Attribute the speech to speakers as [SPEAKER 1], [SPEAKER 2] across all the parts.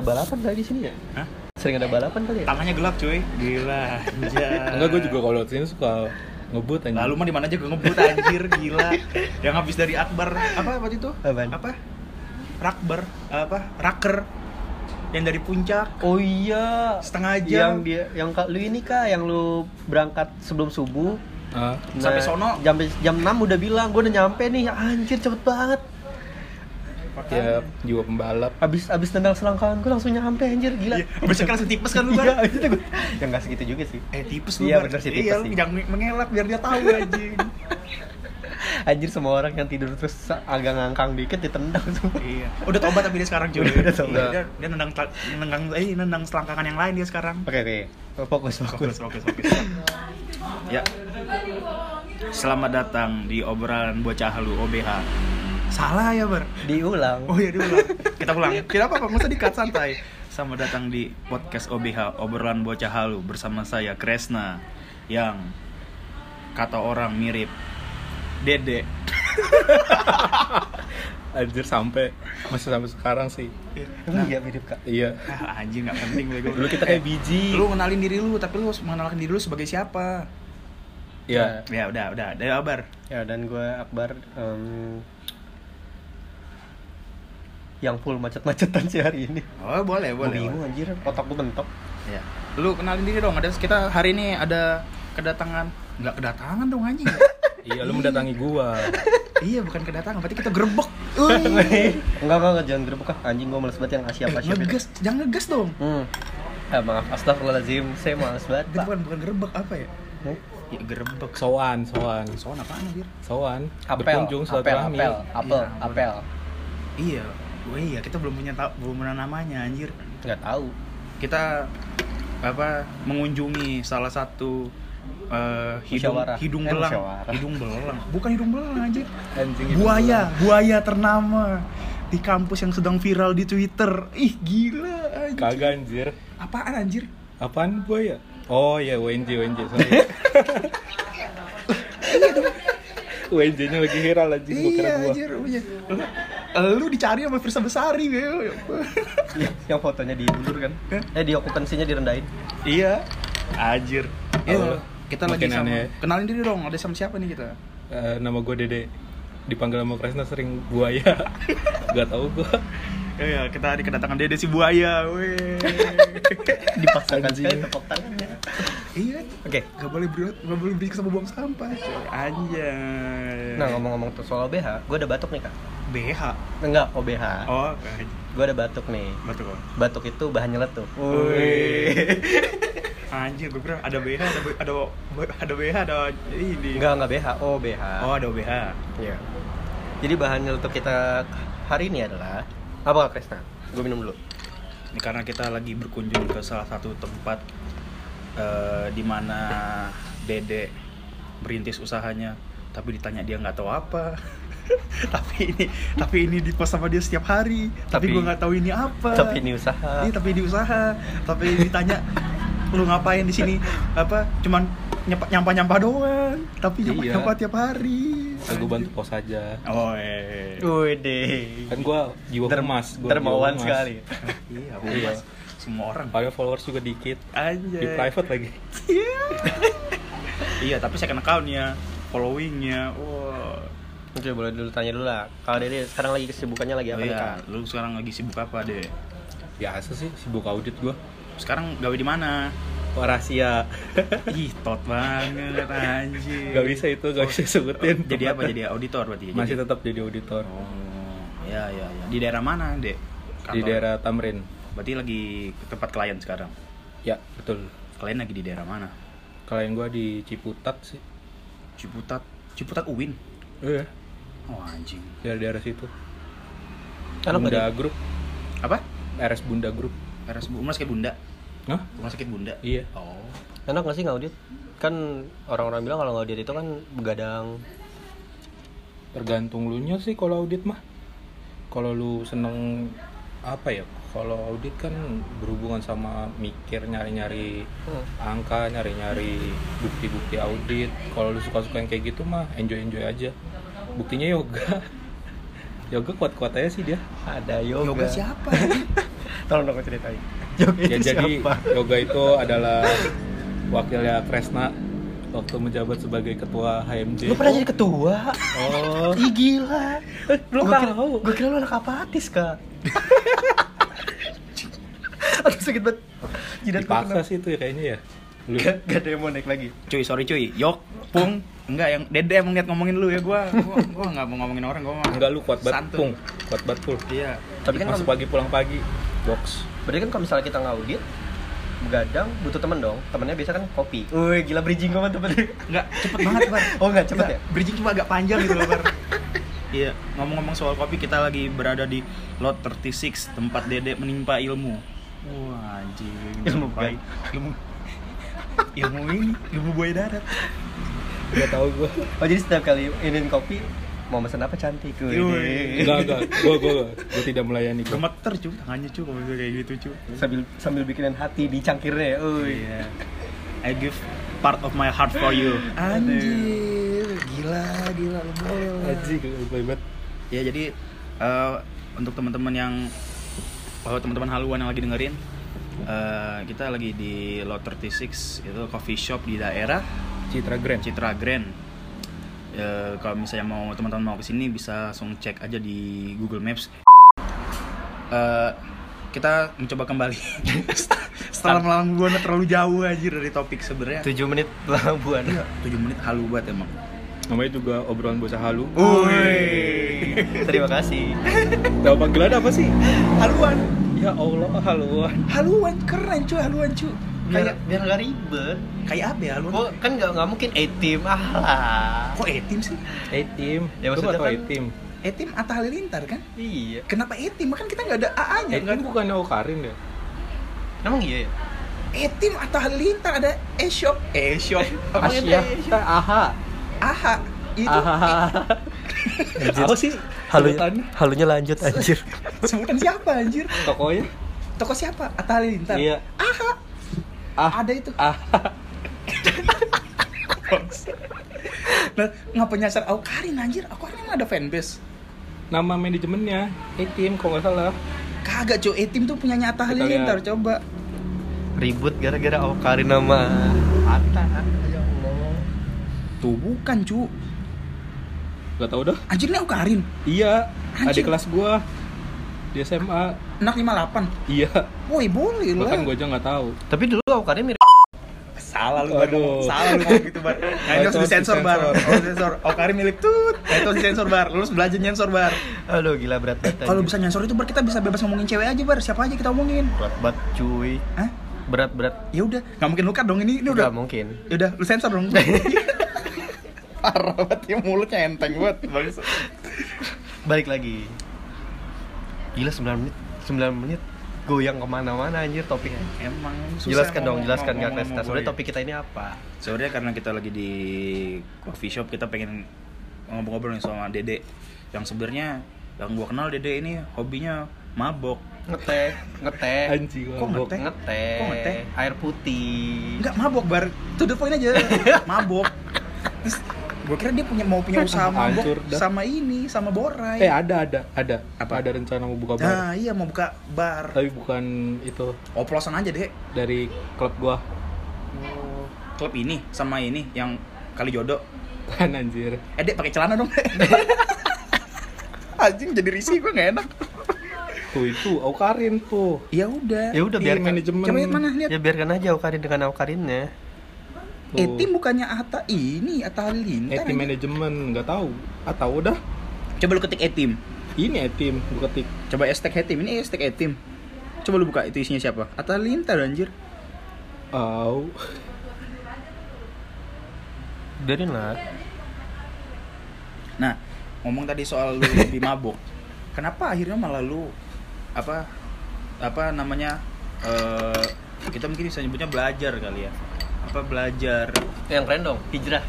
[SPEAKER 1] balapan kali di sini ya?
[SPEAKER 2] Hah?
[SPEAKER 1] Sering ada balapan kali ya?
[SPEAKER 2] Tangannya gelap cuy. Gila.
[SPEAKER 3] Enggak, gue juga kalau lewat sini suka ngebut aja.
[SPEAKER 2] Lalu mah di mana aja gue ngebut anjir gila. Yang habis dari Akbar apa waktu itu?
[SPEAKER 1] Apaan?
[SPEAKER 2] Apa? Rakbar apa? Raker. Yang dari puncak.
[SPEAKER 1] Oh iya.
[SPEAKER 2] Setengah
[SPEAKER 1] Yang
[SPEAKER 2] jam.
[SPEAKER 1] dia yang ka- lu ini kah yang lu berangkat sebelum subuh Nah,
[SPEAKER 3] Ah,
[SPEAKER 2] Sampai sono.
[SPEAKER 1] jam jam 6 udah bilang gue udah nyampe nih anjir cepet banget
[SPEAKER 3] ya jiwa pembalap.
[SPEAKER 1] abis abis tendang selangkangan gue langsung nyampe anjir gila
[SPEAKER 2] Iya, habis itu kan langsung tipes kan lu
[SPEAKER 1] Iya,
[SPEAKER 2] kan?
[SPEAKER 1] abis itu gue ya nggak segitu juga sih
[SPEAKER 2] Eh tipes lu
[SPEAKER 1] Iya,
[SPEAKER 2] Bar.
[SPEAKER 1] bener sih,
[SPEAKER 2] Iya,
[SPEAKER 1] tipes
[SPEAKER 2] lu
[SPEAKER 1] sih.
[SPEAKER 2] jangan mengelak biar dia tahu anjing.
[SPEAKER 1] anjir semua orang yang tidur terus agak ngangkang dikit ditendang semua
[SPEAKER 2] iya. Udah tobat tapi dia sekarang cuy.
[SPEAKER 1] Udah tobat.
[SPEAKER 2] Iya, Dia, dia nendang tel- nendang eh nendang selangkangan yang lain dia sekarang.
[SPEAKER 1] oke oke fokus fokus
[SPEAKER 2] Fokus, fokus, fokus. ya. Selamat datang di obrolan bocah halu OBH. Salah ya, Bar.
[SPEAKER 1] diulang
[SPEAKER 2] Oh iya, diulang. Kita pulang. Tidak apa-apa, masa dikat santai. Selamat datang di podcast OBH, obrolan bocah halu bersama saya Kresna yang kata orang mirip Dede.
[SPEAKER 3] Anjir sampai masih sampai sekarang sih.
[SPEAKER 1] emang iya mirip kak
[SPEAKER 3] Iya. Eh,
[SPEAKER 2] Ah, anjing nggak penting Eh. bego.
[SPEAKER 3] Dulu kita kayak biji.
[SPEAKER 2] Lu kenalin diri lu, tapi lu harus mengenalkan diri lu sebagai siapa?
[SPEAKER 3] Iya.
[SPEAKER 2] Ya udah, udah, ada kabar.
[SPEAKER 1] ya dan gue akbar em, yang full macet-macetan sih hari ini
[SPEAKER 2] Oh, boleh,
[SPEAKER 1] gue
[SPEAKER 2] boleh.
[SPEAKER 1] bingung anjir otak gue mentok
[SPEAKER 2] Ya. Lu kenalin diri dong. Ada kita hari ini ada kedatangan. Enggak kedatangan dong anjing.
[SPEAKER 3] Iya, lu mendatangi gua.
[SPEAKER 2] iya, bukan kedatangan. Berarti kita gerbek. Uy.
[SPEAKER 1] enggak enggak enggak, jangan gerbek ah anjing gue males banget yang asia
[SPEAKER 2] Eh,
[SPEAKER 1] asia
[SPEAKER 2] ngegas, jangan ngegas dong.
[SPEAKER 1] hmm ah, maaf astagfirullahaladzim saya males banget
[SPEAKER 2] Itu
[SPEAKER 1] pak
[SPEAKER 2] bukan bukan gerbek apa ya?
[SPEAKER 1] Hmm?
[SPEAKER 2] Ya gerbek. So
[SPEAKER 3] Soan, soan,
[SPEAKER 2] soal apaan anjir?
[SPEAKER 3] soan.
[SPEAKER 1] apel
[SPEAKER 3] Berkunjung
[SPEAKER 1] apel
[SPEAKER 3] silaturahmi.
[SPEAKER 1] apel apel
[SPEAKER 2] Iya,
[SPEAKER 1] apel
[SPEAKER 2] Iya. Oh iya, kita belum punya ta- belum punya namanya anjir.
[SPEAKER 1] nggak tahu
[SPEAKER 2] Kita apa mengunjungi salah satu eh, hidung
[SPEAKER 1] Musyawarah.
[SPEAKER 2] hidung
[SPEAKER 1] Eh,
[SPEAKER 2] belang
[SPEAKER 1] musyawarah.
[SPEAKER 2] hidung belang bukan hidung belang anjir
[SPEAKER 3] Anjing itu.
[SPEAKER 2] buaya buaya ternama di kampus yang sedang viral di Twitter ih gila anjir
[SPEAKER 3] Kagak anjir.
[SPEAKER 2] apaan anjir
[SPEAKER 3] Apaan buaya? Oh iya, WNJ, WNJ. Sorry. WNJ-nya lagi viral anjing, gua kira
[SPEAKER 2] iya
[SPEAKER 3] gua.
[SPEAKER 2] anjir iya. lu dicari sama Firsa Besari beo
[SPEAKER 1] yang fotonya diulur kan eh di okupansinya direndahin
[SPEAKER 2] iya anjir
[SPEAKER 3] Allah.
[SPEAKER 2] iya kita lagi
[SPEAKER 3] Makin
[SPEAKER 2] sama
[SPEAKER 3] aneh.
[SPEAKER 2] kenalin diri dong ada sama siapa nih kita
[SPEAKER 3] Eh, nama gue Dede dipanggil sama Kresna sering ya. buaya gak tau gue
[SPEAKER 2] Iya, kita ada kedatangan Dede si buaya. Weh.
[SPEAKER 1] dipaksakan
[SPEAKER 3] Anjing.
[SPEAKER 1] sekali tepuk tangannya
[SPEAKER 2] iya,
[SPEAKER 1] oke
[SPEAKER 2] gak boleh beri, gak boleh berisik sama buang sampah. coy. Anjay.
[SPEAKER 1] nah ngomong-ngomong tuh soal OBH gue udah batuk nih kak
[SPEAKER 2] BH.
[SPEAKER 1] enggak OBH
[SPEAKER 2] Oh,
[SPEAKER 1] gue udah batuk nih
[SPEAKER 2] betul kok.
[SPEAKER 1] batuk itu bahan nyeletuk
[SPEAKER 2] Wih. Anjir, gue kira ada BH, ada B- ada ada BH, ada ini.
[SPEAKER 1] enggak enggak BH OBH
[SPEAKER 2] Oh, ada BH.
[SPEAKER 1] Iya. Jadi bahan nyeletuk kita hari ini adalah apa Kak Krisna? Gue minum dulu.
[SPEAKER 2] Ini karena kita lagi berkunjung ke salah satu tempat eh, di mana Dede merintis usahanya, tapi ditanya dia nggak tahu apa. tapi ini tapi ini dipost sama dia setiap hari. Tapi,
[SPEAKER 1] Tapi-
[SPEAKER 2] gue nggak tahu ini apa.
[SPEAKER 1] Tapi ini usaha.
[SPEAKER 2] Iya, tapi di usaha, tapi ditanya lu ngapain di sini? Apa cuman nyampah nyampah doang, tapi nyampah nyampah tiap hari.
[SPEAKER 3] gue Iya. bantu pos aja
[SPEAKER 2] Oh, iya.
[SPEAKER 1] Wede.
[SPEAKER 3] kan gue jiwa emas gua
[SPEAKER 1] Dermawan
[SPEAKER 3] jiwa emas.
[SPEAKER 1] sekali.
[SPEAKER 2] Iya,
[SPEAKER 3] Iya.
[SPEAKER 2] humas. semua orang.
[SPEAKER 3] padahal followers juga dikit
[SPEAKER 2] Anjay.
[SPEAKER 3] di private lagi
[SPEAKER 2] Iya, tapi second account-nya, following-nya. Wah.
[SPEAKER 1] Oke, boleh dulu tanya dulu lah. Kalau Dede sekarang lagi kesibukannya lagi apa
[SPEAKER 2] Oh
[SPEAKER 1] nih, Kak?
[SPEAKER 2] iya, lu sekarang lagi sibuk apa, deh?
[SPEAKER 3] biasa sih sibuk audit gue
[SPEAKER 2] Sekarang gawe di mana?
[SPEAKER 3] oh, rahasia
[SPEAKER 2] Ih, tot banget anjing. Oh,
[SPEAKER 3] gak bisa itu gak bisa sebutin
[SPEAKER 2] Jadi apa? Jadi auditor berarti. ya?
[SPEAKER 3] masih
[SPEAKER 2] Jadi-
[SPEAKER 3] tetap jadi auditor
[SPEAKER 2] Oh, ya ya ya. Di daerah mana, Dek?
[SPEAKER 3] di
[SPEAKER 2] Kantor.
[SPEAKER 3] daerah Tamrin
[SPEAKER 2] Berarti lagi ke tempat klien sekarang.
[SPEAKER 3] ya betul
[SPEAKER 2] Klien lagi di daerah mana?
[SPEAKER 3] klien gue di Ciputat sih
[SPEAKER 2] Ciputat. Ciputat Uwin.
[SPEAKER 3] iya
[SPEAKER 2] Oh, anjing.
[SPEAKER 3] dari daerah situ
[SPEAKER 1] Kenapa,
[SPEAKER 3] Bunda
[SPEAKER 1] Dede?
[SPEAKER 3] Group
[SPEAKER 2] Apa?
[SPEAKER 3] RS Bunda Group
[SPEAKER 2] RS Bu- Rumah sakit Bunda.
[SPEAKER 3] Hah?
[SPEAKER 2] Rumah sakit Bunda.
[SPEAKER 3] Iya.
[SPEAKER 2] Oh.
[SPEAKER 1] Enak gak sih ngaudit? Kan orang-orang bilang kalau ngaudit itu kan begadang.
[SPEAKER 3] tergantung lu nya sih kalau audit mah kalau lu seneng apa ya kalau audit kan berhubungan sama mikir nyari-nyari
[SPEAKER 1] Hmm.
[SPEAKER 3] angka nyari-nyari bukti-bukti audit kalau lu suka-suka yang kayak gitu mah enjoy-enjoy aja buktinya yoga yoga kuat-kuat aja sih dia
[SPEAKER 1] Ada yoga.
[SPEAKER 2] Yoga siapa?
[SPEAKER 1] Tolong dong ceritain. Yoga itu
[SPEAKER 3] ya jadi
[SPEAKER 1] siapa?
[SPEAKER 3] yoga itu adalah wakilnya Kresna waktu menjabat sebagai ketua
[SPEAKER 1] Lu
[SPEAKER 3] HMJ
[SPEAKER 1] pernah jadi ketua?
[SPEAKER 3] oh
[SPEAKER 1] Ih gila.
[SPEAKER 2] Belum
[SPEAKER 1] Gua kira-
[SPEAKER 2] tahu.
[SPEAKER 1] Gua kira lu anak apatis, Kak. Aduh sakit banget. Jidat gua
[SPEAKER 3] dipaksa sih itu ya kayaknya ya
[SPEAKER 1] kena. Gak, gak ada yang mau naik lagi.
[SPEAKER 2] Cuy, sorry cuy. Yok, Pung, enggak yang Dede emang niat ngomongin lu ya gua. Gua gua enggak mau ngomongin orang, gua mah.
[SPEAKER 3] enggak lu kuat banget
[SPEAKER 2] Santun.
[SPEAKER 3] pung kuat banget pung
[SPEAKER 2] Iya.
[SPEAKER 1] Tapi kan
[SPEAKER 3] masuk
[SPEAKER 1] kalau-
[SPEAKER 3] pagi pulang pagi box
[SPEAKER 1] Berarti kan kalau misalnya kita ngaudit, begadang butuh temen dong. Temennya biasa kan kopi. Wih, gila bridging gua sama temennya.
[SPEAKER 2] Enggak cepet banget, Bar.
[SPEAKER 1] Oh, enggak cepet
[SPEAKER 2] Gila,
[SPEAKER 1] ya?
[SPEAKER 2] Bridging cuma agak panjang gitu loh, Bar. Iya, ngomong-ngomong soal kopi, kita lagi berada di lot 36, tempat Dede menimpa ilmu. Wah, anjing.
[SPEAKER 1] Ilmu
[SPEAKER 2] baik. Ilmu ilmu ini, ilmu buaya darat.
[SPEAKER 3] gak tau gue
[SPEAKER 1] Oh, jadi setiap kali ingin kopi, mau pesen apa cantik. Wih.
[SPEAKER 2] Wih.
[SPEAKER 3] enggak enggak gue gue gue tidak melayani gue
[SPEAKER 2] Gemeter cuy, tangannya cuy kalau misalnya kayak gitu cuy.
[SPEAKER 1] Sambil sambil bikinin hati di cangkirnya ya. Wih.
[SPEAKER 2] Iya. I give part of my heart for you. Anjir, gila, gila lu boleh.
[SPEAKER 3] aji gue banget
[SPEAKER 2] Ya jadi eh, untuk teman-teman yang oh, teman-teman haluan yang lagi dengerin eh, kita lagi di Lot 36 itu coffee shop di daerah
[SPEAKER 3] Citra Grand
[SPEAKER 2] Citra Grand. Eh, kalau misalnya mau teman-teman mau kesini bisa langsung cek aja di Google Maps. Eh, kita mencoba kembali setelah melawan buana terlalu jauh anjir dari topik sebenarnya.
[SPEAKER 1] 7 menit pelabuhan.
[SPEAKER 2] Iya, 7 menit halu banget emang.
[SPEAKER 3] namanya juga obrolan bocah halu
[SPEAKER 1] Wih. Terima kasih.
[SPEAKER 3] nama panggilan apa sih
[SPEAKER 2] Haluan,
[SPEAKER 3] ya Allah haluan
[SPEAKER 2] haluan keren cuy, haluan cuy.
[SPEAKER 1] Biar
[SPEAKER 2] Kayak
[SPEAKER 1] biar gak ribet.
[SPEAKER 2] kayak apa ya haluan?
[SPEAKER 1] Gua kan nggak nggak mungkin A team ah lah.
[SPEAKER 2] Kok etim sih?
[SPEAKER 3] eh tim
[SPEAKER 1] Ya,
[SPEAKER 3] Lu
[SPEAKER 1] maksudnya
[SPEAKER 3] nggak tahu
[SPEAKER 1] kan-
[SPEAKER 3] eh, tim
[SPEAKER 2] Etim Atta Halilintar kan?
[SPEAKER 1] Iya.
[SPEAKER 2] Kenapa etim? Kan kita nggak ada AA-nya
[SPEAKER 3] eh
[SPEAKER 2] kan?
[SPEAKER 3] tim bukan Okarin ya
[SPEAKER 1] Emang iya ya?
[SPEAKER 2] Etim Atta Halilintar ada E-shop. E-shop. Apa
[SPEAKER 3] Asia Eh,
[SPEAKER 2] namanya?
[SPEAKER 3] aha
[SPEAKER 2] Aha. Itu
[SPEAKER 3] aha apa sih sebutan
[SPEAKER 1] halunya lanjut anjir.
[SPEAKER 2] sebutan siapa anjir?
[SPEAKER 3] tokonya
[SPEAKER 2] Toko siapa? Atta Halilintar.
[SPEAKER 3] Iya.
[SPEAKER 2] Aha.
[SPEAKER 3] ah
[SPEAKER 2] Ada itu.
[SPEAKER 3] ah
[SPEAKER 2] Nah, ngapa nyasar Aukarin anjir? Aukarin emang ada fanbase.
[SPEAKER 3] nama manajemennya eh tim kok nggak salah
[SPEAKER 2] Kagak cuy, Etim tuh punyanya Atta
[SPEAKER 3] Kita lihat.
[SPEAKER 2] Halilintar coba.
[SPEAKER 1] Ribut gara-gara Okarin nama Ata. Ya Allah.
[SPEAKER 2] Tuh bukan cu.
[SPEAKER 3] nggak tahu dah
[SPEAKER 2] Anjir ini Aukarin.
[SPEAKER 3] iya
[SPEAKER 2] Anjing.
[SPEAKER 3] adik kelas gua di SMA
[SPEAKER 2] Anak 58.
[SPEAKER 3] iya
[SPEAKER 2] Woi boleh lah.
[SPEAKER 3] bahkan gua aja nggak tahu
[SPEAKER 1] Tapi dulu Okarin mirip
[SPEAKER 2] Salah lu,
[SPEAKER 3] Aduh.
[SPEAKER 2] Bar. ngomong. Salah lu ngomong gitu, Bar. Nah, ini
[SPEAKER 3] Oh, itu
[SPEAKER 2] harus disensor, Bar.
[SPEAKER 3] disensor.
[SPEAKER 2] Harus disensor. Oh, Karim milik tut. Nah, itu harus disensor, Bar. Lu harus belajar nyensor, Bar.
[SPEAKER 1] Aduh gila berat banget
[SPEAKER 2] Kalau
[SPEAKER 1] anjir.
[SPEAKER 2] bisa nyensor itu, Bar, kita bisa bebas ngomongin cewek aja, Bar. Siapa aja kita omongin.
[SPEAKER 1] Berat banget cuy
[SPEAKER 2] Hah?
[SPEAKER 1] Berat-berat
[SPEAKER 2] Ya udah, nggak mungkin luka dong ini. Ini udah.
[SPEAKER 1] Gak mungkin
[SPEAKER 2] Ya udah, lu sensor dong. Parah banget ya mulutnya enteng banget, Bang.
[SPEAKER 1] Balik lagi Gila 9 menit 9 menit Goyang kemana-mana anjir topiknya
[SPEAKER 2] Emang
[SPEAKER 1] Jelaskan dong, jelaskan Kak Kresta Sebenernya
[SPEAKER 2] gitu.
[SPEAKER 1] topik kita ini apa?
[SPEAKER 2] sebenarnya ya karena kita lagi di coffee shop kita pengen ngobrol-ngobrol nih sama Dede yang sebenarnya yang gua kenal Dede ini hobinya mabok
[SPEAKER 1] Ngeteh Ngeteh
[SPEAKER 3] anjing gua
[SPEAKER 2] Kok
[SPEAKER 3] mabok.
[SPEAKER 2] ngeteh?
[SPEAKER 1] Ngeteh
[SPEAKER 2] Kok ngeteh?
[SPEAKER 1] Air putih
[SPEAKER 2] Enggak mabok bar, to the point aja mabok. Terus gue kira dia punya mau punya usaha
[SPEAKER 3] Hancur
[SPEAKER 2] mabok
[SPEAKER 3] dah.
[SPEAKER 2] sama ini sama borai.
[SPEAKER 3] eh ada ada ada
[SPEAKER 2] Apa?
[SPEAKER 3] ada rencana mau buka bar
[SPEAKER 2] nah iya mau buka bar.
[SPEAKER 3] tapi bukan itu
[SPEAKER 2] Oplosan aja deh.
[SPEAKER 3] dari klub gua
[SPEAKER 2] Klub ini sama ini yang kali jodoh.
[SPEAKER 3] kan anjir
[SPEAKER 2] Eh dek pakai celana dong. Anjing jadi risih gue nggak enak.
[SPEAKER 3] tuh itu Aukarin tuh
[SPEAKER 2] Ya udah.
[SPEAKER 1] Ya udah
[SPEAKER 3] Ih,
[SPEAKER 1] biarkan
[SPEAKER 3] manajemen
[SPEAKER 2] Coba lihat mana lihat.
[SPEAKER 1] Ya biarkan aja Okarin dengan Aukarinnya
[SPEAKER 3] Tuh.
[SPEAKER 2] Etim bukannya Atta ini Atta Halilintar.
[SPEAKER 3] Etim
[SPEAKER 2] anjing.
[SPEAKER 3] Eh, manajemen nggak tahu atau udah
[SPEAKER 2] Coba lu ketik Etim.
[SPEAKER 3] ini Etim gua ketik
[SPEAKER 2] Coba hashtag Etim ini hashtag Etim. Coba lu buka itu isinya siapa? Atta Halilintar anjir.
[SPEAKER 3] au
[SPEAKER 1] Biarin lah
[SPEAKER 2] Nah, ngomong tadi soal lu lebih mabuk. Kenapa akhirnya malah lu apa apa namanya eh kita mungkin bisa nyebutnya belajar kali ya. Apa belajar?
[SPEAKER 1] Yang keren dong Hijrah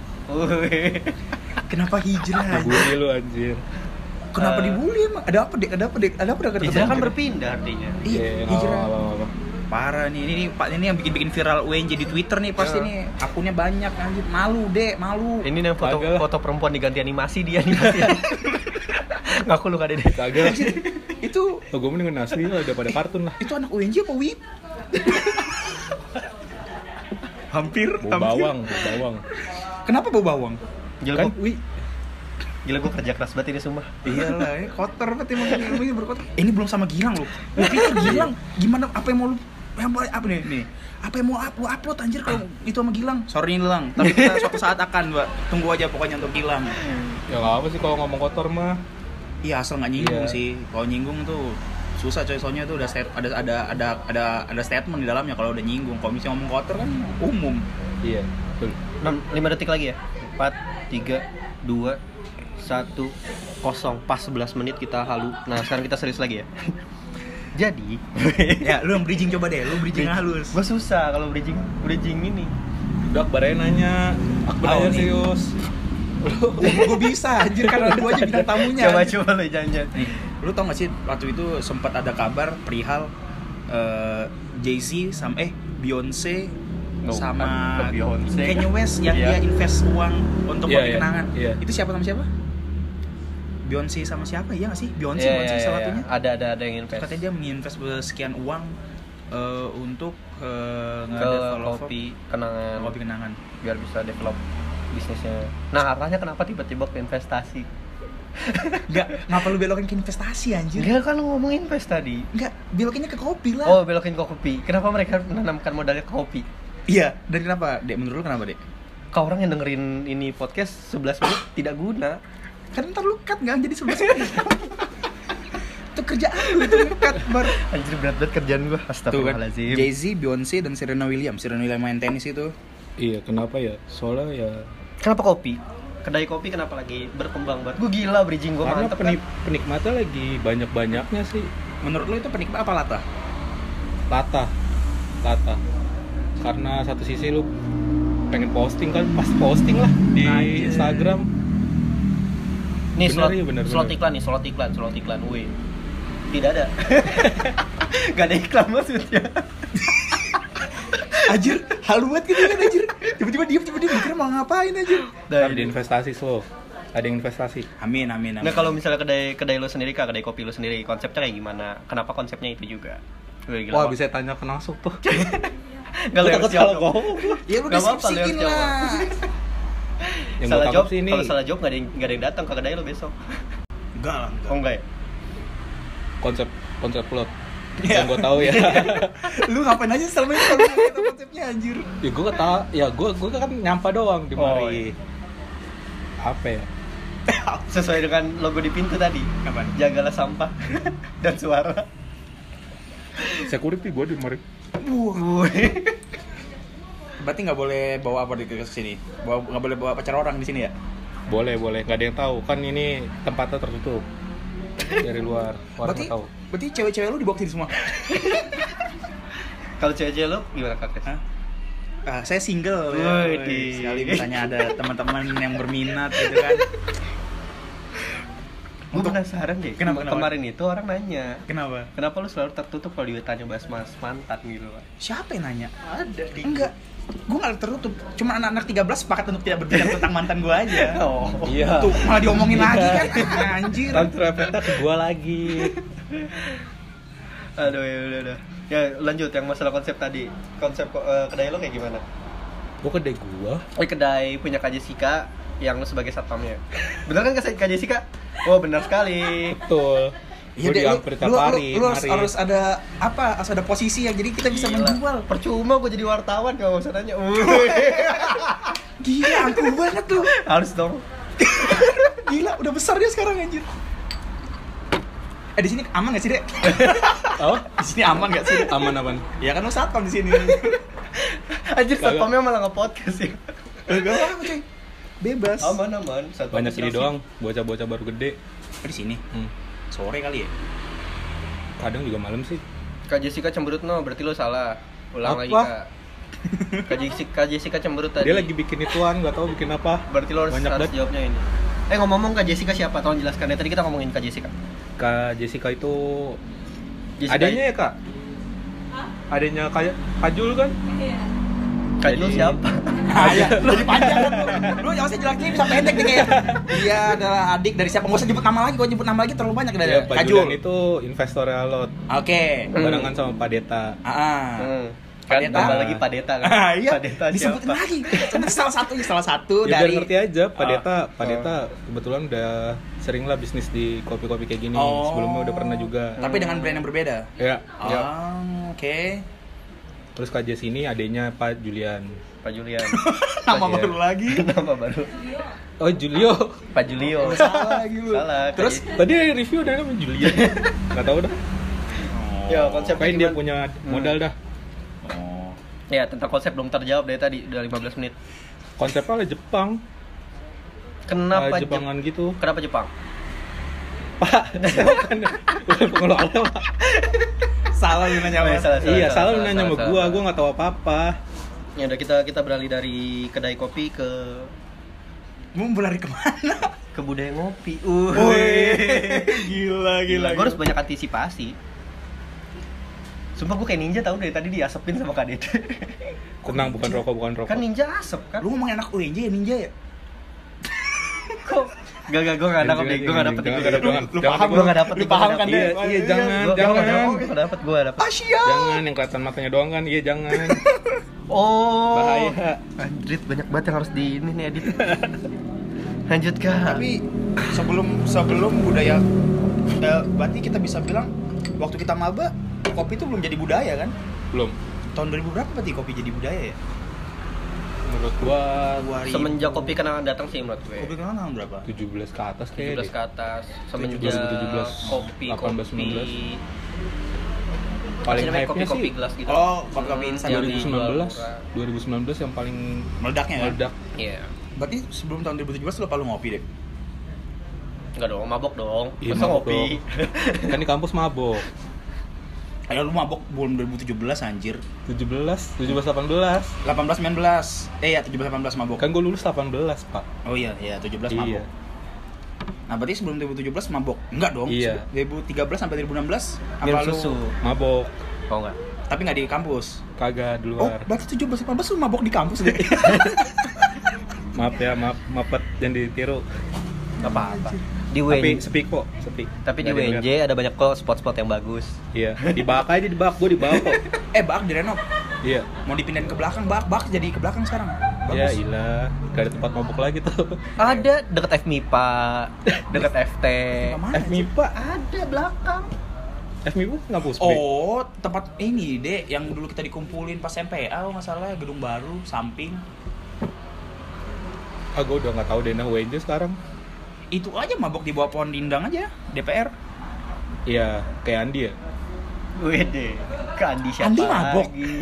[SPEAKER 2] Kenapa hijrah?
[SPEAKER 3] Dibully lu anjir
[SPEAKER 2] Kenapa
[SPEAKER 1] Eh.
[SPEAKER 2] dibully emang? Ada apa, Dek? Ada apa, Dek? Ada apa dekat
[SPEAKER 1] Hijrah kan berpindah artinya
[SPEAKER 2] Iya,
[SPEAKER 3] Iya, nggak
[SPEAKER 2] hijrah.
[SPEAKER 3] apa-apa, nggak apa-apa.
[SPEAKER 2] Parah nih, ini, ini Pak ini yang bikin-bikin viral UNJ di Twitter nih pasti
[SPEAKER 1] Ya.
[SPEAKER 2] nih. Akunnya banyak anjir. Malu, Dek, malu.
[SPEAKER 1] Ini nih foto,
[SPEAKER 3] Kagak lah.
[SPEAKER 1] foto perempuan diganti animasi dia animasi Ngaku lu kak Dede.
[SPEAKER 3] Kagak lah sih.
[SPEAKER 2] itu
[SPEAKER 3] Oh, gue mendingan asli lah daripada kartun lah.
[SPEAKER 2] itu anak UNJ apa WIB? hampir,
[SPEAKER 3] Bau
[SPEAKER 2] hampir.
[SPEAKER 3] bawang, bau bawang.
[SPEAKER 2] Kenapa bau bawang?
[SPEAKER 1] Gila
[SPEAKER 2] Kan
[SPEAKER 1] gua-
[SPEAKER 2] wi
[SPEAKER 1] Gila gue kerja keras banget ini sumpah.
[SPEAKER 2] iyalah, ya, kotor banget emang ilmunya berkotor. Eh, Ini belum sama Gilang loh. Lu pikir Gilang gimana apa yang mau lu yang boleh apa nih nih? Apa yang mau up, lu upload anjir kalau itu sama Gilang? Sorry nih Lang, tapi kita suatu saat akan, Mbak. Tunggu aja pokoknya untuk Gilang.
[SPEAKER 3] Ya nggak apa sih kalau ngomong kotor mah.
[SPEAKER 2] Iya, asal nggak nyinggung
[SPEAKER 3] Iya.
[SPEAKER 2] sih. Kalau nyinggung tuh susah coy soalnya tuh ada set- ada ada ada ada ada statement di dalamnya kalau udah nyinggung. Kalau misalnya ngomong kotor kan umum.
[SPEAKER 3] Iya. Betul.
[SPEAKER 1] 6, 5 detik lagi ya 4, 3, 2, 1, kosong Pas 11 menit kita halu Nah sekarang kita serius lagi ya Jadi
[SPEAKER 2] ya, lu yang bridging coba deh, lu bridging yang halus.
[SPEAKER 1] Gue susah kalau bridging bridging ini
[SPEAKER 3] Udah Akbar aja nanya.
[SPEAKER 2] Tahu
[SPEAKER 3] Akbar aja
[SPEAKER 2] nih.
[SPEAKER 3] serius.
[SPEAKER 2] gue bisa anjir kan ada aja bintang tamunya
[SPEAKER 1] Coba-coba lo jangan
[SPEAKER 2] nih lu tau gak sih waktu itu sempat ada kabar perihal eh Jay-Z sama eh Beyonce
[SPEAKER 3] No,
[SPEAKER 2] sama
[SPEAKER 1] bukan Beyonce.
[SPEAKER 2] Kanye West yang
[SPEAKER 1] Iya.
[SPEAKER 2] dia invest uang untuk
[SPEAKER 3] Iya,
[SPEAKER 2] buat
[SPEAKER 3] iya,
[SPEAKER 2] kenangan
[SPEAKER 3] iya.
[SPEAKER 2] itu siapa sama siapa Beyonce sama siapa iya gak sih Beyonce
[SPEAKER 1] Iya,
[SPEAKER 2] bukan
[SPEAKER 1] iya,
[SPEAKER 2] sih salah
[SPEAKER 1] iya.
[SPEAKER 2] satunya
[SPEAKER 1] Ada ada ada yang invest
[SPEAKER 2] katanya dia menginvest sekian uang eh, untuk eh,
[SPEAKER 1] ke
[SPEAKER 2] ngedevelop-
[SPEAKER 1] kopi kenangan
[SPEAKER 2] kopi kenangan
[SPEAKER 1] biar bisa develop bisnisnya. Nah arahnya kenapa tiba-tiba ke investasi?
[SPEAKER 2] Gak, ngapa lu belokin ke investasi anjir?
[SPEAKER 1] Dia kan lo ngomong invest tadi.
[SPEAKER 2] Gak, belokinnya ke kopi lah
[SPEAKER 1] Oh belokin ke kopi. Kenapa mereka menanamkan modalnya ke kopi?
[SPEAKER 2] Iya, dan kenapa? Dek, menurut lu kenapa, Dek?
[SPEAKER 1] Kau orang yang dengerin ini podcast 11 menit tidak guna.
[SPEAKER 2] Kan ntar lu cut nggak jadi sebelas menit. itu kerjaan lu, itu cut, Bar.
[SPEAKER 1] Anjir berat banget kerjaan gua.
[SPEAKER 2] Tuh kan,
[SPEAKER 1] Astagfirullahaladzim.
[SPEAKER 2] Jay-Z, Beyonce, dan Serena Williams. Serena Williams main tenis itu.
[SPEAKER 3] Iya, kenapa ya? Soalnya ya
[SPEAKER 2] kan.
[SPEAKER 1] Kenapa kopi? Kedai kopi kenapa lagi berkembang banget? Gue gila bridging gue
[SPEAKER 3] karena
[SPEAKER 1] mantep kan.
[SPEAKER 3] penik- penikmatnya lagi banyak-banyaknya sih.
[SPEAKER 2] Menurut lu itu penikmat apa lata?
[SPEAKER 3] Latah. Latah. Karena satu sisi lu pengen posting kan pasti posting lah di
[SPEAKER 2] Nah, iya.
[SPEAKER 3] Instagram
[SPEAKER 1] Nih
[SPEAKER 3] Bener,
[SPEAKER 1] slot,
[SPEAKER 3] iya, bener,
[SPEAKER 1] slot
[SPEAKER 3] bener.
[SPEAKER 1] iklan nih, slot iklan, slot iklan. Wih. Tidak ada. Gak ada iklan maksudnya.
[SPEAKER 2] Anjir, halu banget gitu kan, anjir. Tiba-tiba diem, tiba-tiba mikir mau ngapain, anjir.
[SPEAKER 1] iya.
[SPEAKER 3] ada investasi slow ada yang investasi
[SPEAKER 2] Amin, amin, amin.
[SPEAKER 1] Nah kalau misalnya kedai kedai lu sendiri kak, kedai kopi lu sendiri konsepnya kayak gimana? Kenapa konsepnya itu juga? Gue
[SPEAKER 3] wah bisa tanya ke langsung tuh
[SPEAKER 1] Gak lu
[SPEAKER 3] Gua
[SPEAKER 1] harus jawab.
[SPEAKER 3] takut salah ngomong.
[SPEAKER 2] Ya lu
[SPEAKER 1] Nggak apa-apa,
[SPEAKER 2] deskripsiin
[SPEAKER 1] Leo,
[SPEAKER 2] lah.
[SPEAKER 3] yang
[SPEAKER 1] salah
[SPEAKER 3] gua
[SPEAKER 1] jawab
[SPEAKER 3] tangkap sih ini
[SPEAKER 1] Kalau salah jawab gak ada yang nggak ada yang datang ke kedai lu besok.
[SPEAKER 2] Enggak lah, enggak.
[SPEAKER 1] Oh enggak ya?
[SPEAKER 3] konsep konsep plot
[SPEAKER 2] Iya.
[SPEAKER 3] yang gue tahu ya
[SPEAKER 2] Lu ngapain aja selama ini kalau nggak tahu konsepnya, anjir.
[SPEAKER 3] ya gue tahu ya gue gue kan nyampa doang di mari
[SPEAKER 1] Oh, iya. Ah,
[SPEAKER 3] apa ya
[SPEAKER 1] Sesuai dengan logo di pintu tadi.
[SPEAKER 2] Kapan?
[SPEAKER 1] Jagalah sampah dan suara.
[SPEAKER 3] security gue di mari
[SPEAKER 1] Wih.
[SPEAKER 2] Berarti nggak boleh bawa apa di ke sini? Bawa- Nggak boleh bawa pacar orang di sini ya?
[SPEAKER 3] boleh boleh nggak ada yang tahu kan ini tempatnya tertutup dari luar orang
[SPEAKER 2] berarti
[SPEAKER 3] nggak tahu
[SPEAKER 2] berarti cewek-cewek lu dibawa ke sini semua?
[SPEAKER 1] Kalau cewek-cewek lu gimana kak? Kris?
[SPEAKER 2] Hah? Ah, saya single.
[SPEAKER 1] Woi,
[SPEAKER 2] Woi,
[SPEAKER 1] di-
[SPEAKER 2] Sekali misalnya ada teman-teman yang berminat gitu kan.
[SPEAKER 1] Gue
[SPEAKER 2] Untuk-
[SPEAKER 1] penasaran deh.
[SPEAKER 2] Kenapa, kenapa?
[SPEAKER 1] Kemarin itu orang nanya.
[SPEAKER 2] Kenapa?
[SPEAKER 1] Kenapa lu selalu tertutup kalau ditanya bahas mas mantan gitu? Kak?
[SPEAKER 2] Siapa yang nanya? Ada. Enggak. Gue nggak tertutup. Cuma anak-anak 13 sepakat untuk tidak berbicara tentang mantan gue aja.
[SPEAKER 1] Oh.
[SPEAKER 3] iya
[SPEAKER 2] Tuh, malah diomongin
[SPEAKER 3] Iya.
[SPEAKER 2] lagi kan. Ah, Anjir.
[SPEAKER 3] transfer efeknya ke gue lagi
[SPEAKER 1] Aduh ya udah udah. Ya lanjut yang masalah konsep tadi. Konsep eh, kedai lo kayak gimana?
[SPEAKER 3] gue kedai gue
[SPEAKER 1] Eh kedai punya Kak Jessica yang lo sebagai satpamnya. Bener kan Kak Kak Jessica? Oh benar sekali.
[SPEAKER 3] betul
[SPEAKER 2] Iya,
[SPEAKER 3] gue
[SPEAKER 2] Dek,
[SPEAKER 3] diamper
[SPEAKER 2] lu,
[SPEAKER 3] tiap
[SPEAKER 2] lu,
[SPEAKER 3] hari
[SPEAKER 2] lu harus,
[SPEAKER 3] mari.
[SPEAKER 2] harus ada apa? Harus ada posisi ya. Jadi kita bisa
[SPEAKER 1] Gila.
[SPEAKER 2] menjual.
[SPEAKER 1] Percuma gue jadi wartawan kalau usah nanya. Uh,
[SPEAKER 2] Gila, aku banget tuh.
[SPEAKER 1] harus dong.
[SPEAKER 2] Gila, udah besar dia sekarang anjir. Eh di sini aman gak sih, Dek?
[SPEAKER 3] oh
[SPEAKER 2] Di sini aman gak sih? Dek?
[SPEAKER 3] aman aman
[SPEAKER 2] Ya kan lu satpam di sini.
[SPEAKER 1] Anjir
[SPEAKER 3] Kagak.
[SPEAKER 1] satpamnya malah nge-podcast ya.
[SPEAKER 2] Enggak apa-apa, cuy. Bebas.
[SPEAKER 3] Oh,
[SPEAKER 1] Aman aman. Satpam
[SPEAKER 3] banyak ini
[SPEAKER 1] siap-siap.
[SPEAKER 3] doang bocah-bocah baru gede
[SPEAKER 2] Oh, di sini.
[SPEAKER 3] Hmm.
[SPEAKER 2] Sore kali ya?
[SPEAKER 3] kadang juga malam sih
[SPEAKER 1] Kak Jessica cemberut no, berarti lo salah. Ulang lagi
[SPEAKER 3] Apa?
[SPEAKER 1] Kak. Kak Jessica, Kak Jessica cemberut tadi.
[SPEAKER 3] dia lagi bikin ituan nggak tahu bikin apa
[SPEAKER 1] Berarti lo harus,
[SPEAKER 3] Banyak
[SPEAKER 1] harus
[SPEAKER 3] banget.
[SPEAKER 1] jawabnya ini. Eh ngomong-ngomong Kak Jessica siapa? Tolong jelaskan ya. Tadi kita ngomongin Kak Jessica.
[SPEAKER 3] kak Jessica itu
[SPEAKER 1] Jessica
[SPEAKER 3] adanya ya kak adanya kayak Kajul kan
[SPEAKER 1] Kak Jul
[SPEAKER 4] Jadi-
[SPEAKER 1] siapa?
[SPEAKER 2] Ayah, Ah, jadi panjang kan lu. Lu yang saya jelasin bisa pendek nih kayak. Dia adalah adik dari siapa? Enggak usah nyebut nama lagi, gua nyebut nama lagi terlalu banyak dari
[SPEAKER 3] Ya, Pak Julian
[SPEAKER 2] Iya, Kajul. Hmm.
[SPEAKER 3] itu investor lot
[SPEAKER 2] Oke.
[SPEAKER 3] barengan sama Pak Deta.
[SPEAKER 2] Heeh.
[SPEAKER 1] Hmm. Kan
[SPEAKER 2] Deta.
[SPEAKER 1] tambah lagi Pak Deta kan?
[SPEAKER 2] Ah, iya.
[SPEAKER 1] Pak Deta
[SPEAKER 2] Disebutin
[SPEAKER 1] siapa?
[SPEAKER 2] lagi. Karena salah satu, salah satu
[SPEAKER 3] Ya biar
[SPEAKER 2] dari
[SPEAKER 3] ngerti aja, Pak
[SPEAKER 2] Ah,
[SPEAKER 3] Deta, Pak
[SPEAKER 1] ah.
[SPEAKER 3] Deta kebetulan udah sering lah bisnis di kopi-kopi kayak gini.
[SPEAKER 2] Oh. Nah.
[SPEAKER 3] Sebelumnya udah pernah juga.
[SPEAKER 2] Tapi dengan brand yang berbeda.
[SPEAKER 3] Ya.
[SPEAKER 2] Ah, oke.
[SPEAKER 3] Terus Kak Jess ini adiknya Pak Julian.
[SPEAKER 1] Pak Julian.
[SPEAKER 2] Nama
[SPEAKER 3] Iya.
[SPEAKER 2] baru lagi.
[SPEAKER 1] Nama baru.
[SPEAKER 3] Oh, Julio.
[SPEAKER 1] Pak Julio.
[SPEAKER 2] Salah lagi lu.
[SPEAKER 1] Salah. Ah, Kak
[SPEAKER 2] Terus
[SPEAKER 1] Jul.
[SPEAKER 3] Tadi review udah nama Julian. Enggak tahu dah.
[SPEAKER 1] ya konsepnya
[SPEAKER 3] Pokoknya dia
[SPEAKER 1] gimana? Hmm.
[SPEAKER 3] punya modal dah.
[SPEAKER 4] Oh.
[SPEAKER 1] Ya, tentang konsep belum terjawab dari tadi udah 15 menit.
[SPEAKER 3] Konsepnya lah Jepang,
[SPEAKER 1] Kenapa
[SPEAKER 3] Ah, Jepangan gitu.
[SPEAKER 1] Jep- Kenapa Jepang?
[SPEAKER 3] Bukan pengelola, Pak.
[SPEAKER 2] salah lu nanya
[SPEAKER 1] Oh,
[SPEAKER 2] apa?
[SPEAKER 1] ya, salah.
[SPEAKER 3] Iya, salah lu
[SPEAKER 1] salah,
[SPEAKER 3] nanya sama
[SPEAKER 1] salah,
[SPEAKER 3] gua,
[SPEAKER 1] salah.
[SPEAKER 3] gua nggak tahu apa-apa.
[SPEAKER 1] Ya udah kita kita beralih dari kedai kopi ke
[SPEAKER 2] Mau berlari kemana?
[SPEAKER 1] ke budaya ngopi. Uh.
[SPEAKER 2] gila gila.
[SPEAKER 1] Gue harus banyak antisipasi. Sumpah gue kayak ninja tau dari tadi diasepin sama Kak Dede.
[SPEAKER 3] Tenang, bukan rokok, bukan rokok.
[SPEAKER 1] Kan ninja asep kan?
[SPEAKER 2] Lu ngomong enak UNJ ya ninja ya?
[SPEAKER 1] kok gak gak gue gak nangkep deh, gue gak dapet deh, gue gak dapet.
[SPEAKER 3] Lu
[SPEAKER 1] Jangan,
[SPEAKER 3] paham,
[SPEAKER 1] gua gak dapet
[SPEAKER 2] lu paham kan,
[SPEAKER 3] Iya,
[SPEAKER 2] Dek?
[SPEAKER 3] iya, jangan,
[SPEAKER 1] Gue
[SPEAKER 3] jangan.
[SPEAKER 1] gak dapet, gue dapet, gue dapet.
[SPEAKER 2] Asia.
[SPEAKER 3] Jangan yang kelihatan matanya doang kan. Iya, jangan.
[SPEAKER 1] Oh,
[SPEAKER 3] Bahaya.
[SPEAKER 1] Anjrit banyak banget yang harus di ini nih edit. Lanjut kak.
[SPEAKER 2] Tapi sebelum sebelum budaya eh, berarti kita bisa bilang waktu kita maba kopi itu belum jadi budaya kan?
[SPEAKER 3] Belum.
[SPEAKER 2] Tahun 2000 berapa berarti kopi jadi budaya ya?
[SPEAKER 3] Menurut gua
[SPEAKER 1] semenjak kopi kenangan datang sih menurut gue.
[SPEAKER 2] kopi kenal tahun berapa?
[SPEAKER 3] 17 ke atas
[SPEAKER 1] 17
[SPEAKER 3] kayaknya. deh.
[SPEAKER 1] ke atas semenjak
[SPEAKER 3] 17,
[SPEAKER 1] kopi
[SPEAKER 3] 18,
[SPEAKER 1] kopi
[SPEAKER 3] 19.
[SPEAKER 1] paling
[SPEAKER 3] Paling
[SPEAKER 1] kopi
[SPEAKER 3] hype-nya
[SPEAKER 1] kopi
[SPEAKER 3] sih
[SPEAKER 1] gelas gitu
[SPEAKER 2] Oh, kopi-kopi
[SPEAKER 1] Hmm,
[SPEAKER 2] instan.
[SPEAKER 1] yang dijual
[SPEAKER 3] 2019.
[SPEAKER 1] murah.
[SPEAKER 3] 2019 yang paling
[SPEAKER 2] Meledaknya ya?
[SPEAKER 3] meledak.
[SPEAKER 1] iya
[SPEAKER 2] Berarti sebelum tahun 2017 lu palu ngopi deh.
[SPEAKER 1] enggak dong mabok dong
[SPEAKER 3] Iya,
[SPEAKER 1] masa
[SPEAKER 3] mabok
[SPEAKER 1] kopi
[SPEAKER 3] dong. kan di kampus mabok.
[SPEAKER 2] Ayo lu mabok belum 2017 anjir.
[SPEAKER 3] 17, 17 18.
[SPEAKER 2] 18 19. Eh ya 17 18 mabok.
[SPEAKER 3] Kan gua lulus 18, Pak.
[SPEAKER 2] Oh iya, iya 17
[SPEAKER 3] Iya.
[SPEAKER 2] mabok. Nah, berarti sebelum 2017 mabok. Enggak dong.
[SPEAKER 3] Iya.
[SPEAKER 2] 2013 sampai 2016
[SPEAKER 1] minum
[SPEAKER 2] apa lu
[SPEAKER 1] susu
[SPEAKER 3] Mabok
[SPEAKER 1] mau nggak
[SPEAKER 2] tapi nggak di kampus.
[SPEAKER 3] kagak di
[SPEAKER 2] Oh,
[SPEAKER 3] luar.
[SPEAKER 2] berarti 17 18 lu mabok di kampus ya? deh.
[SPEAKER 3] Maaf ya, maaf mapet yang ditiru.
[SPEAKER 1] nggak apa apa di
[SPEAKER 3] Tapi
[SPEAKER 1] WNJ
[SPEAKER 3] sepi kok, sepi.
[SPEAKER 1] tapi di
[SPEAKER 3] Nggak ada yang
[SPEAKER 1] WNJ
[SPEAKER 3] lihat.
[SPEAKER 1] ada banyak kok spot-spot yang bagus
[SPEAKER 3] Iya, di bak aja di bak, gua di bak kok.
[SPEAKER 2] eh, Bak direnov.
[SPEAKER 3] Iya.
[SPEAKER 2] Mau dipindahin ke belakang, Bak. Bak jadi ke belakang sekarang.
[SPEAKER 3] Ya
[SPEAKER 2] Bagus.
[SPEAKER 3] ilah, gak ada tempat mabuk lagi tuh.
[SPEAKER 1] ada deket FMIPA deket FT
[SPEAKER 2] Mana
[SPEAKER 3] F MIPA,
[SPEAKER 1] ada belakang
[SPEAKER 3] F MIPA ngampus B.
[SPEAKER 2] Oh, tempat ini, Dek, yang dulu kita dikumpulin pas MPA, oh, masalah gedung baru, samping.
[SPEAKER 3] Ah, gua udah nggak tahu deh nah WNJ sekarang.
[SPEAKER 2] Itu aja mabok di bawah pohon dindang aja, DPR.
[SPEAKER 3] Iya, kayak Andi ya.
[SPEAKER 1] Wede, Kak Andi siapa
[SPEAKER 2] Andi mabok.
[SPEAKER 1] lagi?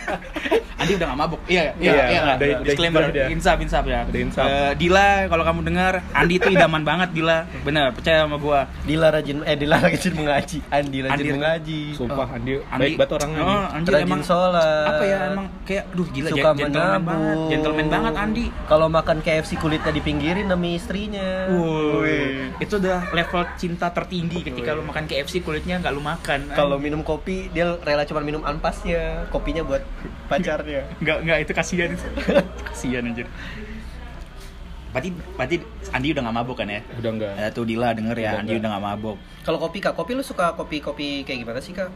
[SPEAKER 2] Andi udah gak mabok. Iya, iya,
[SPEAKER 3] Iya,
[SPEAKER 2] iya.
[SPEAKER 3] ada- ada
[SPEAKER 2] Disclaimer,
[SPEAKER 3] insaf dia.
[SPEAKER 2] insaf, insaf ya.
[SPEAKER 3] Ada insaf.
[SPEAKER 2] Eh, Dila, kalau kamu dengar, Andi itu idaman banget, Dila. Bener, percaya sama gua.
[SPEAKER 1] Dila rajin, eh Dila rajin mengaji Andi rajin
[SPEAKER 2] Andi-
[SPEAKER 1] mengaji
[SPEAKER 3] Sumpah Andi, baik banget orangnya.
[SPEAKER 2] Oh,
[SPEAKER 3] Andi.
[SPEAKER 2] Andi
[SPEAKER 1] Rajin
[SPEAKER 2] emang
[SPEAKER 1] sholat.
[SPEAKER 2] Apa ya emang kayak duh gila
[SPEAKER 1] suka
[SPEAKER 2] gen- gentleman banget.
[SPEAKER 1] menabung.
[SPEAKER 2] Gentleman banget Andi.
[SPEAKER 1] Kalau makan KFC kulitnya dipinggirin sama istrinya. Wih.
[SPEAKER 2] Itu udah level cinta tertinggi ketika lu makan KFC kulitnya nggak lu makan.
[SPEAKER 1] Kalau minum kopi dia rela cuma minum anpasnya, kopinya buat pacarnya.
[SPEAKER 2] nggak nggak itu kasihan itu. kasihan anjir. Berarti berarti Andi udah nggak mabok kan ya?
[SPEAKER 3] Udah enggak.
[SPEAKER 2] Eh, tuh Dila denger ya,
[SPEAKER 3] Udah
[SPEAKER 2] Andi
[SPEAKER 3] nggak.
[SPEAKER 2] udah nggak mabok.
[SPEAKER 1] Kalau kopi kak, kopi lu suka kopi kopi kayak gimana sih kak?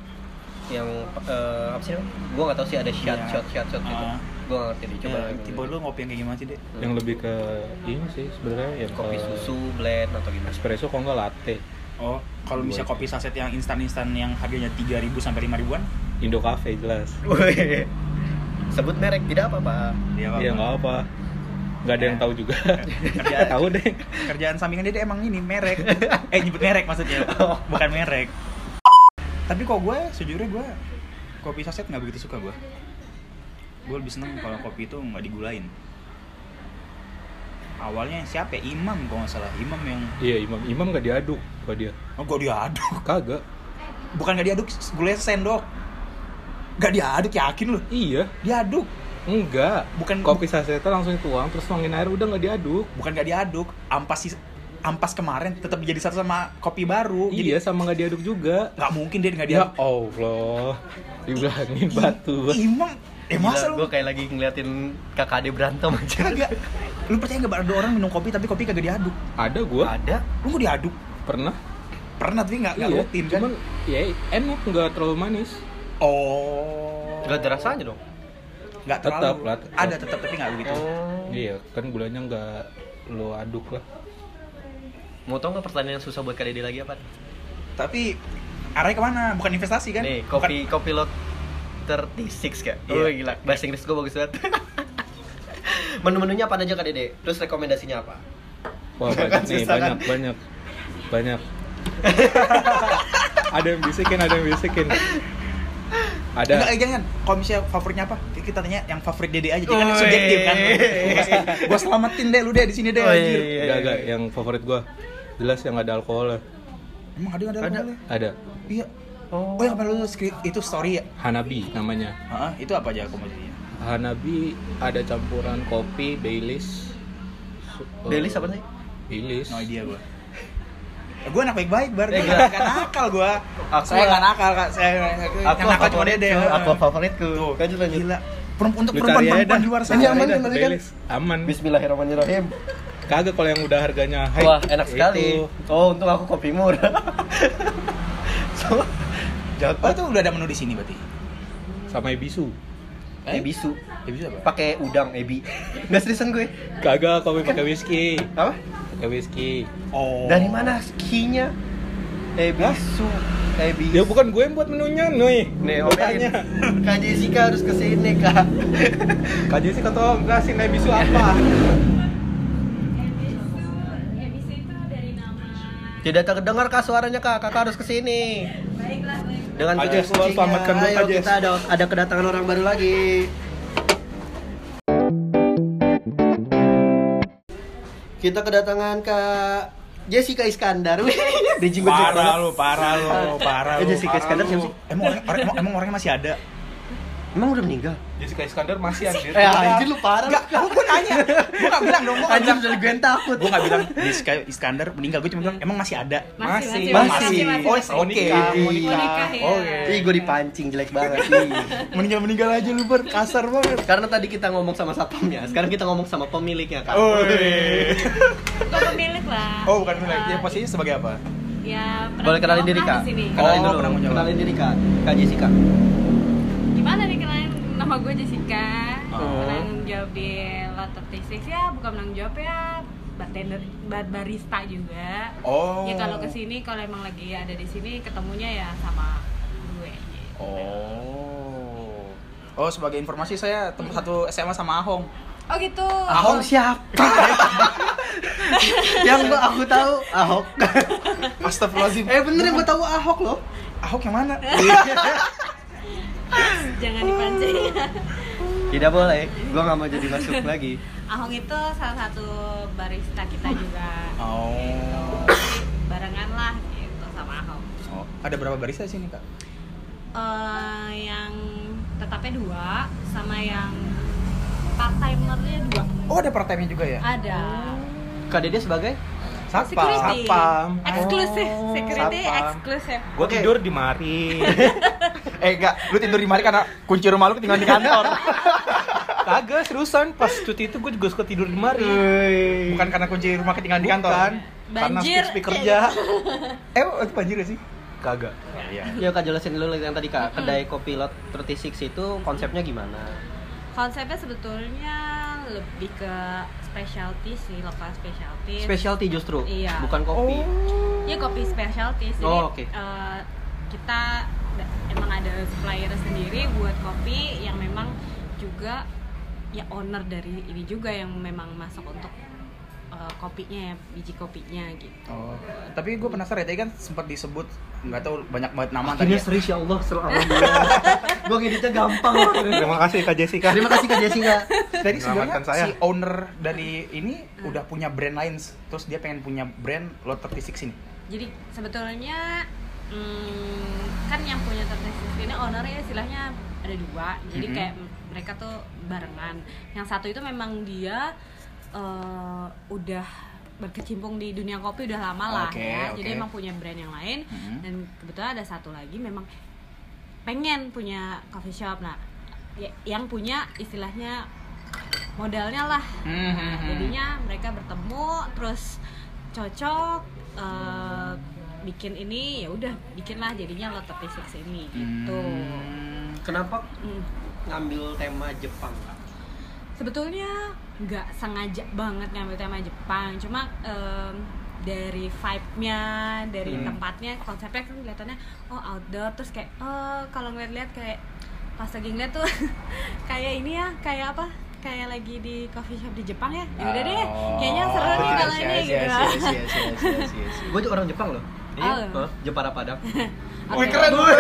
[SPEAKER 1] Yang eh, apa sih namanya? Gua nggak tahu sih ada shot
[SPEAKER 2] Iya.
[SPEAKER 1] shot shot shot gitu.
[SPEAKER 2] Ah.
[SPEAKER 1] Gua nggak ngerti deh. Coba
[SPEAKER 2] Ya,
[SPEAKER 1] lu-
[SPEAKER 2] tipe lu ngopi yang kayak gimana sih, Dek?
[SPEAKER 3] Yang lebih ke ini sih sebenarnya yang
[SPEAKER 1] Eh, kopi
[SPEAKER 2] Eh.
[SPEAKER 3] ke
[SPEAKER 1] susu blend atau gimana?
[SPEAKER 3] espresso kok enggak latte.
[SPEAKER 2] Oh, kalau
[SPEAKER 3] Gua
[SPEAKER 2] bisa
[SPEAKER 3] aja.
[SPEAKER 2] kopi saset yang instan-instan yang harganya 3000 sampai 5000-an,
[SPEAKER 3] Indo Cafe jelas.
[SPEAKER 1] Wih. Sebut merek tidak apa-apa.
[SPEAKER 2] dia apa? Eh,
[SPEAKER 3] Iya, enggak apa. Enggak ada yang tahu juga.
[SPEAKER 2] Kerjaan-
[SPEAKER 3] tahu deh.
[SPEAKER 2] kerjaan sampingan dia dia emang ini merek eh nyebut merek maksudnya bukan merek tapi kok gue sejujurnya gue kopi saset nggak begitu suka gue gue lebih seneng kalau kopi itu nggak digulain awalnya siapa ya? imam kalau nggak salah imam yang
[SPEAKER 3] Iya, Imam. Imam enggak diaduk kok dia.
[SPEAKER 2] oh gue diaduk
[SPEAKER 3] Kagak.
[SPEAKER 2] bukan nggak diaduk gulanya sendok nggak diaduk yakin lu
[SPEAKER 3] Iya,
[SPEAKER 2] diaduk
[SPEAKER 3] enggak.
[SPEAKER 2] Bukan-
[SPEAKER 3] kopi sasetan langsung tuang terus tuangin air udah nggak diaduk.
[SPEAKER 2] bukan nggak diaduk ampas sih ampas kemarin tetap jadi satu sama kopi baru
[SPEAKER 3] Iya, sama nggak diaduk juga.
[SPEAKER 2] nggak mungkin dia nggak
[SPEAKER 3] Ya
[SPEAKER 2] diaduk
[SPEAKER 3] Allah, dibilangin batu.
[SPEAKER 2] Imam Eh, masa lu?
[SPEAKER 1] gue kayak lagi ngeliatin kakak adik berantem aja
[SPEAKER 2] Kagak. Lu percaya nggak ada orang minum kopi tapi kopi kagak diaduk?
[SPEAKER 3] ada gua
[SPEAKER 1] ada
[SPEAKER 2] Lu nggak diaduk?
[SPEAKER 3] pernah
[SPEAKER 2] Pernah tapi nggak nggak
[SPEAKER 3] Iya,
[SPEAKER 2] rutin kan?
[SPEAKER 3] cuman ya enak nggak terlalu manis
[SPEAKER 2] Oh.
[SPEAKER 1] nggak ada rasanya dong
[SPEAKER 2] Nggak
[SPEAKER 3] Tetap
[SPEAKER 2] terlalu.
[SPEAKER 3] lah, tetap.
[SPEAKER 2] Ada tetap tapi nggak begitu.
[SPEAKER 3] iya kan gulanya nggak lo aduk lah
[SPEAKER 1] mau tau nggak pertanyaan yang susah buat kak Dede lagi apa
[SPEAKER 2] Tapi arahnya kemana? Bukan investasi kan?
[SPEAKER 1] nih kopi
[SPEAKER 2] Bukan-
[SPEAKER 1] kopi lot 36 kak oh
[SPEAKER 2] Iya.
[SPEAKER 1] gila bahasa Inggris gue bagus banget menu-menunya apa aja kak Dede terus rekomendasinya apa
[SPEAKER 3] wah banyak nih
[SPEAKER 2] Susah, kan?
[SPEAKER 3] banyak banyak banyak ada yang bisikin ada yang bisikin ada
[SPEAKER 2] Enggak, eh, jangan. Kalau misalnya favoritnya apa? Kita tanya yang favorit Dede aja. Dia kan
[SPEAKER 1] Woi.
[SPEAKER 2] subjektif kan. Gua selamatin deh lu deh di sini deh
[SPEAKER 1] Woi.
[SPEAKER 2] anjir.
[SPEAKER 3] Enggak, enggak.
[SPEAKER 2] iya.
[SPEAKER 3] Yang favorit gua jelas yang ada alkoholnya.
[SPEAKER 2] Emang ada ada
[SPEAKER 1] Ada.
[SPEAKER 2] ada.
[SPEAKER 3] Ada
[SPEAKER 2] Iya. Oh, yang kemarin lu screen- itu story ya?
[SPEAKER 3] Hanabi namanya.
[SPEAKER 2] Heeh, itu apa aja komodinya?
[SPEAKER 3] Hanabi ada campuran kopi, Baileys. su- eh,
[SPEAKER 1] Baileys apa sih?
[SPEAKER 3] Baileys.
[SPEAKER 2] No idea gua. gue anak baik-baik bar,
[SPEAKER 1] Eh,
[SPEAKER 2] gue
[SPEAKER 1] gua-
[SPEAKER 2] gak nakal gue
[SPEAKER 1] Aku-
[SPEAKER 2] Saya gak nakal kak, saya yang nakal cuma dede
[SPEAKER 1] aku favoritku
[SPEAKER 2] Tuh,
[SPEAKER 1] lanjut lanjut
[SPEAKER 2] Gila, perempuan untuk
[SPEAKER 3] Lu
[SPEAKER 2] perempuan,
[SPEAKER 3] cari aja
[SPEAKER 2] perempuan
[SPEAKER 3] dah.
[SPEAKER 2] di luar
[SPEAKER 1] Ini
[SPEAKER 2] sana
[SPEAKER 1] aman
[SPEAKER 2] Ada.
[SPEAKER 1] kan tadi kan?
[SPEAKER 3] Baileys aman.
[SPEAKER 1] Bismillahirrahmanirrahim
[SPEAKER 3] Kagak kalau yang udah harganya high.
[SPEAKER 1] Wah, enak
[SPEAKER 3] Itu.
[SPEAKER 1] sekali. Oh, untung aku kopi murah. so,
[SPEAKER 2] Oh
[SPEAKER 1] jago.
[SPEAKER 2] itu udah ada menu di sini berarti?
[SPEAKER 3] Sama Ibisu.
[SPEAKER 2] Eh?
[SPEAKER 1] Ebisu.
[SPEAKER 2] Ya bisa apa?
[SPEAKER 1] Pakai udang ebi. Nggak seriusan gue.
[SPEAKER 3] Kagak kopi pakai whiskey.
[SPEAKER 1] Apa?
[SPEAKER 3] Pakai whiskey.
[SPEAKER 1] Oh.
[SPEAKER 2] Oh
[SPEAKER 1] Dari mana Eh, skinya? Ebisu. Ebi.
[SPEAKER 3] Ya bukan gue yang buat menunya,
[SPEAKER 1] Eh,
[SPEAKER 3] Noy.
[SPEAKER 1] Nih, omelin.
[SPEAKER 3] Tanya.
[SPEAKER 1] Kak Jessica harus ke sini, Kak.
[SPEAKER 3] Kak Jesse kata kasih Ibisu apa?
[SPEAKER 5] Ebisu itu dari nama
[SPEAKER 1] Tidak terdengar Kak suaranya, Kak. Kakak harus ke sini.
[SPEAKER 5] baiklah baiklah
[SPEAKER 1] Dengan
[SPEAKER 3] Kak Jess, keluar, selamatkan gue,
[SPEAKER 1] Ayo,
[SPEAKER 3] Kak Jess.
[SPEAKER 1] kita ada ada kedatangan orang baru lagi. Kita kedatangan Kak Jessica Iskandar. Wih, Di jinggut
[SPEAKER 2] Parah lu, parah lu, parah
[SPEAKER 1] Eh,
[SPEAKER 2] lu
[SPEAKER 1] Jessica
[SPEAKER 2] parah
[SPEAKER 1] Iskandar
[SPEAKER 2] lu.
[SPEAKER 1] siapa sih?
[SPEAKER 2] Emang, orang, orang- emang, emang orangnya masih ada?
[SPEAKER 1] Emang udah meninggal?
[SPEAKER 3] Jessica Iskandar masih anjir.
[SPEAKER 1] Eh, anjir lu parah.
[SPEAKER 2] Enggak, lu gue nanya Gue gak bilang dong, gue gak
[SPEAKER 1] Anjir
[SPEAKER 2] bilang
[SPEAKER 1] dari gue yang takut.
[SPEAKER 2] Gue gak bilang Jessica Iskandar meninggal, gue cuma bilang emang masih ada
[SPEAKER 1] masih,
[SPEAKER 5] Masih,
[SPEAKER 1] masih.
[SPEAKER 2] Oh,
[SPEAKER 5] masih.
[SPEAKER 2] oke Iya.
[SPEAKER 1] Mau
[SPEAKER 5] Mau nikah ya.
[SPEAKER 1] Ih, gue dipancing jelek banget. Ih.
[SPEAKER 2] Meninggal-meninggal aja lu, Bar, kasar banget
[SPEAKER 1] Karena tadi kita ngomong sama satpamnya, sekarang kita ngomong sama pemiliknya, Kak.
[SPEAKER 2] Oi.
[SPEAKER 5] Bukan pemilik lah.
[SPEAKER 2] Oh bukan milik, dia
[SPEAKER 5] Eh,
[SPEAKER 2] posisinya sebagai apa?
[SPEAKER 5] Ya, pernah
[SPEAKER 1] Boleh kenalin diri,
[SPEAKER 5] dikenalkan
[SPEAKER 1] Kak?
[SPEAKER 5] di sini.
[SPEAKER 1] Kenalin
[SPEAKER 2] Oh,
[SPEAKER 1] dulu.
[SPEAKER 2] penanggung jawab.
[SPEAKER 1] Kenalin diri, Kak. Kak Jessica.
[SPEAKER 5] Gimana nih kenalin nama gue Jessica.
[SPEAKER 1] Oh.
[SPEAKER 5] Penanggung jawab di Lot 36 ya, bukan penanggung jawab ya bartender bar- barista juga.
[SPEAKER 2] Oh.
[SPEAKER 5] Ya kalau kesini kalau emang lagi ada di sini ketemunya ya sama gue. gitu.
[SPEAKER 2] Oh. Oh sebagai informasi saya teman satu SMA sama Ahong.
[SPEAKER 5] Oh gitu.
[SPEAKER 1] Ahok siapa? yang gua- aku tahu Ahok.
[SPEAKER 2] Astagfirullahaladzim. Eh,
[SPEAKER 1] eh bener yang gue tahu Ahok loh.
[SPEAKER 2] Ahok yang mana?
[SPEAKER 5] Jangan dipancing.
[SPEAKER 1] Tidak boleh, gua nggak mau jadi masuk lagi.
[SPEAKER 5] Ahong itu salah satu barista kita juga.
[SPEAKER 2] Oh.
[SPEAKER 5] Gitu. Jadi Barengan lah gitu sama Ahong.
[SPEAKER 2] Oh, Ada berapa barista di sini kak?
[SPEAKER 5] Eh, yang tetapnya dua sama yang part timernya dua.
[SPEAKER 2] Oh ada part time-nya juga ya?
[SPEAKER 5] Ada.
[SPEAKER 1] Kak Dede sebagai?
[SPEAKER 5] Security.
[SPEAKER 3] Satpam.
[SPEAKER 5] Eksklusif. Security
[SPEAKER 3] Satpam.
[SPEAKER 5] eksklusif.
[SPEAKER 3] Gue
[SPEAKER 1] Oke.
[SPEAKER 3] tidur di mari.
[SPEAKER 2] Eh enggak, lu tidur di mari karena kunci rumah lu ketinggalan di kantor.
[SPEAKER 3] Kagak seriusan pas cuti itu gue juga suka tidur di mari.
[SPEAKER 2] Bukan karena kunci rumah ketinggalan di kantor.
[SPEAKER 3] Bukan. Karena
[SPEAKER 5] Banjir.
[SPEAKER 3] speak kerja.
[SPEAKER 2] Eh itu banjir ya sih?
[SPEAKER 3] Kagak.
[SPEAKER 1] Ya Kak jelasin dulu yang tadi Kak, kedai kopi lot 36 itu konsepnya gimana?
[SPEAKER 5] Konsepnya sebetulnya lebih ke specialty sih, lokal specialty.
[SPEAKER 1] Specialty justru,
[SPEAKER 5] Iya.
[SPEAKER 1] bukan kopi.
[SPEAKER 5] Ya kopi specialty sih.
[SPEAKER 1] Oh, oke.
[SPEAKER 5] Eh, kita da- emang ada supplier sendiri buat kopi yang memang juga ya owner dari ini juga yang memang masuk untuk eh, kopinya, biji kopinya gitu.
[SPEAKER 2] Oh. Tapi gue penasaran ya, tadi kan sempat disebut nggak tahu banyak banget nama
[SPEAKER 1] Akhirnya
[SPEAKER 2] tadi. ya.
[SPEAKER 1] serius ya Allah, seru amat. Gua ngeditnya gampang.
[SPEAKER 3] Terima kasih Kak Jessica.
[SPEAKER 1] Nah, Terima kasih Kak Jessica.
[SPEAKER 2] Tadi sebenarnya
[SPEAKER 3] Selamatkan saya.
[SPEAKER 2] si owner dari ini udah punya brand lain, terus dia pengen punya brand Lot 36 ini.
[SPEAKER 5] Jadi sebetulnya hmm, kan yang punya tertesis ini ownernya istilahnya ada dua. Jadi
[SPEAKER 2] Mhm.
[SPEAKER 5] kayak mereka tuh barengan. Yang satu itu memang dia eh, udah berkecimpung di dunia kopi udah lama lah
[SPEAKER 2] Oke,
[SPEAKER 5] ya.
[SPEAKER 2] oke.
[SPEAKER 5] Jadi emang punya brand yang lain
[SPEAKER 2] Mhm.
[SPEAKER 5] dan kebetulan ada satu lagi memang pengen punya coffee shop. Nah, ya- yang punya istilahnya modalnya lah
[SPEAKER 2] Hmm, hmm, hmm.
[SPEAKER 5] jadinya mereka bertemu terus cocok eh, bikin ini ya udah bikinlah jadinya Lot 36 ini gitu
[SPEAKER 2] Hmm.
[SPEAKER 1] Kenapa
[SPEAKER 5] Mm.
[SPEAKER 1] ngambil tema Jepang?
[SPEAKER 5] sebetulnya nggak sengaja banget ngambil tema Jepang cuma em, dari vibe-nya dari
[SPEAKER 1] Hmm.
[SPEAKER 5] tempatnya konsepnya kan kelihatannya oh outdoor terus kayak oh kalau ngeliat-liat kayak pas lagi ngeliat tuh kayak ini ya kayak apa kayak lagi di coffee shop di Jepang ya ya udah
[SPEAKER 1] Oh,
[SPEAKER 5] deh kayaknya seru
[SPEAKER 1] iya,
[SPEAKER 5] nih
[SPEAKER 2] Oh,
[SPEAKER 5] kalau
[SPEAKER 2] yes,
[SPEAKER 5] ini
[SPEAKER 2] yes,
[SPEAKER 5] gitu
[SPEAKER 2] yes, yes, yes, yes, yes, yes, yes.
[SPEAKER 1] Gue juga orang Jepang loh.
[SPEAKER 5] Oh.
[SPEAKER 1] Hah? Jepara Padang.
[SPEAKER 5] Oke.
[SPEAKER 2] Wih keren gue.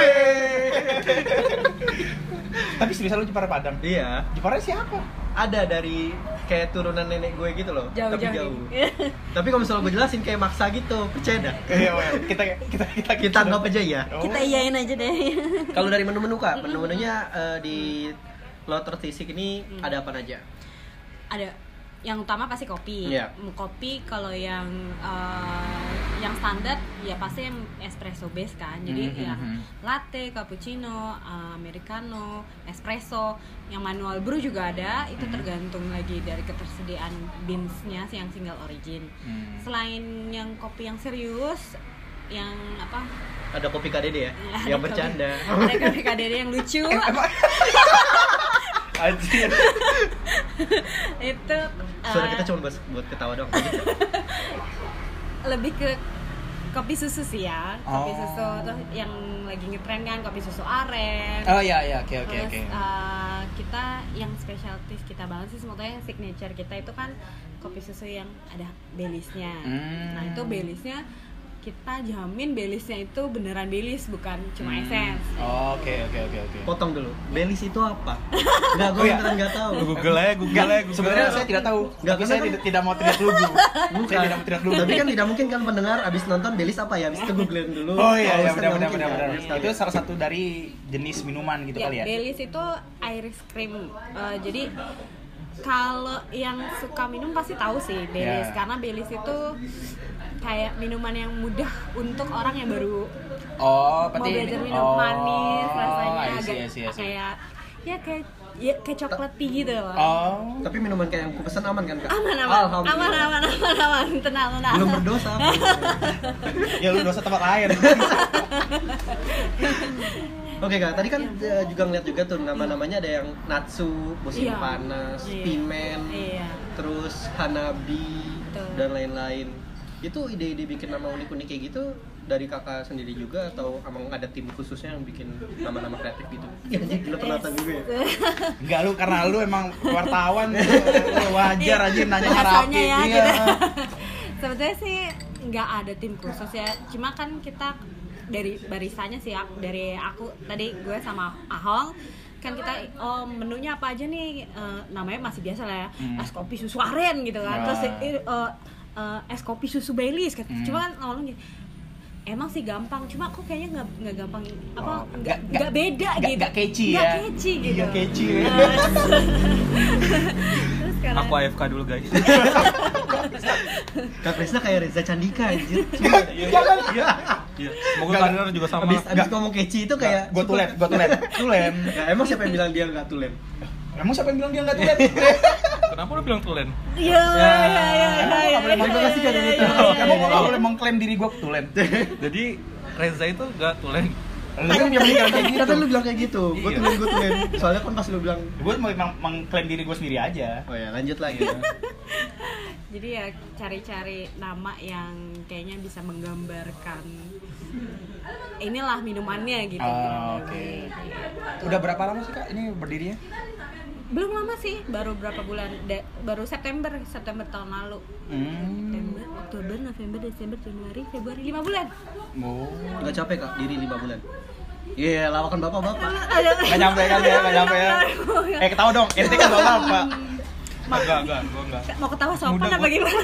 [SPEAKER 2] Tapi seriusan lu Jepara Padang.
[SPEAKER 1] iya.
[SPEAKER 2] Jepara siapa?
[SPEAKER 1] Ada dari kayak turunan nenek gue gitu loh.
[SPEAKER 5] jauh
[SPEAKER 1] tapi
[SPEAKER 5] jauh,
[SPEAKER 1] jauh.
[SPEAKER 5] nih.
[SPEAKER 1] tapi kalau misalnya gue jelasin kayak maksa gitu, percaya dah.
[SPEAKER 2] Iya, well, kita kita kita
[SPEAKER 1] Kita anggap aja ya.
[SPEAKER 2] Oh.
[SPEAKER 5] kita iyain aja deh
[SPEAKER 1] Kalau dari menu-menu kak, menu-menunya eh, di Loter Tisik ini ada apa aja?
[SPEAKER 5] ada yang utama pasti kopi
[SPEAKER 1] Iya.
[SPEAKER 5] Mm, kopi kalau yang eh, yang standar ya pasti yang espresso base
[SPEAKER 1] Hmm,
[SPEAKER 5] kan jadi
[SPEAKER 2] Mhm,
[SPEAKER 5] yang
[SPEAKER 2] mhm.
[SPEAKER 5] latte cappuccino eh, americano espresso yang manual brew juga ada itu
[SPEAKER 1] Hmm.
[SPEAKER 5] tergantung lagi dari ketersediaan beansnya sih yang single origin
[SPEAKER 2] Hmm.
[SPEAKER 5] selain yang kopi yang serius yang apa
[SPEAKER 1] Ada kopi KDD ya, yang bercanda.
[SPEAKER 5] mereka PKDD yang lucu
[SPEAKER 2] Anjir.
[SPEAKER 1] Eh.
[SPEAKER 5] itu eh,
[SPEAKER 1] Suara kita cuma buat, buat ketawa doang.
[SPEAKER 5] lebih ke kopi susu sih ya kopi
[SPEAKER 2] Oh.
[SPEAKER 5] susu terus yang lagi ngetren kan kopi susu aren
[SPEAKER 2] Oh iya iya oke oke oke.
[SPEAKER 5] terus eh, kita yang specialties kita banget sih sebetulnya yang signature kita itu kan kopi susu yang ada belisnya
[SPEAKER 2] Hmm.
[SPEAKER 5] nah itu belisnya kita jamin belisnya itu beneran belis bukan cuma essence
[SPEAKER 2] Oh, Hmm. Oke oke oke oke.
[SPEAKER 1] Potong dulu. Belis itu apa? Enggak, gue
[SPEAKER 2] Oh, iya.
[SPEAKER 1] beneran enggak tahu.
[SPEAKER 2] Google aja, Google aja. Sebenarnya saya tidak tahu.
[SPEAKER 1] Nggak,
[SPEAKER 2] tapi
[SPEAKER 1] karena
[SPEAKER 2] saya
[SPEAKER 1] kan-
[SPEAKER 2] tidak, tidak mau tidak lugu.
[SPEAKER 1] Bukan.
[SPEAKER 2] Saya tidak mau tidak lugu.
[SPEAKER 1] Tapi kan tidak mungkin kan pendengar abis nonton Belis apa ya? Abis itu googling dulu.
[SPEAKER 2] Oh iya iya
[SPEAKER 1] Hausnya
[SPEAKER 2] benar
[SPEAKER 1] nggak
[SPEAKER 2] benar
[SPEAKER 1] mungkin
[SPEAKER 2] benar
[SPEAKER 1] kan?
[SPEAKER 2] benar.
[SPEAKER 1] Abis
[SPEAKER 2] Itu salah satu dari jenis minuman gitu
[SPEAKER 5] ya,
[SPEAKER 2] kali ya.
[SPEAKER 5] Baileys itu Irish cream. Eh, jadi kalau yang suka minum pasti tahu sih
[SPEAKER 2] Ya.
[SPEAKER 5] Baileys karena Baileys itu kayak minuman yang mudah untuk orang yang baru
[SPEAKER 2] Oh,
[SPEAKER 5] mau
[SPEAKER 2] berarti
[SPEAKER 5] belajar
[SPEAKER 2] ini-
[SPEAKER 5] minum
[SPEAKER 2] oh,
[SPEAKER 5] manis rasanya
[SPEAKER 2] I see,
[SPEAKER 5] agak
[SPEAKER 2] I see, I see.
[SPEAKER 5] kayak ya kayak ya kayak coklat tea gitu loh.
[SPEAKER 2] Oh.
[SPEAKER 1] Tapi minuman kayak yang aku pesan aman kan kak?
[SPEAKER 5] Aman aman, aman
[SPEAKER 1] Alhamdulillah.
[SPEAKER 5] aman aman aman tenang tenang.
[SPEAKER 1] Belum berdosa. Bang.
[SPEAKER 2] Ya lu dosa tempat lain.
[SPEAKER 1] Oke kak, tadi kan eh, juga ngeliat juga tuh nama-namanya ada yang Natsu, musim
[SPEAKER 5] Iya.
[SPEAKER 1] panas,
[SPEAKER 5] Iya.
[SPEAKER 1] pimen,
[SPEAKER 5] Iya.
[SPEAKER 1] terus Hanabi
[SPEAKER 5] Betul.
[SPEAKER 1] dan lain-lain. Itu ide-ide bikin nama unik-unik kayak gitu dari kakak sendiri juga atau emang ada tim khususnya yang bikin nama-nama kreatif gitu? Iya, jadi gila ternyata juga ya.
[SPEAKER 2] Enggak lu karena lu emang wartawan lu wajar aja nanya
[SPEAKER 5] Iya. Bahasanya
[SPEAKER 2] harapi.
[SPEAKER 5] ya,
[SPEAKER 2] Iya.
[SPEAKER 5] kita- Sebetulnya sih nggak ada tim khusus ya. Cuma kan kita dari barisannya sih ak- dari aku tadi gue sama Ahong kan kita oh menunya apa aja nih Eh, namanya masih biasa lah ya es kopi susu aren gitu
[SPEAKER 2] Hmm.
[SPEAKER 5] kan
[SPEAKER 2] Ya.
[SPEAKER 5] terus eh, eh, eh, es kopi susu Baileys kan
[SPEAKER 2] Hmm.
[SPEAKER 5] cuma kan lama-lama gini, emang sih gampang cuma kok kayaknya nggak nggak gampang apa
[SPEAKER 2] Oh,
[SPEAKER 5] nggak
[SPEAKER 2] nggak-
[SPEAKER 5] nggak beda
[SPEAKER 2] nggak-
[SPEAKER 5] gitu
[SPEAKER 2] nggak catchy
[SPEAKER 5] Nggak
[SPEAKER 2] ya.
[SPEAKER 5] catchy gitu
[SPEAKER 2] Iya kecil.
[SPEAKER 5] terus karena
[SPEAKER 4] Aku AFK dulu guys.
[SPEAKER 1] Kak Krisna kayak Reza Candika anjir.
[SPEAKER 4] Iya. Semoga kalian juga sama.
[SPEAKER 1] Abis, abis ngomong keci itu kayak kan?
[SPEAKER 2] Gue tulen, gue tulen, tulen.
[SPEAKER 1] Ya, emang siapa yang bilang dia nggak tulen?
[SPEAKER 2] Emang siapa yang bilang dia nggak tulen?
[SPEAKER 4] Kenapa lu bilang tulen?
[SPEAKER 5] Iya, iya, iya, iya,
[SPEAKER 2] Ya. Emang
[SPEAKER 5] iya,
[SPEAKER 2] gak boleh
[SPEAKER 5] iya,
[SPEAKER 1] mengkritik
[SPEAKER 5] iya,
[SPEAKER 1] ada
[SPEAKER 5] iya,
[SPEAKER 2] gitu.
[SPEAKER 1] itu.
[SPEAKER 5] iya, iya,
[SPEAKER 2] Emang gue
[SPEAKER 5] iya.
[SPEAKER 2] boleh mengklaim diri gue tulen.
[SPEAKER 4] Jadi Reza itu gak tulen.
[SPEAKER 2] Lu yang bilang kayak gitu.
[SPEAKER 1] Tapi lu bilang Iya, kayak gitu. Gue
[SPEAKER 4] Iya.
[SPEAKER 1] tulen, gue tulen. Soalnya kan pas lu bilang
[SPEAKER 2] Gue mau emang mengklaim diri gue sendiri aja.
[SPEAKER 1] Oh ya, lanjut lagi.
[SPEAKER 5] Jadi ya cari-cari nama yang kayaknya bisa menggambarkan inilah minumannya gitu.
[SPEAKER 2] Ah, oke. Udah berapa lama sih kak ini berdirinya?
[SPEAKER 5] Belum lama sih, baru berapa bulan? Da- baru September, September tahun lalu.
[SPEAKER 2] Hmm.
[SPEAKER 5] September, Oktober, November, Desember, Januari, Februari, lima bulan.
[SPEAKER 2] Oh.
[SPEAKER 1] Gak capek kak, diri 5 bulan. Iya, lawakan bapak-bapak.
[SPEAKER 2] Gak nyampe kan ya, gak nyampe ya. Eh ketawa dong, ente kan bapak apa?
[SPEAKER 4] Enggak, enggak, gua enggak.
[SPEAKER 5] Mau ketawa sopan
[SPEAKER 4] Mudah
[SPEAKER 5] apa
[SPEAKER 4] gua-
[SPEAKER 5] gimana?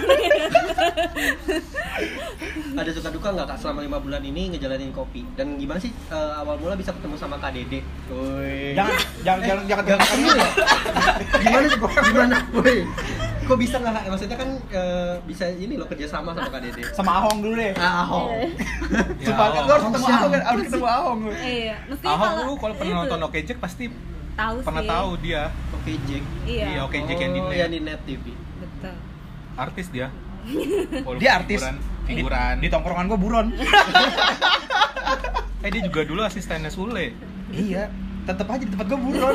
[SPEAKER 1] Ada suka duka nggak kak selama 5 bulan ini ngejalanin kopi? Dan gimana sih eh, awal mula bisa ketemu sama Kak Dede? Woi.
[SPEAKER 2] Jangan, jangan, jangan,
[SPEAKER 1] Gak
[SPEAKER 2] jangan termakan
[SPEAKER 1] ketemu ya? Gimana sih? Gimana? Woi. Kok bisa nggak? Maksudnya kan eh, bisa ini loh kerja sama sama Kak Dede.
[SPEAKER 2] Sama Ahong dulu deh.
[SPEAKER 1] Ah, Ahong.
[SPEAKER 2] Sumpah,
[SPEAKER 4] Ya,
[SPEAKER 2] gue harus
[SPEAKER 1] Ahong
[SPEAKER 2] ketemu
[SPEAKER 1] siapa?
[SPEAKER 2] Ahong, kan harus ketemu Ahong.
[SPEAKER 5] Iya, mestinya
[SPEAKER 4] Ahok lu kalau pernah
[SPEAKER 5] itu.
[SPEAKER 4] nonton Oke Jack pasti
[SPEAKER 5] tahu
[SPEAKER 2] pernah
[SPEAKER 5] sih.
[SPEAKER 2] tahu dia
[SPEAKER 1] Oke Jack.
[SPEAKER 5] Iya.
[SPEAKER 2] Iya, oke Jack yang di
[SPEAKER 1] Oh,
[SPEAKER 2] net.
[SPEAKER 1] yang di net TV.
[SPEAKER 5] Betul.
[SPEAKER 2] artis dia
[SPEAKER 3] Walaupun
[SPEAKER 2] Dia artis.
[SPEAKER 3] figuran-
[SPEAKER 2] figuran
[SPEAKER 3] figuran
[SPEAKER 2] di tongkrongan gua buron eh dia juga dulu asistennya Sule iya tetap aja di tempat gua buron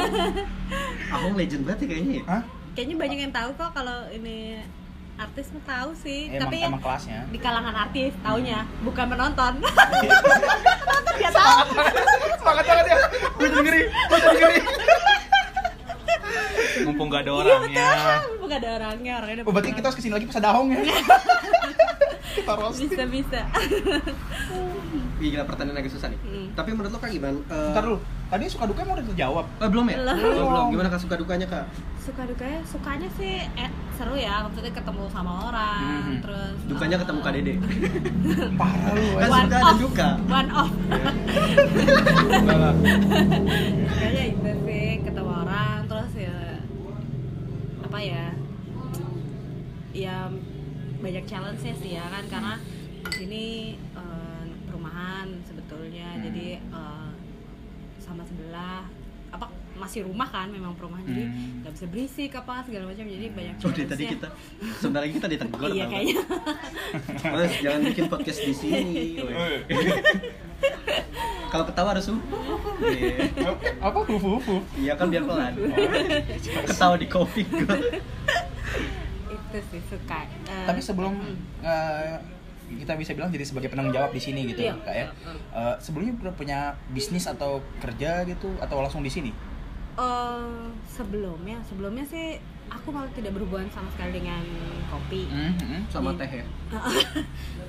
[SPEAKER 1] Ahong legend banget ya kayaknya ya.
[SPEAKER 2] Hah?
[SPEAKER 5] Kayaknya banyak yang tahu kok kalau ini artis mah tahu sih,
[SPEAKER 2] emang
[SPEAKER 5] tapi
[SPEAKER 2] emang kelasnya Hmm.
[SPEAKER 5] di kalangan artis taunya bukan penonton. penonton nggak tahu.
[SPEAKER 2] semangat banget ya gua jadi ngeri gua jadi ngeri
[SPEAKER 3] mumpung gak ada
[SPEAKER 5] Iya
[SPEAKER 3] orangnya
[SPEAKER 5] betul. Bukan ada orangnya, orangnya udah
[SPEAKER 2] oh, berarti kita
[SPEAKER 5] berperan.
[SPEAKER 2] harus kesini lagi pas ada Ahong ya kita roasting
[SPEAKER 5] bisa bisa.
[SPEAKER 1] Ih, Iya, gila pertanyaan agak susah nih.
[SPEAKER 5] Hmm.
[SPEAKER 1] Tapi menurut lo kak gimana? Eh,
[SPEAKER 2] ntar dulu tadi suka duka emang udah terjawab
[SPEAKER 1] eh, belum ya?
[SPEAKER 5] Belum.
[SPEAKER 1] Oh, belum. Gimana kak suka dukanya kak?
[SPEAKER 5] Suka dukanya, sukanya sih eh, seru ya, maksudnya ketemu sama orang,
[SPEAKER 2] Mhm.
[SPEAKER 5] terus eh,
[SPEAKER 1] Dukanya ketemu kak Dede.
[SPEAKER 2] parah lu
[SPEAKER 1] Kan
[SPEAKER 5] One
[SPEAKER 1] suka ada
[SPEAKER 5] off.
[SPEAKER 1] duka.
[SPEAKER 5] one off
[SPEAKER 2] enggak lah
[SPEAKER 5] kayaknya itu sih ketemu orang terus ya apa ya ya banyak challenge sih ya kan karena di sini eh, perumahan sebetulnya
[SPEAKER 2] Hmm.
[SPEAKER 5] jadi eh, sama sebelah apa masih rumah kan memang perumahan jadi
[SPEAKER 2] Hmm.
[SPEAKER 5] nggak bisa berisik apa segala macam jadi banyak
[SPEAKER 1] Oh, dari tadi
[SPEAKER 5] challenge-nya.
[SPEAKER 1] kita sebentar lagi kita ditegur.
[SPEAKER 5] iya
[SPEAKER 1] tau gak?
[SPEAKER 5] kayaknya
[SPEAKER 1] Mas, jangan bikin podcast di sini. weh. Kalau ketawa harus uh. Iya.
[SPEAKER 2] apa hufu hufu
[SPEAKER 1] Iya kan biar pelan. Ketawa di kopi gua.
[SPEAKER 5] itu sih suka Eh,
[SPEAKER 2] tapi sebelum eh, kita bisa bilang jadi sebagai penanggung jawab di sini gitu
[SPEAKER 5] Iya.
[SPEAKER 2] kak ya Eh, sebelumnya udah punya bisnis atau kerja gitu atau langsung di sini
[SPEAKER 5] Eh, sebelumnya sebelumnya sih aku malah tidak berhubungan sama sekali dengan kopi
[SPEAKER 2] Hmm.
[SPEAKER 1] Sama teh ya.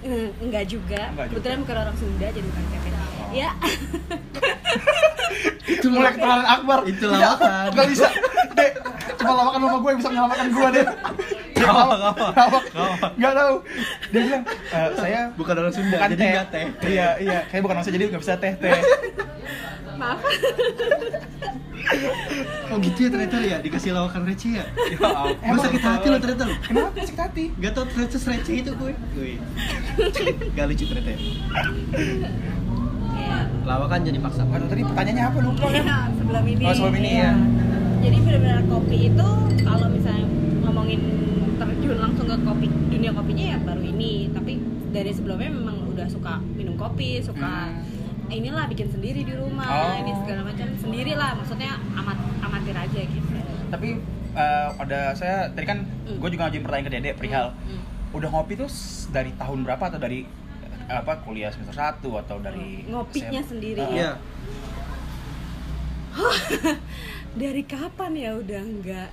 [SPEAKER 5] Eh, enggak juga
[SPEAKER 2] Enggak juga.
[SPEAKER 5] kebetulan bukan orang Sunda jadi bukan kopi ya
[SPEAKER 1] Itu
[SPEAKER 2] mulai ketularan Akbar Iya.
[SPEAKER 1] Itu lawakan.
[SPEAKER 2] nggak bisa dek cuma lawakan mama gue yang bisa menyelamatkan gue deh Dek, lawak lawak nggak tahu dia bilang "Eh, saya
[SPEAKER 1] Bukan orang Sunda,
[SPEAKER 2] Oh. bukan
[SPEAKER 1] jadi
[SPEAKER 2] teh.
[SPEAKER 1] nggak teh.
[SPEAKER 2] iya iya saya bukan maksud jadi nggak bisa teh teh
[SPEAKER 5] maaf
[SPEAKER 1] Oh gitu ya ternyata ya dikasih lawakan receh ya.
[SPEAKER 2] ya ampun.
[SPEAKER 1] Gue sakit hati lo ternyata lo.
[SPEAKER 2] kenapa sakit hati
[SPEAKER 1] Gak tau ternyata receh itu gue. Gue. Gak lucu ternyata ya.
[SPEAKER 5] ya
[SPEAKER 1] Lawakan jadi paksa.
[SPEAKER 2] Aduh tadi pertanyaannya apa lupa kan?
[SPEAKER 5] Iya, sebelum ini.
[SPEAKER 2] Oh, sebelum ini,
[SPEAKER 5] Iya.
[SPEAKER 2] ya.
[SPEAKER 5] Jadi benar-benar kopi itu kalau misalnya ngomongin terjun langsung ke kopi dunia kopinya ya baru ini. Tapi dari sebelumnya memang udah suka minum kopi, suka inilah bikin sendiri di rumah,
[SPEAKER 2] Hmm. Oh.
[SPEAKER 5] ini segala macam sendiri lah. Maksudnya amat amatir aja gitu.
[SPEAKER 2] Tapi eh, ada saya tadi kan
[SPEAKER 5] Hmm.
[SPEAKER 2] gue juga ngajuin pertanyaan ke Dede perihal
[SPEAKER 5] Hmm.
[SPEAKER 2] udah ngopi tuh s- dari tahun berapa atau dari eh, apa kuliah semester 1 atau dari
[SPEAKER 5] Hmm, Ngopinya
[SPEAKER 2] SMA?
[SPEAKER 5] sendiri.
[SPEAKER 2] Ah,
[SPEAKER 1] Iya.
[SPEAKER 5] Dari kapan ya udah enggak?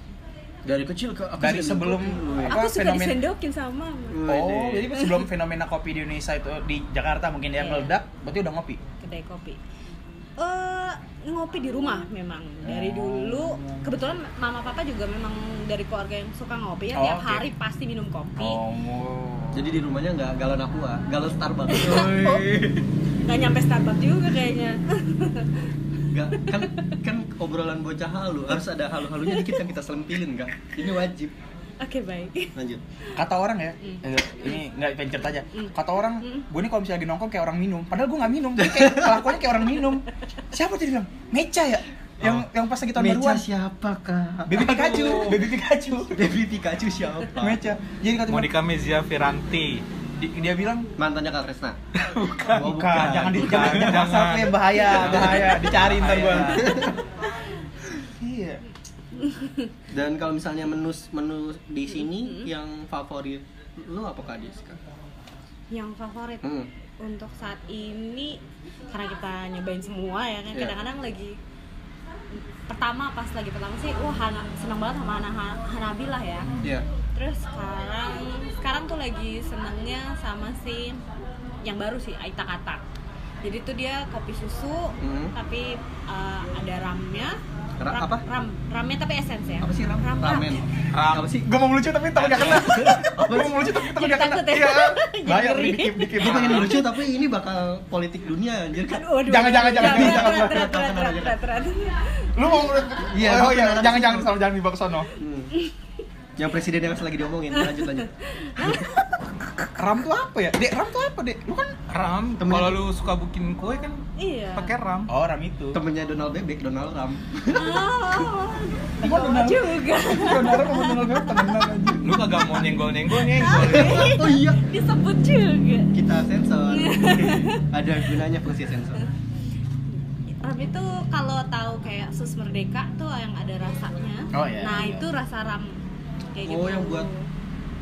[SPEAKER 1] Dari kecil ke aku
[SPEAKER 2] Dari
[SPEAKER 1] sering
[SPEAKER 2] sebelum-
[SPEAKER 1] minum kopi,
[SPEAKER 5] Aku suka
[SPEAKER 2] kan fenomen-
[SPEAKER 5] disendokin sama mama.
[SPEAKER 1] gue.
[SPEAKER 2] Oh, jadi sebelum fenomena kopi di Indonesia itu di Jakarta mungkin dia
[SPEAKER 5] Iya.
[SPEAKER 2] meledak, berarti udah ngopi.
[SPEAKER 5] kedai kopi eh ngopi di rumah memang
[SPEAKER 2] Hmm.
[SPEAKER 5] dari dulu kebetulan mama papa juga memang dari keluarga yang suka ngopi ya
[SPEAKER 2] Oh, oke.
[SPEAKER 5] tiap
[SPEAKER 2] Oh.
[SPEAKER 5] hari pasti minum kopi
[SPEAKER 1] Jadi di rumahnya nggak galon aqua, galon Starbucks.
[SPEAKER 5] nggak nyampe Starbucks juga kayaknya
[SPEAKER 1] Nggak, kan kan obrolan bocah halu harus ada halu-halunya dikit yang kita selempilin nggak? Ini wajib.
[SPEAKER 5] oke baik
[SPEAKER 1] Lanjut.
[SPEAKER 2] kata orang ya,
[SPEAKER 5] Mm.
[SPEAKER 2] eh, ini nggak pengen cerita aja.
[SPEAKER 5] Mm.
[SPEAKER 2] Kata orang,
[SPEAKER 5] Mm.
[SPEAKER 2] gue ini kalau misalnya lagi nongkrong kayak orang minum, padahal gue nggak minum, tapi kayak kelakuannya kayak orang minum. Siapa tadi bilang? Meca ya, yang
[SPEAKER 1] Oh.
[SPEAKER 2] yang pas lagi tahun
[SPEAKER 1] Meja
[SPEAKER 2] baruan.
[SPEAKER 1] siapa kak?
[SPEAKER 2] Baby Pikachu, Baby Pikachu.
[SPEAKER 1] Baby Pikachu siapa?
[SPEAKER 2] Meca. Jadi kata
[SPEAKER 3] Monica Mezia Ferranti
[SPEAKER 2] Nah, di- dia bilang
[SPEAKER 1] Mantannya Kak Kresna.
[SPEAKER 2] bukan,
[SPEAKER 1] Oh,
[SPEAKER 2] bukan, jangan di
[SPEAKER 3] bukan,
[SPEAKER 2] jangan jangan
[SPEAKER 3] jangan.
[SPEAKER 2] WhatsApp ya, bahaya, bahaya, dicari ntar gue.
[SPEAKER 3] Bahaya.
[SPEAKER 2] Iya.
[SPEAKER 1] Dan kalau misalnya menu menu di sini yang favorit lu apa Kak Diska?
[SPEAKER 5] yang favorit
[SPEAKER 1] Hmm.
[SPEAKER 5] untuk saat ini karena kita nyobain semua ya kan
[SPEAKER 1] Iya.
[SPEAKER 5] kadang-kadang lagi pertama pas lagi pertama sih wah Hana, senang banget sama Hana, Hanabi lah ya
[SPEAKER 1] Iya.
[SPEAKER 5] Terus sekarang sekarang tuh lagi senangnya sama si yang baru sih Aita Kata. Jadi tuh dia kopi susu
[SPEAKER 1] Hmm.
[SPEAKER 5] tapi eh, ada ramnya.
[SPEAKER 1] Ra- apa?
[SPEAKER 5] Ram, ramnya tapi esens ya.
[SPEAKER 1] Apa sih ram?
[SPEAKER 5] Ram,
[SPEAKER 1] Ramen. Apa sih?
[SPEAKER 2] Gue mau lucu tapi takut gak kena. Gue mau lucu tapi takut
[SPEAKER 5] Jadi
[SPEAKER 2] gak kena.
[SPEAKER 5] takut ya?
[SPEAKER 2] Iya.
[SPEAKER 5] Jadi ya?
[SPEAKER 2] Bahaya
[SPEAKER 5] ngeri.
[SPEAKER 2] dikip dikip.
[SPEAKER 1] Gue pengen lucu tapi ini bakal politik dunia anjir kan.
[SPEAKER 5] Aduh, aduh,
[SPEAKER 2] Jangan,
[SPEAKER 5] aduh.
[SPEAKER 2] jangan, jangan,
[SPEAKER 5] Berat,
[SPEAKER 2] jangan,
[SPEAKER 5] berat,
[SPEAKER 1] jangan.
[SPEAKER 5] berat, berat, berat, berat, berat.
[SPEAKER 2] Lu mau
[SPEAKER 1] Iya,
[SPEAKER 2] Iya, oh,
[SPEAKER 1] gua
[SPEAKER 2] iya.
[SPEAKER 1] pengen
[SPEAKER 2] Jangan
[SPEAKER 1] narasi
[SPEAKER 2] jangan
[SPEAKER 1] dulu.
[SPEAKER 2] salah jangan dibawa ke sono.
[SPEAKER 1] Hmm. Yang presiden yang lagi diomongin lanjut lanjut.
[SPEAKER 2] ram tuh apa ya dek ram tuh apa dek lu kan
[SPEAKER 3] ram
[SPEAKER 1] Temen-
[SPEAKER 3] kalau lu suka bikin kue kan
[SPEAKER 5] Iya.
[SPEAKER 3] pakai ram
[SPEAKER 2] oh ram itu
[SPEAKER 1] temennya Donald Bebek Donald Ram
[SPEAKER 5] Oh,
[SPEAKER 2] Gua kenal-
[SPEAKER 5] juga.
[SPEAKER 2] Iya, gua kenal sama Donald Trump temenan aja
[SPEAKER 3] lu kagak
[SPEAKER 5] Nah,
[SPEAKER 3] mau nenggol nenggol nih
[SPEAKER 1] oh iya
[SPEAKER 5] Disebut juga.
[SPEAKER 1] kita sensor ada gunanya fungsi sensor
[SPEAKER 5] Ram itu kalau tahu kayak sus merdeka tuh yang ada rasanya.
[SPEAKER 2] Oh, iya,
[SPEAKER 5] Nah,
[SPEAKER 2] iya.
[SPEAKER 5] itu rasa ram. Kayak gitu.
[SPEAKER 1] Oh, yang buat-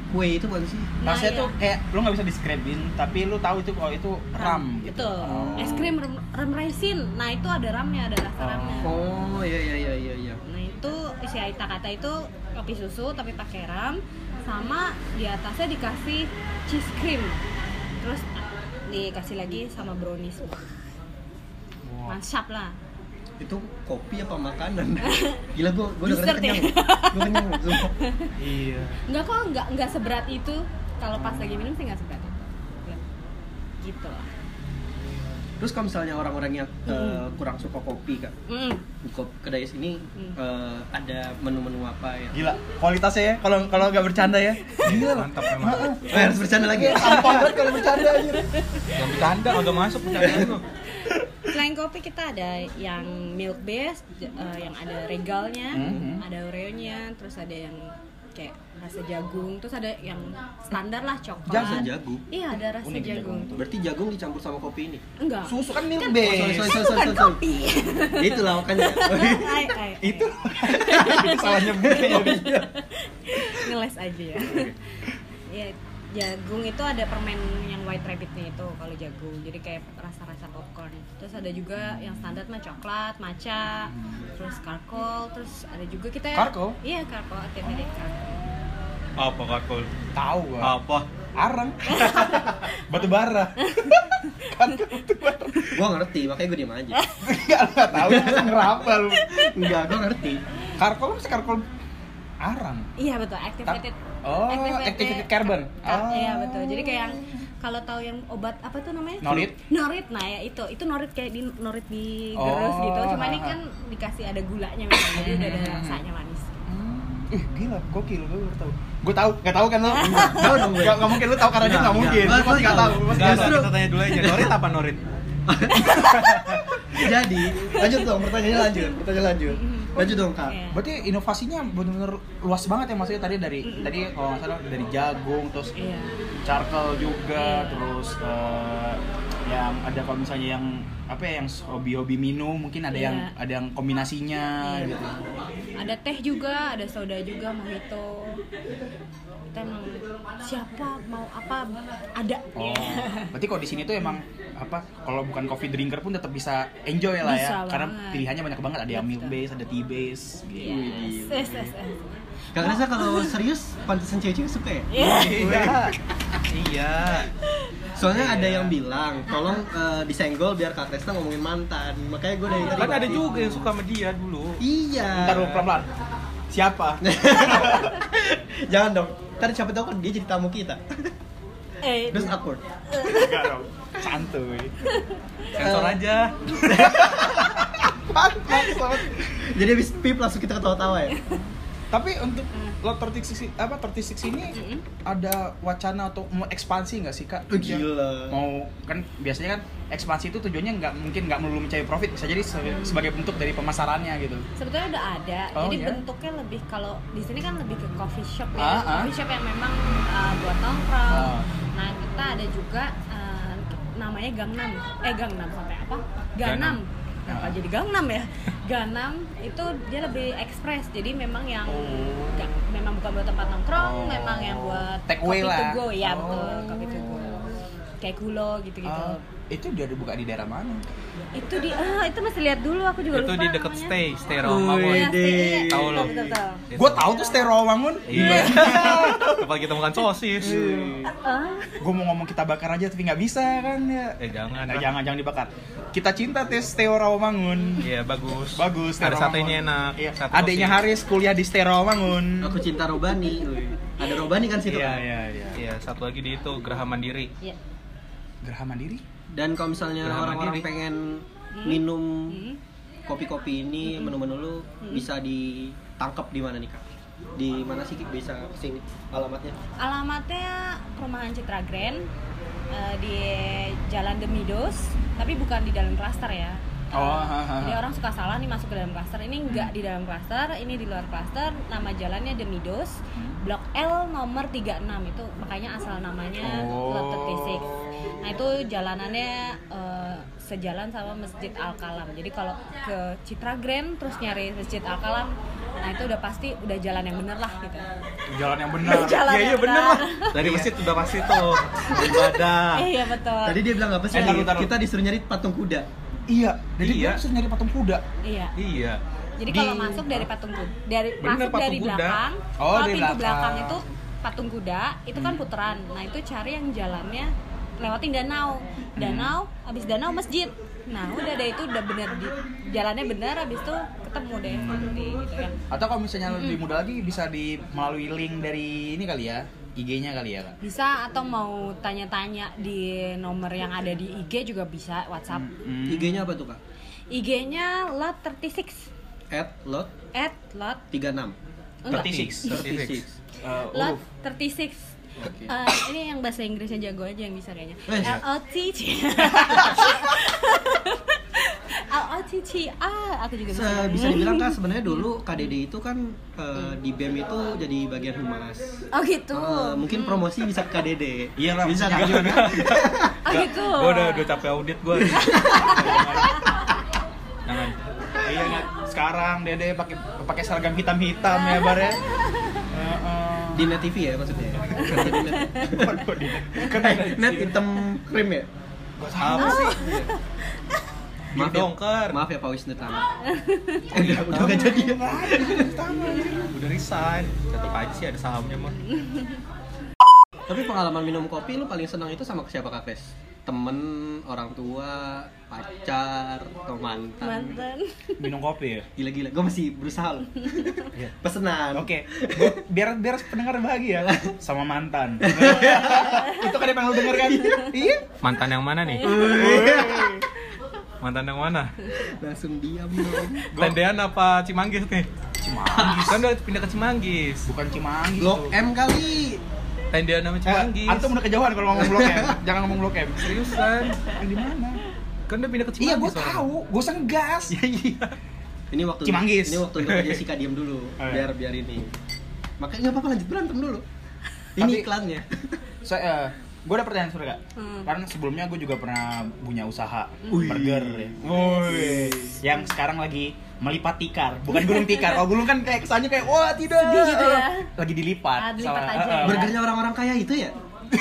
[SPEAKER 1] kue itu bukan sih
[SPEAKER 5] Nah,
[SPEAKER 2] rasanya
[SPEAKER 5] iya.
[SPEAKER 2] tuh kayak lu nggak bisa describein tapi lu tahu itu oh itu ram gitu
[SPEAKER 5] Betul. Es krim ram, ram raisin. Nah, itu ada ramnya, ada rasa ramnya.
[SPEAKER 1] oh iya iya iya iya iya
[SPEAKER 5] Nah, itu si Aita kata itu kopi susu tapi pakai ram sama di atasnya dikasih cheese cream. Terus dikasih lagi sama brownies. Mantap lah.
[SPEAKER 1] itu kopi apa makanan gila gua gua udah
[SPEAKER 5] Dessert ya?
[SPEAKER 1] kenyang gua kenyang sumpah.
[SPEAKER 2] iya
[SPEAKER 5] Enggak kok, enggak enggak seberat itu. Kalau pas lagi minum sih enggak seberat itu. Ya. Gitu lah.
[SPEAKER 1] terus kalau misalnya orang-orang yang eh,
[SPEAKER 5] Mm.
[SPEAKER 1] kurang suka kopi kak
[SPEAKER 5] Mm.
[SPEAKER 1] di ko- kedai sini
[SPEAKER 5] Mm.
[SPEAKER 1] eh, ada menu-menu apa ya
[SPEAKER 3] Iya.
[SPEAKER 2] gila kualitasnya ya kalau kalau nggak bercanda ya
[SPEAKER 3] mantap emang
[SPEAKER 1] Eh, harus bercanda lagi
[SPEAKER 5] Iya.
[SPEAKER 2] sampah banget kalau bercanda aja
[SPEAKER 3] yang bercanda kagak masuk bercanda lu
[SPEAKER 5] Selain kopi kita ada yang milk base, j- eh, yang ada regalnya,
[SPEAKER 1] Mm-hmm.
[SPEAKER 2] Mhm.
[SPEAKER 5] ada oreonya, terus ada yang kayak rasa jagung, terus ada yang standar lah coklat.
[SPEAKER 1] Rasa jagung?
[SPEAKER 5] Iya, ada rasa
[SPEAKER 2] Unik
[SPEAKER 5] jagung.
[SPEAKER 2] jagung tuh.
[SPEAKER 1] berarti jagung dicampur sama kopi ini Oh,
[SPEAKER 5] Enggak.
[SPEAKER 2] susu kan milk
[SPEAKER 5] Kan-
[SPEAKER 1] sorry,
[SPEAKER 2] base
[SPEAKER 1] sorry.
[SPEAKER 5] Kan bukan kopi.
[SPEAKER 1] Ya, itulah makanya
[SPEAKER 5] Ay, ay, ay.
[SPEAKER 2] itu itu salah nyebut ya
[SPEAKER 5] ngeles aja ya. ya jagung itu ada permen yang white rabbitnya itu kalau jagung jadi kayak rasa-rasa popcorn terus ada juga yang standar mah coklat maca terus karkol terus ada juga kita
[SPEAKER 2] Karkol?
[SPEAKER 5] iya karkol teh dari karkol
[SPEAKER 3] apa kakol
[SPEAKER 2] tahu gua
[SPEAKER 3] apa
[SPEAKER 2] arang batu bara Kan
[SPEAKER 1] gua ngerti makanya gua diem aja
[SPEAKER 2] nggak tahu lu ngeraba lu
[SPEAKER 1] enggak gua ngerti
[SPEAKER 2] karkol kan sekarkol arang
[SPEAKER 5] iya betul activated
[SPEAKER 2] Oh, activated carbon. Oh.
[SPEAKER 5] Kar- iya betul jadi kayak yang kalau tahu yang obat apa tuh namanya
[SPEAKER 2] Norit?
[SPEAKER 5] norit nah ya itu itu norit kayak di norit di
[SPEAKER 2] Oh, Hmm.
[SPEAKER 5] gerus gitu cuma
[SPEAKER 2] ah,
[SPEAKER 5] ini
[SPEAKER 2] ah.
[SPEAKER 5] kan dikasih ada gulanya memang, jadi udah ada rasanya manis
[SPEAKER 2] Ih, Eh, gila, gokil, gue baru tahu. Gue tahu, gak tahu kan lo?
[SPEAKER 1] tahu dong gue.
[SPEAKER 2] Gak, gak mungkin lo tahu karena dia
[SPEAKER 1] Nggak,
[SPEAKER 2] gak mungkin.
[SPEAKER 1] nggak.
[SPEAKER 2] Lo pasti gak tahu. Pasti
[SPEAKER 3] Enggak,
[SPEAKER 2] nggak
[SPEAKER 3] enggak,
[SPEAKER 2] tahu.
[SPEAKER 3] kita tanya dulu aja. Norit apa Norit?
[SPEAKER 1] jadi lanjut dong pertanyaannya lanjut pertanyaan lanjut lanjut dong kak
[SPEAKER 5] Iya.
[SPEAKER 2] Berarti inovasinya benar-benar luas banget ya maksudnya tadi dari tadi kalau nggak salah dari jagung terus
[SPEAKER 5] Iya.
[SPEAKER 2] charcoal juga terus eh, yang ada kalau misalnya yang apa ya yang hobi-hobi minum mungkin ada yang
[SPEAKER 5] Iya.
[SPEAKER 2] ada yang kombinasinya gitu.
[SPEAKER 5] ada teh juga ada soda juga mojito kita emang siapa mau apa ada
[SPEAKER 2] Oh, berarti kalau di sini tuh emang apa? Kalau bukan coffee drinker pun tetap bisa enjoy lah ya,
[SPEAKER 5] Bisa
[SPEAKER 2] karena
[SPEAKER 5] banget.
[SPEAKER 2] pilihannya banyak banget. Ada yang milk
[SPEAKER 5] Betul.
[SPEAKER 2] base, ada tea base. Gitu.
[SPEAKER 5] yes. yes, yes, yes.
[SPEAKER 1] Kak Reza kalau serius pantesan cewek-cewek suka ya?
[SPEAKER 5] Iya.
[SPEAKER 2] iya.
[SPEAKER 1] Soalnya ada yang
[SPEAKER 3] Iya.
[SPEAKER 1] bilang, tolong eh, disenggol biar Kak Reza ngomongin mantan. Makanya
[SPEAKER 5] Oh.
[SPEAKER 1] gue dari tadi
[SPEAKER 3] Kan ada
[SPEAKER 1] ngomongin.
[SPEAKER 3] juga yang suka sama dia dulu.
[SPEAKER 1] Iya.
[SPEAKER 2] Ntar dulu pelan-pelan. Siapa?
[SPEAKER 1] Jangan dong. Ntar siapa tahu kan dia jadi tamu kita.
[SPEAKER 5] eh
[SPEAKER 1] Terus awkward.
[SPEAKER 2] Enggak dong. Santuy.
[SPEAKER 3] Sensor aja.
[SPEAKER 1] Jadi habis pip langsung kita ketawa-tawa ya.
[SPEAKER 2] Tapi untuk lo 36 apa 36 ini ada wacana atau mau ekspansi nggak sih kak?
[SPEAKER 1] Oh, gila.
[SPEAKER 2] Mau kan biasanya kan ekspansi itu tujuannya nggak mungkin nggak melulu mencari profit bisa jadi se- sebagai bentuk dari pemasarannya gitu.
[SPEAKER 5] sebetulnya udah ada
[SPEAKER 2] Oh,
[SPEAKER 5] jadi
[SPEAKER 2] iya?
[SPEAKER 5] bentuknya lebih kalau di sini kan lebih ke coffee shop ya
[SPEAKER 2] Ah, ah.
[SPEAKER 5] coffee shop yang memang uh, buat nongkrong
[SPEAKER 2] Ah.
[SPEAKER 5] nah kita ada juga uh, namanya Gangnam eh Gangnam sampai apa Gangnam Kenapa
[SPEAKER 2] Ah.
[SPEAKER 5] jadi Gangnam ya Gangnam itu dia lebih ekspres jadi memang yang
[SPEAKER 2] Oh.
[SPEAKER 5] ga- memang bukan buat tempat nongkrong
[SPEAKER 2] Oh.
[SPEAKER 5] memang yang buat
[SPEAKER 2] Take away
[SPEAKER 5] coffee
[SPEAKER 2] lah.
[SPEAKER 5] to go ya
[SPEAKER 2] Oh.
[SPEAKER 5] betul kopi to go kayak gulo gitu-gitu
[SPEAKER 2] Ah, itu dia dibuka di daerah mana?
[SPEAKER 5] itu di ah, itu mesti lihat dulu
[SPEAKER 2] Iya,
[SPEAKER 5] aku juga
[SPEAKER 3] Itu
[SPEAKER 5] lupa
[SPEAKER 3] di deket
[SPEAKER 5] namanya.
[SPEAKER 3] stay, stay Roma
[SPEAKER 5] Iya,
[SPEAKER 3] boy.
[SPEAKER 1] Wede.
[SPEAKER 5] stay, iya,
[SPEAKER 3] Tahu lo.
[SPEAKER 5] betul, betul.
[SPEAKER 2] Gue tahu tuh stereo bangun.
[SPEAKER 3] Iya. Tempat kita makan sosis.
[SPEAKER 2] Iya.
[SPEAKER 5] Ah.
[SPEAKER 2] Gue mau ngomong kita bakar aja tapi nggak bisa kan ya.
[SPEAKER 3] Eh jangan.
[SPEAKER 2] Eh,
[SPEAKER 3] lah.
[SPEAKER 2] jangan jangan dibakar. Kita cinta tes Steo Rawamangun.
[SPEAKER 3] Iya bagus.
[SPEAKER 2] Bagus. Steo
[SPEAKER 3] Ada satenya
[SPEAKER 2] Rawamangun.
[SPEAKER 3] enak.
[SPEAKER 2] Iya.
[SPEAKER 3] Sate
[SPEAKER 2] Adiknya
[SPEAKER 3] sosis.
[SPEAKER 2] Haris kuliah di Steo Rawamangun.
[SPEAKER 1] Aku cinta Robani. Wih. Ada Robani kan situ
[SPEAKER 2] Iya
[SPEAKER 1] kan?
[SPEAKER 2] iya iya.
[SPEAKER 3] Iya satu lagi di itu Geraha Mandiri.
[SPEAKER 5] Iya.
[SPEAKER 2] Gerah Mandiri.
[SPEAKER 1] Dan kalau misalnya
[SPEAKER 3] Gerhana
[SPEAKER 1] orang-orang
[SPEAKER 3] diri.
[SPEAKER 1] pengen
[SPEAKER 5] Hmm.
[SPEAKER 1] minum
[SPEAKER 5] Hmm.
[SPEAKER 1] kopi-kopi ini menu-menu lu
[SPEAKER 5] Hmm.
[SPEAKER 1] bisa ditangkap di mana nih kak? Di mana sih Ki? bisa sini alamatnya?
[SPEAKER 5] Alamatnya perumahan Citra Grand eh, di Jalan Demidos, tapi bukan di dalam klaster ya. Eh,
[SPEAKER 2] Oh, ha, ha, ha.
[SPEAKER 5] Jadi orang suka salah nih masuk ke dalam klaster. Ini
[SPEAKER 2] Hmm.
[SPEAKER 5] enggak di dalam klaster, ini di luar klaster. Nama jalannya Demidos,
[SPEAKER 2] Hmm.
[SPEAKER 5] Blok L nomor 36 itu makanya asal namanya
[SPEAKER 2] Oh.
[SPEAKER 5] Lot 36. Nah, itu jalanannya eh, sejalan sama Masjid Al Kalam. Jadi kalau ke Citra Grand terus nyari Masjid Al Kalam, nah itu udah pasti udah jalan yang bener lah gitu.
[SPEAKER 2] Jalan yang benar.
[SPEAKER 5] Jalan
[SPEAKER 2] Iya, iya
[SPEAKER 5] yang
[SPEAKER 2] bener
[SPEAKER 5] benar.
[SPEAKER 2] lah.
[SPEAKER 1] Dari masjid udah pasti tuh ibadah.
[SPEAKER 5] Iya betul.
[SPEAKER 1] Tadi dia bilang apa sih?
[SPEAKER 2] Eh, taruh, taruh.
[SPEAKER 1] Kita disuruh nyari patung kuda.
[SPEAKER 2] Iya, jadi
[SPEAKER 1] Iya.
[SPEAKER 2] dia bisa nyari patung kuda.
[SPEAKER 5] Iya.
[SPEAKER 2] Iya.
[SPEAKER 5] Jadi
[SPEAKER 2] Di-
[SPEAKER 5] kalau masuk dari patung kuda, dari
[SPEAKER 3] Bener,
[SPEAKER 5] masuk
[SPEAKER 3] patung
[SPEAKER 5] dari
[SPEAKER 3] kuda.
[SPEAKER 5] belakang,
[SPEAKER 2] Oh,
[SPEAKER 5] kalau
[SPEAKER 2] dari
[SPEAKER 5] pintu
[SPEAKER 2] belakang. Hmm.
[SPEAKER 5] belakang itu patung kuda, itu kan puteran. Nah itu cari yang jalannya lewatin danau,
[SPEAKER 2] Hmm.
[SPEAKER 5] danau, abis danau masjid. Nah udah deh itu udah bener di, jalannya bener, abis itu ketemu deh nanti gitu kan.
[SPEAKER 2] Atau kalau misalnya lebih mudah lagi bisa di melalui link dari ini kali ya, IG-nya kali ya kan.
[SPEAKER 5] Bisa atau mau tanya-tanya di nomor yang ada di IG juga bisa WhatsApp.
[SPEAKER 1] Hmm. IG-nya apa tuh, Kak?
[SPEAKER 5] IG-nya lot 36
[SPEAKER 1] At lot
[SPEAKER 5] at lot
[SPEAKER 1] 36.
[SPEAKER 5] enggak,
[SPEAKER 2] 36.
[SPEAKER 1] 36.
[SPEAKER 2] Eh,
[SPEAKER 5] lot
[SPEAKER 2] huruf.
[SPEAKER 5] 36
[SPEAKER 1] Oke.
[SPEAKER 5] Eh, ini yang bahasa Inggrisnya jago aja yang bisa kayaknya.
[SPEAKER 1] Eh, iya.
[SPEAKER 5] L O T T L O T T A aku juga bisa.
[SPEAKER 1] Se- bisa dibilang kan sebenarnya dulu KDD itu kan eh, di BEM itu jadi bagian humas.
[SPEAKER 5] Oh gitu.
[SPEAKER 1] Eh, mungkin promosi bisa ke KDD.
[SPEAKER 2] Iya lah,
[SPEAKER 1] bisa kan?
[SPEAKER 5] Oh gitu.
[SPEAKER 3] Gue udah, udah capek audit gue. Jangan.
[SPEAKER 2] Iya nggak? sekarang Dede pakai pakai seragam hitam-hitam ya Bar ya. Heeh.
[SPEAKER 1] Di Net TV ya maksudnya. Di Net.
[SPEAKER 2] Waduh, Dede. Kan
[SPEAKER 1] Eh, net hitam krim ya?
[SPEAKER 2] gua tahu sih.
[SPEAKER 1] Maaf ya, maaf ya Pak Wisnu Tama. Eh, udah, udah gak jadi ya.
[SPEAKER 3] Udah resign. Tetep aja sih ada sahamnya mah.
[SPEAKER 1] Tapi pengalaman minum kopi lu paling senang itu sama siapa Kak Fes? Temen, orang tua, pacar, atau mantan?
[SPEAKER 5] Mantan.
[SPEAKER 2] Minum kopi ya.
[SPEAKER 1] Gila-gila, gue masih berusaha loh. Pesenan.
[SPEAKER 2] Oke, gua- biar biar pendengar bahagia sama mantan. Itu kan yang pengen lu denger kan? Iya.
[SPEAKER 3] Mantan yang mana nih? Mantan yang mana?
[SPEAKER 1] Langsung diam dong.
[SPEAKER 3] Tendean apa Cimanggis nih? Cimanggis. Kan udah pindah ke Cimanggis.
[SPEAKER 2] Bukan Cimanggis
[SPEAKER 1] Blok
[SPEAKER 2] tuh.
[SPEAKER 1] M kali.
[SPEAKER 3] Tendean sama
[SPEAKER 2] Eh,
[SPEAKER 3] Cimanggis.
[SPEAKER 2] antum udah kejauhan kalau ngomong Blok M. Jangan ngomong Blok M.
[SPEAKER 3] seriusan.
[SPEAKER 2] Yang di mana?
[SPEAKER 3] Kan udah pindah ke Cimanggis.
[SPEAKER 2] Iya, gua
[SPEAKER 3] orang.
[SPEAKER 2] tahu. Gua senggas.
[SPEAKER 5] Iya.
[SPEAKER 1] Ini waktu
[SPEAKER 2] Iya, Cimanggis.
[SPEAKER 1] Ini waktu untuk Jessica diam dulu.
[SPEAKER 2] Eh.
[SPEAKER 1] Biar biar ini. Makanya nggak apa-apa lanjut berantem dulu. Ini
[SPEAKER 2] Tapi-
[SPEAKER 1] iklannya.
[SPEAKER 2] Saya gue eh, ada pertanyaan sebenarnya kak.
[SPEAKER 5] Hmm.
[SPEAKER 2] Karena sebelumnya gue juga pernah punya usaha burger, ya. yang sekarang lagi melipat tikar, bukan gulung tikar. Kalau gulung kan kayak kesannya kayak wah tidak,
[SPEAKER 5] Sedih gitu ya.
[SPEAKER 2] lagi dilipat.
[SPEAKER 5] Ah, dilipat
[SPEAKER 2] Salah. Eh, eh.
[SPEAKER 5] aja ya.
[SPEAKER 2] Burger-
[SPEAKER 1] Burgernya orang-orang kaya itu ya?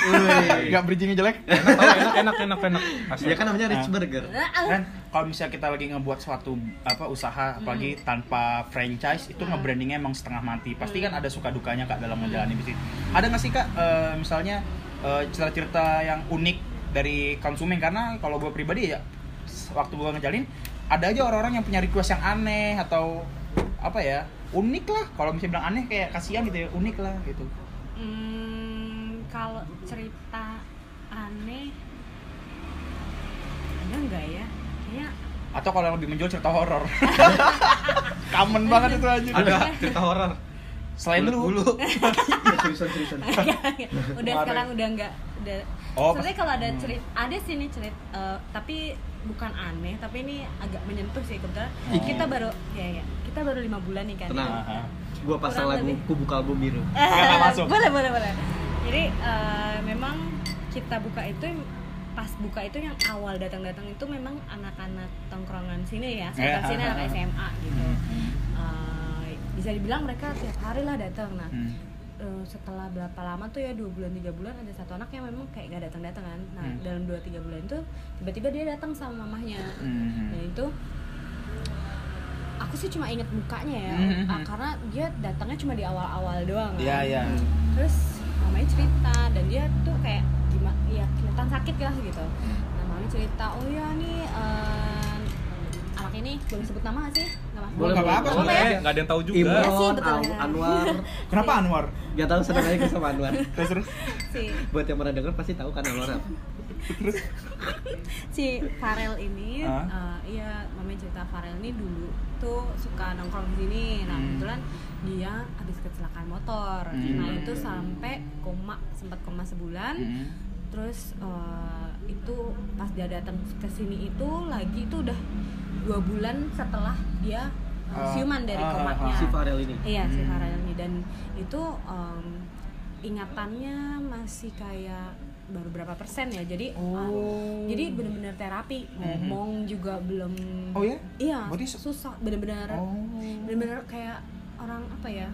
[SPEAKER 2] Nggak bridgingnya jelek.
[SPEAKER 3] Enak, tahu, enak, enak, enak, enak. Asli.
[SPEAKER 1] Ya kan namanya Rich
[SPEAKER 2] Ah.
[SPEAKER 1] Burger. Eh?
[SPEAKER 2] Kan kalau misalnya kita lagi ngebuat suatu apa usaha apalagi tanpa franchise itu nge-brandingnya emang setengah mati. Pasti kan ada suka dukanya Kak dalam menjalani bisnis. Ada nggak sih Kak eh, misalnya eh, cerita-cerita yang unik dari konsumen karena kalau gue pribadi ya s- waktu gue ngejalin ada aja orang-orang yang punya request yang aneh atau apa ya? Unik lah. Kalau misalnya bilang aneh kayak kasihan gitu ya, unik lah gitu.
[SPEAKER 5] Hmm, kalau cerita aneh ada nggak ya? Kayaknya
[SPEAKER 2] Atau kalau yang lebih menjual cerita horor. Kamen banget itu aja.
[SPEAKER 3] Ada cerita horor.
[SPEAKER 2] Selain
[SPEAKER 3] Ulet
[SPEAKER 2] lu.
[SPEAKER 3] bulu.
[SPEAKER 1] Iya, Seriusan seriusan.
[SPEAKER 5] udah sekarang udah nggak udah
[SPEAKER 2] Oh,
[SPEAKER 5] sebenarnya kalau ada cerita ada sih nih cerita eh, tapi bukan aneh tapi ini agak menyentuh sih kebetulan
[SPEAKER 2] Ih.
[SPEAKER 5] kita baru ya ya kita baru lima bulan nih kan
[SPEAKER 1] Tenang.
[SPEAKER 2] Aha.
[SPEAKER 1] Gua pasang
[SPEAKER 5] Kurang
[SPEAKER 1] lagu
[SPEAKER 5] lebih.
[SPEAKER 1] Kubu Kalbu Biru.
[SPEAKER 2] Nggak
[SPEAKER 5] Eh,
[SPEAKER 2] masuk.
[SPEAKER 5] boleh boleh boleh jadi eh, memang kita buka itu pas buka itu yang awal datang-datang itu memang anak-anak tongkrongan sini ya sekitar
[SPEAKER 2] Eh,
[SPEAKER 5] sini
[SPEAKER 2] ah,
[SPEAKER 5] anak
[SPEAKER 2] ah, ah.
[SPEAKER 5] SMA gitu Eh, bisa dibilang mereka tiap hari lah datang nah
[SPEAKER 2] Hmm.
[SPEAKER 5] Eh, setelah berapa lama tuh ya dua bulan tiga bulan ada satu anak yang memang kayak nggak datang datang kan nah
[SPEAKER 2] Hmm.
[SPEAKER 5] dalam dua tiga bulan itu tiba-tiba dia datang sama mamahnya
[SPEAKER 2] Hmm.
[SPEAKER 5] dan itu aku sih cuma inget mukanya ya
[SPEAKER 2] Hmm, hmm,
[SPEAKER 5] ah,
[SPEAKER 2] hmm.
[SPEAKER 5] karena dia datangnya cuma di awal-awal doang kan.
[SPEAKER 2] Iya, iya.
[SPEAKER 5] terus mamanya cerita dan dia tuh kayak gimana ya kelihatan sakit lah gitu nah mamanya cerita oh ya nih eh, anak ini belum sebut nama nggak sih nggak apa-apa. ya?
[SPEAKER 1] Boleh,
[SPEAKER 2] Nggak apa-apa,
[SPEAKER 5] Nggak
[SPEAKER 2] boleh.
[SPEAKER 3] Eh, nggak ada yang tahu juga.
[SPEAKER 5] Iya sih,
[SPEAKER 1] Imron,
[SPEAKER 5] betul
[SPEAKER 1] Au-
[SPEAKER 5] ya.
[SPEAKER 1] Anwar.
[SPEAKER 2] Kenapa Anwar?
[SPEAKER 1] Gak tau senang aja gua sama Anwar.
[SPEAKER 2] Terus terus.
[SPEAKER 5] sih
[SPEAKER 1] Buat yang pernah denger pasti tahu kan Anwar. apa.
[SPEAKER 5] si Farel ini
[SPEAKER 2] Hah?
[SPEAKER 5] eh, iya namanya cerita Farel ini dulu tuh suka nongkrong di sini nah
[SPEAKER 2] Hmm.
[SPEAKER 5] kebetulan dia habis kecelakaan motor
[SPEAKER 2] Hmm.
[SPEAKER 5] nah itu sampai koma sempat koma sebulan terus eh, itu pas dia datang ke sini itu lagi itu udah dua bulan setelah dia eh,
[SPEAKER 2] Ah,
[SPEAKER 5] siuman dari
[SPEAKER 2] ah, ah,
[SPEAKER 5] komanya
[SPEAKER 1] si Farel ini
[SPEAKER 5] Iya si
[SPEAKER 2] Hmm.
[SPEAKER 5] Farel ini dan itu em, ingatannya masih kayak baru berapa persen ya jadi em, jadi bener-bener terapi ngomong juga belum
[SPEAKER 2] Hmm. Oh ya?
[SPEAKER 5] iya
[SPEAKER 2] Berarti se-
[SPEAKER 5] susah bener-bener
[SPEAKER 2] Oh.
[SPEAKER 5] bener-bener kayak orang apa ya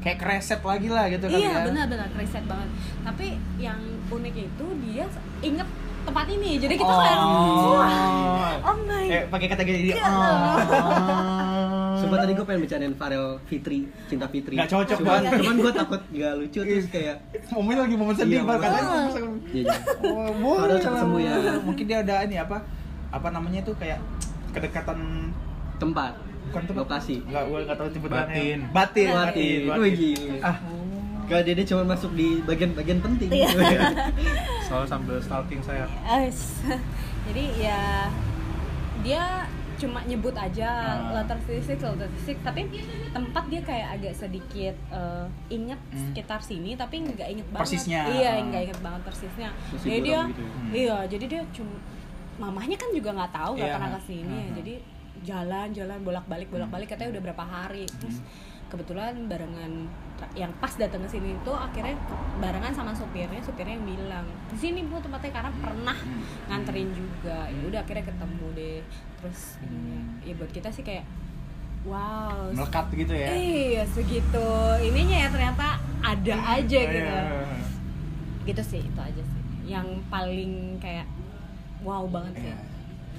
[SPEAKER 2] Kayak kereset lagi lah gitu kan
[SPEAKER 5] iya
[SPEAKER 2] ya.
[SPEAKER 5] benar-benar reset banget tapi yang unik itu dia inget tempat ini jadi kita
[SPEAKER 2] Oh.
[SPEAKER 5] kayak wah oh my
[SPEAKER 2] Eh, pakai kata gini jadi
[SPEAKER 5] Iya.
[SPEAKER 2] oh.
[SPEAKER 1] Sumpah tadi gue pengen bercandain Farel Fitri, Cinta Fitri
[SPEAKER 2] Nggak cocok,
[SPEAKER 1] Cuman,
[SPEAKER 2] Bang.
[SPEAKER 1] cuman gue takut nggak lucu terus kayak
[SPEAKER 2] Momennya lagi momen sedih
[SPEAKER 1] Iya,
[SPEAKER 2] banget
[SPEAKER 1] momen-
[SPEAKER 2] katanya.
[SPEAKER 1] ya, ya.
[SPEAKER 2] Oh, boleh
[SPEAKER 1] Padahal cepet
[SPEAKER 2] lah.
[SPEAKER 1] sembuh ya.
[SPEAKER 2] Mungkin dia ada ini apa? Apa namanya tuh kayak kedekatan
[SPEAKER 1] Tempat Iya,
[SPEAKER 2] bukan tempat
[SPEAKER 1] Lokasi.
[SPEAKER 2] Enggak, gue enggak tahu tipe
[SPEAKER 4] Batin.
[SPEAKER 2] Batin.
[SPEAKER 1] Mati,
[SPEAKER 2] Batin.
[SPEAKER 1] wih gila
[SPEAKER 2] Ah.
[SPEAKER 1] Gak dede cuma masuk di bagian-bagian penting
[SPEAKER 4] Soal sambil stalking saya.
[SPEAKER 5] Ais. Jadi ya dia cuma nyebut aja
[SPEAKER 2] Ah.
[SPEAKER 5] latar fisik latar fisik tapi tempat dia kayak agak sedikit eh, inget
[SPEAKER 2] Hmm.
[SPEAKER 5] sekitar sini tapi nggak inget banget
[SPEAKER 2] Persisnya.
[SPEAKER 5] iya
[SPEAKER 2] Ah.
[SPEAKER 5] nggak inget banget persisnya
[SPEAKER 1] Terus
[SPEAKER 5] jadi
[SPEAKER 1] hiburan
[SPEAKER 5] dia
[SPEAKER 1] gitu ya.
[SPEAKER 2] Hmm.
[SPEAKER 5] iya jadi dia cuma mamahnya kan juga nggak tahu nggak
[SPEAKER 2] Iya.
[SPEAKER 5] pernah ke sini ya
[SPEAKER 2] Aha.
[SPEAKER 5] jadi jalan-jalan bolak-balik
[SPEAKER 2] Hmm.
[SPEAKER 5] bolak-balik katanya udah berapa hari terus kebetulan barengan yang pas datang ke sini itu akhirnya barengan sama supirnya supirnya yang bilang di sini bu tempatnya karena
[SPEAKER 2] Hmm.
[SPEAKER 5] pernah nganterin juga ya udah akhirnya ketemu deh terus ya buat kita sih kayak wow se-
[SPEAKER 2] Hmm. Melekat gitu ya.
[SPEAKER 5] iya segitu ininya ya ternyata ada aja
[SPEAKER 2] Iya,
[SPEAKER 5] gitu
[SPEAKER 2] iya, iya.
[SPEAKER 5] gitu sih itu aja sih yang paling kayak wow banget sih
[SPEAKER 2] Iya.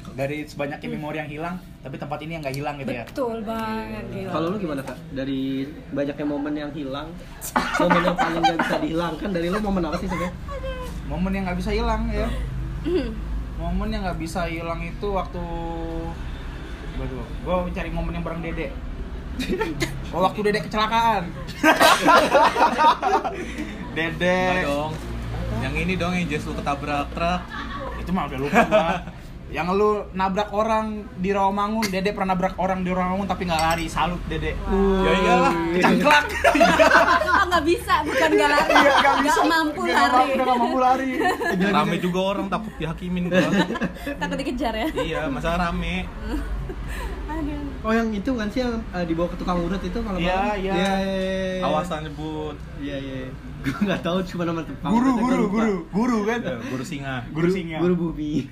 [SPEAKER 2] Dari sebanyaknya memori yang hilang, tapi tempat ini yang nggak hilang gitu ya.
[SPEAKER 5] betul banget gila
[SPEAKER 1] Kalau lu gimana kak? Dari banyaknya momen yang hilang Momen yang paling gak bisa dihilangkan Dari lu momen apa sih sebenernya?
[SPEAKER 2] Momen yang nggak bisa hilang ya. Momen yang nggak bisa hilang itu waktu gue mencari momen yang bareng Dede. Oh, waktu Dede kecelakaan. Dede.
[SPEAKER 3] dong. Yang ini dong yang Jesu ketabrak truk.
[SPEAKER 2] itu mah udah lupa gua. yang lu nabrak orang di Rawamangun dede pernah nabrak orang di Rawamangun tapi nggak lari salut dede
[SPEAKER 5] Wow.
[SPEAKER 2] Iya,
[SPEAKER 3] Ya iyalah.
[SPEAKER 2] cengklak
[SPEAKER 5] Ah, nggak bisa bukan nggak lari nggak mampu
[SPEAKER 2] Iya, Nggak
[SPEAKER 5] lari
[SPEAKER 2] mampu, nggak mampu lari
[SPEAKER 4] Rame juga orang takut dihakimin gua.
[SPEAKER 5] takut dikejar ya
[SPEAKER 4] iya, masa rame.
[SPEAKER 5] aduh
[SPEAKER 1] Oh yang itu kan sih yang eh, dibawa ke tukang urut itu kalau
[SPEAKER 2] Iya,
[SPEAKER 1] malam?
[SPEAKER 2] iya.
[SPEAKER 1] iya.
[SPEAKER 4] Awasan nyebut
[SPEAKER 1] Iya iya. Gue nggak tahu cuma nama tempat.
[SPEAKER 2] guru guru guru guru kan
[SPEAKER 3] Iya.
[SPEAKER 4] eh, guru singa.
[SPEAKER 2] guru singa
[SPEAKER 1] Guru bumi. ya.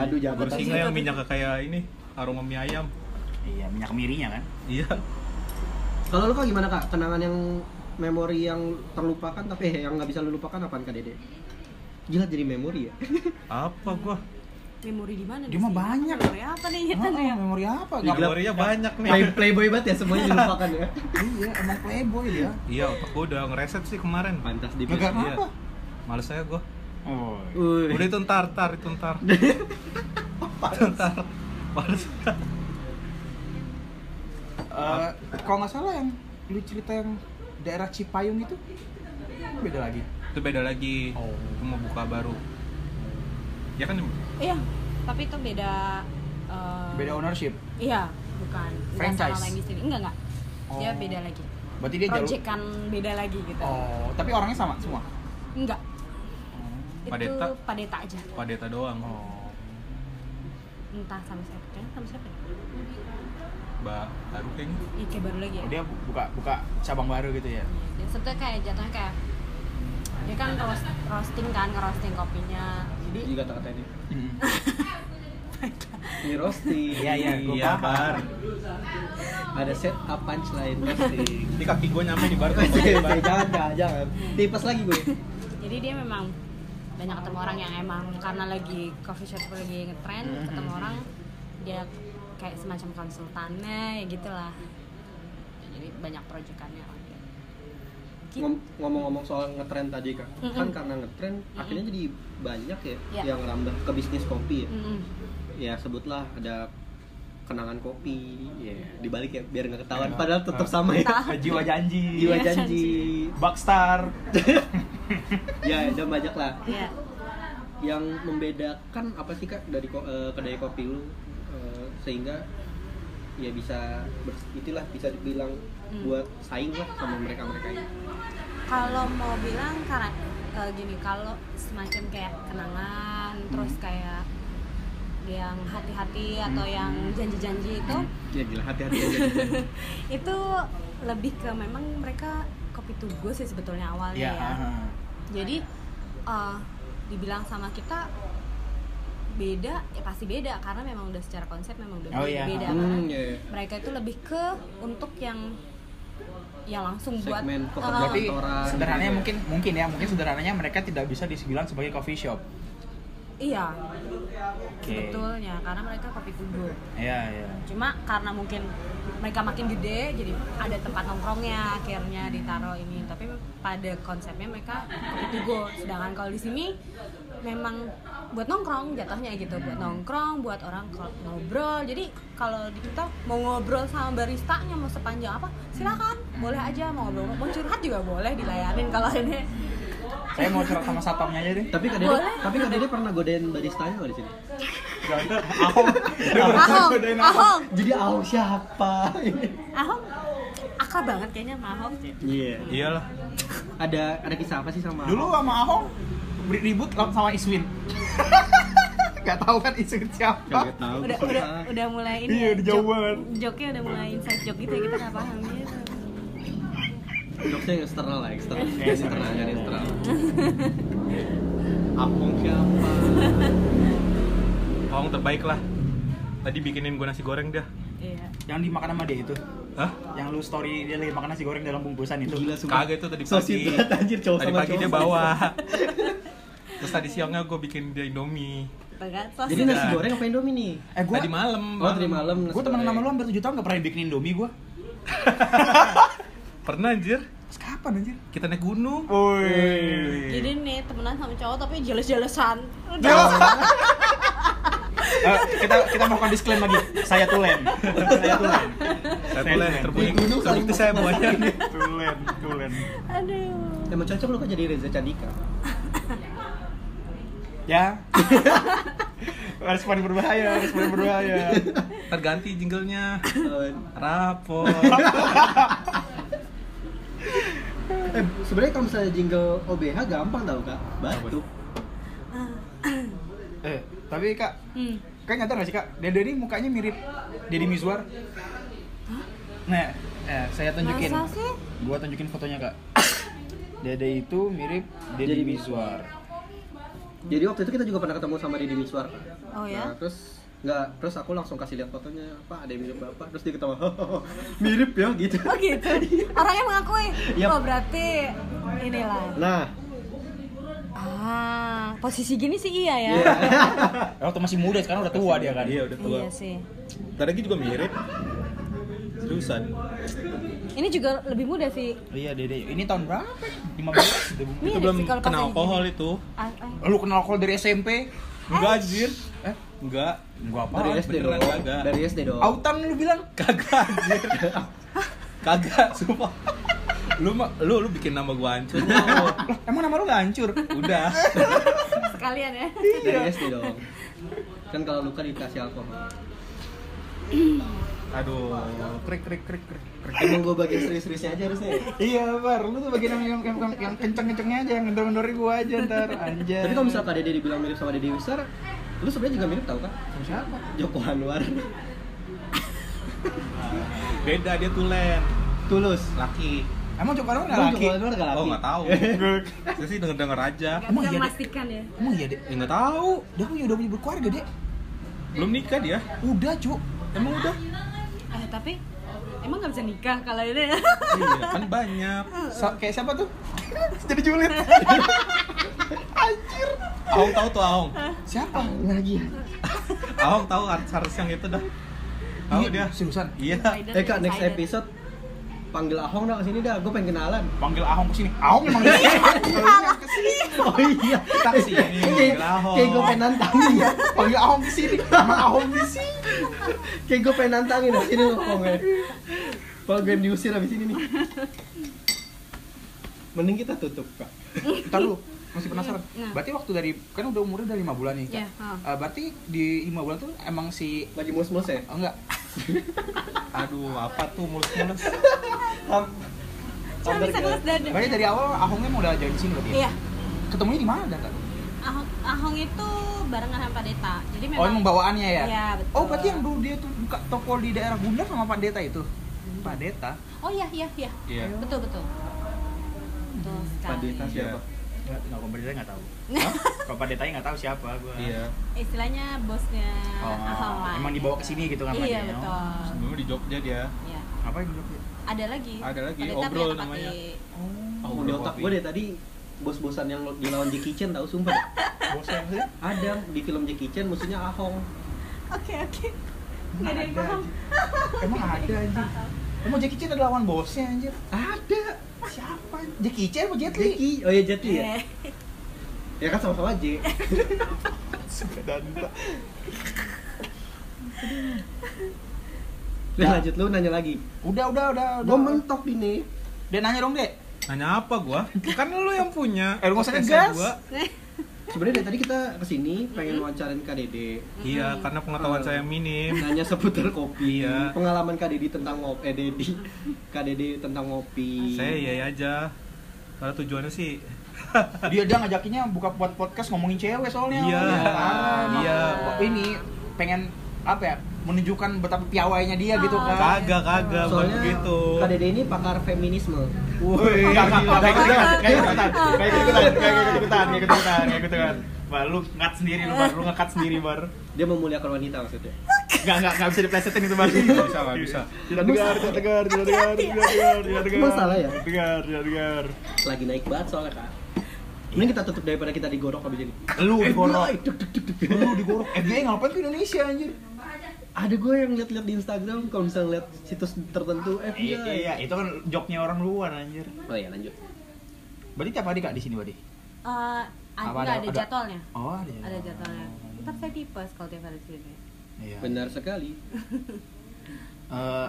[SPEAKER 1] Aduh
[SPEAKER 4] Guru
[SPEAKER 1] jabat.
[SPEAKER 4] singa yang minyaknya kayak ini, aroma mie ayam.
[SPEAKER 2] iya minyak mirinya kan
[SPEAKER 4] Iya.
[SPEAKER 1] Kalau lu kak gimana kak? Kenangan yang memori yang terlupakan tapi eh, yang nggak bisa lu lupakan apaan kak Dede? Gila jadi memori ya.
[SPEAKER 4] Apa gua?
[SPEAKER 5] memori di mana
[SPEAKER 2] Dia
[SPEAKER 5] di
[SPEAKER 2] mah
[SPEAKER 5] sini?
[SPEAKER 2] banyak.
[SPEAKER 5] memori apa nih Iya.
[SPEAKER 2] Ah,
[SPEAKER 5] kita nih
[SPEAKER 2] ah, memori apa
[SPEAKER 3] Iya.
[SPEAKER 2] Nggak-
[SPEAKER 4] Memorinya banyak nih.
[SPEAKER 1] Play, playboy banget ya semuanya dilupakan ya.
[SPEAKER 2] iya emang playboy ya
[SPEAKER 4] Iya, otak gua udah ngereset sih kemarin.
[SPEAKER 1] Pantas di
[SPEAKER 2] Nggak
[SPEAKER 1] Play-
[SPEAKER 2] apa
[SPEAKER 4] Iya. Males saya gua.
[SPEAKER 2] oh
[SPEAKER 1] Uy.
[SPEAKER 4] Udah itu ntar, ntar, itu ntar. Itu ntar. Males.
[SPEAKER 2] Eh, kalau nggak salah yang lu cerita yang daerah Cipayung itu beda lagi
[SPEAKER 4] Itu beda lagi.
[SPEAKER 2] Oh.
[SPEAKER 4] Itu mau buka baru. Ya kan
[SPEAKER 5] iya tapi itu beda eh,
[SPEAKER 2] beda ownership
[SPEAKER 5] iya bukan Nggak
[SPEAKER 2] Franchise.
[SPEAKER 5] sama yang di sini enggak enggak dia
[SPEAKER 2] Oh.
[SPEAKER 5] beda lagi
[SPEAKER 2] berarti dia jalur
[SPEAKER 5] proyekan beda lagi gitu
[SPEAKER 2] Oh, tapi orangnya sama semua.
[SPEAKER 5] enggak
[SPEAKER 4] Padeta?
[SPEAKER 5] itu padeta aja
[SPEAKER 4] Padeta doang.
[SPEAKER 2] Oh.
[SPEAKER 5] entah sama siapa kayaknya sama siapa ya?
[SPEAKER 4] Mbak baru kayaknya.
[SPEAKER 5] Iya, kayak baru lagi ya
[SPEAKER 2] Oh, dia bu- buka buka cabang baru gitu ya.
[SPEAKER 5] dan sebetulnya kayak jatuhnya kayak dia kan roast, roasting kan ngerosting kopinya jadi
[SPEAKER 1] Ini kata-kata ini. Ini roasting.
[SPEAKER 2] Iya iya, gua
[SPEAKER 4] Iya,
[SPEAKER 2] paham.
[SPEAKER 1] Ada set up punch lain roasting.
[SPEAKER 4] Ini kaki gue nyampe di bar.
[SPEAKER 1] jangan kak, jangan. Tipes lagi gue.
[SPEAKER 5] jadi dia memang banyak ketemu orang yang emang karena lagi coffee shop lagi ngetrend ketemu orang dia kayak semacam konsultannya ya gitulah jadi banyak proyekannya orang dia. gitu.
[SPEAKER 1] Ngom- ngomong-ngomong soal ngetren tadi kak
[SPEAKER 5] Mm-mm.
[SPEAKER 1] kan karena ngetren akhirnya jadi banyak ya
[SPEAKER 5] Iya.
[SPEAKER 1] yang rambah ke bisnis kopi ya
[SPEAKER 5] Mm-mm.
[SPEAKER 1] ya sebutlah ada kenangan kopi ya dibalik ya biar nggak ketahuan padahal tetap sama ya
[SPEAKER 5] Tahu.
[SPEAKER 2] Jiwa janji.
[SPEAKER 1] jiwa
[SPEAKER 5] Iya,
[SPEAKER 1] janji
[SPEAKER 2] Bakstar.
[SPEAKER 1] ya ada banyak lah
[SPEAKER 5] Iya.
[SPEAKER 1] yang membedakan apa sih kak dari ko- eh, kedai kopi lu eh, sehingga ya bisa bers- itulah bisa dibilang
[SPEAKER 5] Hmm.
[SPEAKER 1] buat saing lah sama mereka mereka ini
[SPEAKER 5] kalau mau bilang karena eh, gini kalau semacam kayak kenangan terus kayak yang hati-hati atau yang janji-janji itu
[SPEAKER 1] ya gila hati-hati aja gitu.
[SPEAKER 5] itu lebih ke memang mereka kopi tugu sih sebetulnya awalnya
[SPEAKER 2] ya
[SPEAKER 5] ya jadi
[SPEAKER 2] Oh, iya.
[SPEAKER 5] eh, dibilang sama kita beda ya pasti beda karena memang udah secara konsep memang udah
[SPEAKER 2] Oh, iya.
[SPEAKER 5] beda karena
[SPEAKER 1] hmm, ya, ya.
[SPEAKER 5] mereka itu lebih ke untuk yang ya langsung
[SPEAKER 1] Segmen pekerja
[SPEAKER 5] buat eh,
[SPEAKER 2] berarti
[SPEAKER 1] Kantoran,
[SPEAKER 2] sederhananya
[SPEAKER 1] gitu ya.
[SPEAKER 2] mungkin mungkin ya mungkin sederhananya mereka tidak bisa dibilang sebagai coffee shop
[SPEAKER 5] iya
[SPEAKER 2] Oke.
[SPEAKER 5] sebetulnya karena mereka kopi tugu
[SPEAKER 2] ya ya
[SPEAKER 5] cuma karena mungkin mereka makin gede jadi ada tempat nongkrongnya akhirnya ditaruh ini tapi pada konsepnya mereka kopi to go sedangkan kalau di sini memang buat nongkrong jatuhnya gitu buat nongkrong buat orang ko- ngobrol jadi kalau di kita mau ngobrol sama baristanya mau sepanjang apa silakan boleh aja mau ngobrol mau curhat juga boleh dilayanin kalau ini
[SPEAKER 2] saya mau curhat sama satpamnya aja deh
[SPEAKER 1] tapi kak Dede,
[SPEAKER 5] Boleh.
[SPEAKER 1] tapi kak Dede pernah godain baristanya nggak di sini
[SPEAKER 2] Ahong.
[SPEAKER 5] ahong ahong
[SPEAKER 1] jadi aw siapa
[SPEAKER 5] ahong akrab banget kayaknya sama ahong
[SPEAKER 1] iya
[SPEAKER 2] iyalah
[SPEAKER 1] ada ada kisah apa sih sama
[SPEAKER 2] dulu sama Ahong ribut sama Iswin nggak tahu kan Iswin siapa
[SPEAKER 1] Kagak tahu
[SPEAKER 5] udah
[SPEAKER 1] gua.
[SPEAKER 5] udah udah mulai ini
[SPEAKER 2] Iya,
[SPEAKER 5] ya,
[SPEAKER 2] udah jauh
[SPEAKER 5] jok-
[SPEAKER 2] banget.
[SPEAKER 5] joknya udah mulai inside joke gitu ya kita nggak paham gitu
[SPEAKER 1] Jokesnya yang eksternal lah, eksternal.
[SPEAKER 2] Eh,
[SPEAKER 1] eksternal, jadi eksternal. Apung siapa?
[SPEAKER 6] Awang terbaik lah. Tadi bikinin gue nasi goreng dah.
[SPEAKER 5] iya
[SPEAKER 2] yang dimakan sama dia itu
[SPEAKER 6] Hah?
[SPEAKER 2] yang lu story dia lagi makan nasi goreng dalam bungkusan itu
[SPEAKER 1] Gila sumpah.
[SPEAKER 6] Kagak itu tadi pagi.
[SPEAKER 1] Sosibat anjir cowok
[SPEAKER 6] Tadi
[SPEAKER 1] sama
[SPEAKER 6] pagi
[SPEAKER 1] cowok.
[SPEAKER 6] dia bawa. Terus tadi siangnya gue bikin dia indomie.
[SPEAKER 5] Bagat sos
[SPEAKER 1] Jadi nasi goreng apa Indomie nih?
[SPEAKER 2] eh gua
[SPEAKER 6] Tadi Iya. malam.
[SPEAKER 1] Oh, tadi malam. nasi
[SPEAKER 2] gue temen
[SPEAKER 1] goreng.
[SPEAKER 2] sama lu hampir 7 tahun nggak pernah bikin indomie gue
[SPEAKER 6] Pernah anjir.
[SPEAKER 2] pas kapan anjir
[SPEAKER 6] Kita naik gunung.
[SPEAKER 2] woi
[SPEAKER 5] jadi nih temenan sama cowok tapi jeles-jelesan
[SPEAKER 2] Iya. Eh, kita kita melakukan disclaim lagi. Saya tulen. Saya tulen.
[SPEAKER 6] Saya boleh terbunyi.
[SPEAKER 1] Di gunung
[SPEAKER 6] Terbukti
[SPEAKER 1] saling
[SPEAKER 6] saya buatnya.
[SPEAKER 2] Tulen, tulen.
[SPEAKER 5] aduh
[SPEAKER 1] Ya, Emang cocok lu kok jadi Reza Candika?
[SPEAKER 2] Ya. Respon berbahaya, respon berbahaya.
[SPEAKER 6] Terganti jinglenya.
[SPEAKER 1] Eh,
[SPEAKER 6] Rapor.
[SPEAKER 1] eh, sebenarnya kalau misalnya jingle OBH gampang tau kak? Batu.
[SPEAKER 2] Eh, tapi Kak,
[SPEAKER 5] hmm.
[SPEAKER 2] Kak nyadar gak sih Kak? Dede ini mukanya mirip Deddy Mizwar. Nah, eh, saya tunjukin.
[SPEAKER 5] masa sih
[SPEAKER 2] Gua tunjukin fotonya Kak. Dede itu mirip
[SPEAKER 1] Deddy
[SPEAKER 2] Deddy Mizwar.
[SPEAKER 1] Jadi waktu itu kita juga pernah ketemu sama Deddy Miswar. Kak.
[SPEAKER 5] Oh, ya?
[SPEAKER 1] Nah, terus nggak, terus aku langsung kasih lihat fotonya, Pak ada yang mirip bapak, terus dia ketawa, mirip ya gitu.
[SPEAKER 5] oh gitu orangnya mengakui
[SPEAKER 2] Iya.
[SPEAKER 1] Yap.
[SPEAKER 5] oh berarti inilah
[SPEAKER 1] Nah,
[SPEAKER 5] ah posisi gini sih iya ya
[SPEAKER 2] Eh, Waktu masih muda, sekarang udah tua dia kan.
[SPEAKER 6] Iya udah tua.
[SPEAKER 5] iya sih
[SPEAKER 6] Ntar lagi juga mirip. Seriusan.
[SPEAKER 5] ini juga lebih muda sih
[SPEAKER 2] Iya, Dede. Ini tahun berapa? 15? Dia
[SPEAKER 6] Itu
[SPEAKER 5] Mirip
[SPEAKER 6] belum
[SPEAKER 5] sih kalau pas
[SPEAKER 6] kena
[SPEAKER 5] lagi
[SPEAKER 6] alkohol
[SPEAKER 5] gini.
[SPEAKER 6] itu.
[SPEAKER 5] Ah, ah.
[SPEAKER 2] lu kenal alkohol dari SMP
[SPEAKER 6] Enggak anjir.
[SPEAKER 2] eh
[SPEAKER 6] Enggak.
[SPEAKER 2] gua apa
[SPEAKER 1] dari SD
[SPEAKER 6] beneran
[SPEAKER 1] dong,
[SPEAKER 6] kagak.
[SPEAKER 1] dari SD dong.
[SPEAKER 2] autan lu bilang
[SPEAKER 6] Kagak anjir. Kagak, sumpah. Lu mah- lu lu bikin nama gua hancur. lu.
[SPEAKER 2] Lah, emang nama lu gak hancur
[SPEAKER 6] Udah.
[SPEAKER 5] sekalian ya
[SPEAKER 6] iya.
[SPEAKER 1] dari SD dong kan kalau luka dikasih alkohol
[SPEAKER 6] Aduh.
[SPEAKER 2] krik krik krik krik
[SPEAKER 1] emang gue bagian serius-seriusnya aja harusnya ya?
[SPEAKER 2] iya bar lu tuh bagian yang yang yang, yang kenceng kencengnya aja yang kendor kendori gua aja ntar anjay
[SPEAKER 1] tapi kalau misalnya Kak Dede dibilang mirip sama Dede Wisar lu sebenarnya juga mirip tau kan
[SPEAKER 2] Sama siapa
[SPEAKER 1] Joko Anwar
[SPEAKER 6] Beda dia tulen.
[SPEAKER 1] tulus
[SPEAKER 6] Laki.
[SPEAKER 2] emang coba lu nggak
[SPEAKER 1] Emang
[SPEAKER 2] laki
[SPEAKER 1] Joko Anwar gak laki?
[SPEAKER 6] Oh, enggak tahu. Saya sih denger-denger aja.
[SPEAKER 5] nggak
[SPEAKER 2] Emang
[SPEAKER 5] bisa
[SPEAKER 2] iya, Dek?
[SPEAKER 5] memastikan ya
[SPEAKER 2] emang iya dek
[SPEAKER 6] Ya enggak tahu.
[SPEAKER 2] udah punya udah punya berkeluarga dek
[SPEAKER 6] Belum nikah dia.
[SPEAKER 2] udah cuk
[SPEAKER 6] Emang udah?
[SPEAKER 5] eh tapi emang nggak bisa nikah kalau ini ya.
[SPEAKER 6] Iya, kan banyak.
[SPEAKER 2] Sa- kayak siapa tuh jadi julid
[SPEAKER 6] Aong tahu tuh Aong.
[SPEAKER 2] siapa
[SPEAKER 6] ya? Aong tahu artis artis yang itu dah. Tahu
[SPEAKER 2] Iya,
[SPEAKER 6] dia.
[SPEAKER 2] seriusan
[SPEAKER 6] Iya.
[SPEAKER 1] eh kak next episode panggil Ahong dong kesini dah gue pengen kenalan
[SPEAKER 2] panggil Ahong kesini Ahong emang iya. dia
[SPEAKER 1] oh iya
[SPEAKER 6] Kita kesini,
[SPEAKER 1] kayak
[SPEAKER 6] panggil Ahong.
[SPEAKER 1] kayak gue pengen nantangin ya
[SPEAKER 2] panggil Ahong kesini emang Ahong kesini
[SPEAKER 1] kayak gue pengen nantangin di sini loh Ahong ya kalau gue diusir abis ini nih mending kita tutup kak
[SPEAKER 2] Ntar lu, masih penasaran.
[SPEAKER 5] Hmm, nah.
[SPEAKER 2] Berarti waktu dari kan udah umurnya udah lima bulan nih. Kak.
[SPEAKER 5] Iya, heeh.
[SPEAKER 2] Eh, berarti di lima bulan tuh emang si
[SPEAKER 1] Lagi mulus-mulus ya?
[SPEAKER 2] oh, enggak
[SPEAKER 6] Aduh, apa tuh mulus-mulus?
[SPEAKER 5] Cuma bisa ngeles dada.
[SPEAKER 2] Berarti dari awal Ahongnya mau udah join sini berarti. ya?
[SPEAKER 5] Iya.
[SPEAKER 2] Ketemunya di mana dan?
[SPEAKER 5] Ahong, Ahong itu barengan sama Deta. Jadi memang
[SPEAKER 2] Oh, emang bawaannya ya?
[SPEAKER 5] Iya, betul.
[SPEAKER 2] Oh, berarti yang dulu dia tuh buka toko di daerah Bundar sama Pak Deta itu. Pak Deta.
[SPEAKER 5] Oh iya iya iya.
[SPEAKER 6] Iya.
[SPEAKER 5] Betul betul. Betul
[SPEAKER 2] Kan?
[SPEAKER 5] sekali.
[SPEAKER 1] Hmm, Deta
[SPEAKER 2] Iya.
[SPEAKER 1] siapa?
[SPEAKER 4] Nggak, nggak pemerintah nggak tahu. Kalau pada tanya nggak tahu siapa gua.
[SPEAKER 1] Iya.
[SPEAKER 5] Eh, Istilahnya bosnya
[SPEAKER 4] Oh,
[SPEAKER 5] Ahong lah.
[SPEAKER 4] emang dibawa ke sini gitu kan tadinya.
[SPEAKER 5] Iya betul.
[SPEAKER 6] Dulu di Jogja dia.
[SPEAKER 5] Iya.
[SPEAKER 4] Apa yang dulu?
[SPEAKER 5] Ada lagi.
[SPEAKER 6] Ada lagi,
[SPEAKER 5] Pak Deta punya
[SPEAKER 6] obrol
[SPEAKER 5] tempat
[SPEAKER 6] namanya.
[SPEAKER 5] di-
[SPEAKER 1] Oh, di otak gue deh tadi bos-bosan yang lo- dilawan Jackie Chan tau sumpah
[SPEAKER 4] Bosan sih.
[SPEAKER 1] ada di film Jackie Chan musuhnya Ahong
[SPEAKER 5] Oke oke. Nggak ada yang
[SPEAKER 2] Ada.
[SPEAKER 5] paham.
[SPEAKER 2] Emang ada anjir. Emang Jackie Chan ada lawan bosnya anjir. Ada. Siapa? Jackie Chan apa Jet Li?
[SPEAKER 1] Jackie oh ya Jackie ya
[SPEAKER 5] Eh,
[SPEAKER 1] ya kan sama-sama J
[SPEAKER 2] Danta.
[SPEAKER 1] Nah, lanjut lu nanya lagi
[SPEAKER 2] Udah, udah, udah, udah.
[SPEAKER 1] gue mentok di nih
[SPEAKER 2] Dia nanya dong, Dek.
[SPEAKER 6] Nanya apa gua? Kan lu yang punya.
[SPEAKER 2] Eh, lu nggak usah
[SPEAKER 6] Tesnya
[SPEAKER 2] ngegas.
[SPEAKER 6] gua.
[SPEAKER 1] sebenarnya dari tadi kita kesini pengen wawancarin Kak Dede
[SPEAKER 6] Iya, karena pengetahuan saya minim.
[SPEAKER 1] nanya seputar kopi ya.
[SPEAKER 6] Iya.
[SPEAKER 2] Hmm.
[SPEAKER 1] pengalaman Kak Dede tentang ngopi eh Dedi Kak Dede tentang ngopi
[SPEAKER 6] Saya
[SPEAKER 2] ya,
[SPEAKER 6] iya aja. Karena tujuannya sih
[SPEAKER 2] Dia dia ngajakinnya buka buat podcast ngomongin cewek soalnya.
[SPEAKER 6] Iya.
[SPEAKER 2] Parah, emang.
[SPEAKER 6] Iya.
[SPEAKER 2] Ini pengen apa ya? Menunjukkan betapa piawainya dia gitu kan.
[SPEAKER 3] iya.
[SPEAKER 6] kagak kagak bukan
[SPEAKER 1] soalnya
[SPEAKER 6] begitu.
[SPEAKER 1] Kak Dede ini pakar feminisme
[SPEAKER 2] Wih, kagak kagak kagak
[SPEAKER 4] gitu.
[SPEAKER 2] kagak
[SPEAKER 4] Kayak ikutan, kayak ikutan, kayak ikutan, kayak ikutan. Bah, lu ngat sendiri lu, Bar. Lu ngekat sendiri, Bar.
[SPEAKER 1] dia memuliakan wanita maksudnya
[SPEAKER 4] Enggak, enggak, enggak bisa diplesetin itu, Bar.
[SPEAKER 6] Nggak bisa, nggak bisa.
[SPEAKER 4] Tidak dengar, tidak dengar, tidak dengar, tidak dengar, tidak dengar.
[SPEAKER 1] Emang salah ya?
[SPEAKER 4] Tidak dengar, tidak dengar.
[SPEAKER 1] lagi naik banget soalnya Kak Mending kita tutup daripada kita digorok habis ini
[SPEAKER 2] Lu digorok.
[SPEAKER 1] FBI, duk, duk, duk, duk.
[SPEAKER 2] Lu digorok. FBI ngapain ke Indonesia anjir?
[SPEAKER 1] ada gue yang liat-liat di Instagram kalau misalnya liat situs tertentu FBI
[SPEAKER 4] Iya, iya, itu kan joknya orang luar anjir.
[SPEAKER 1] oh iya lanjut
[SPEAKER 2] Berarti tiap hari Kak di sini, Badi?
[SPEAKER 5] eh, ada,
[SPEAKER 2] Apa ada-
[SPEAKER 5] nggak ada
[SPEAKER 2] ada-
[SPEAKER 5] jadwalnya.
[SPEAKER 2] Oh, ada.
[SPEAKER 5] Ada jadwalnya. Ntar saya tipes kalau tiap hari di sini.
[SPEAKER 2] Iya.
[SPEAKER 1] benar sekali
[SPEAKER 2] Eh,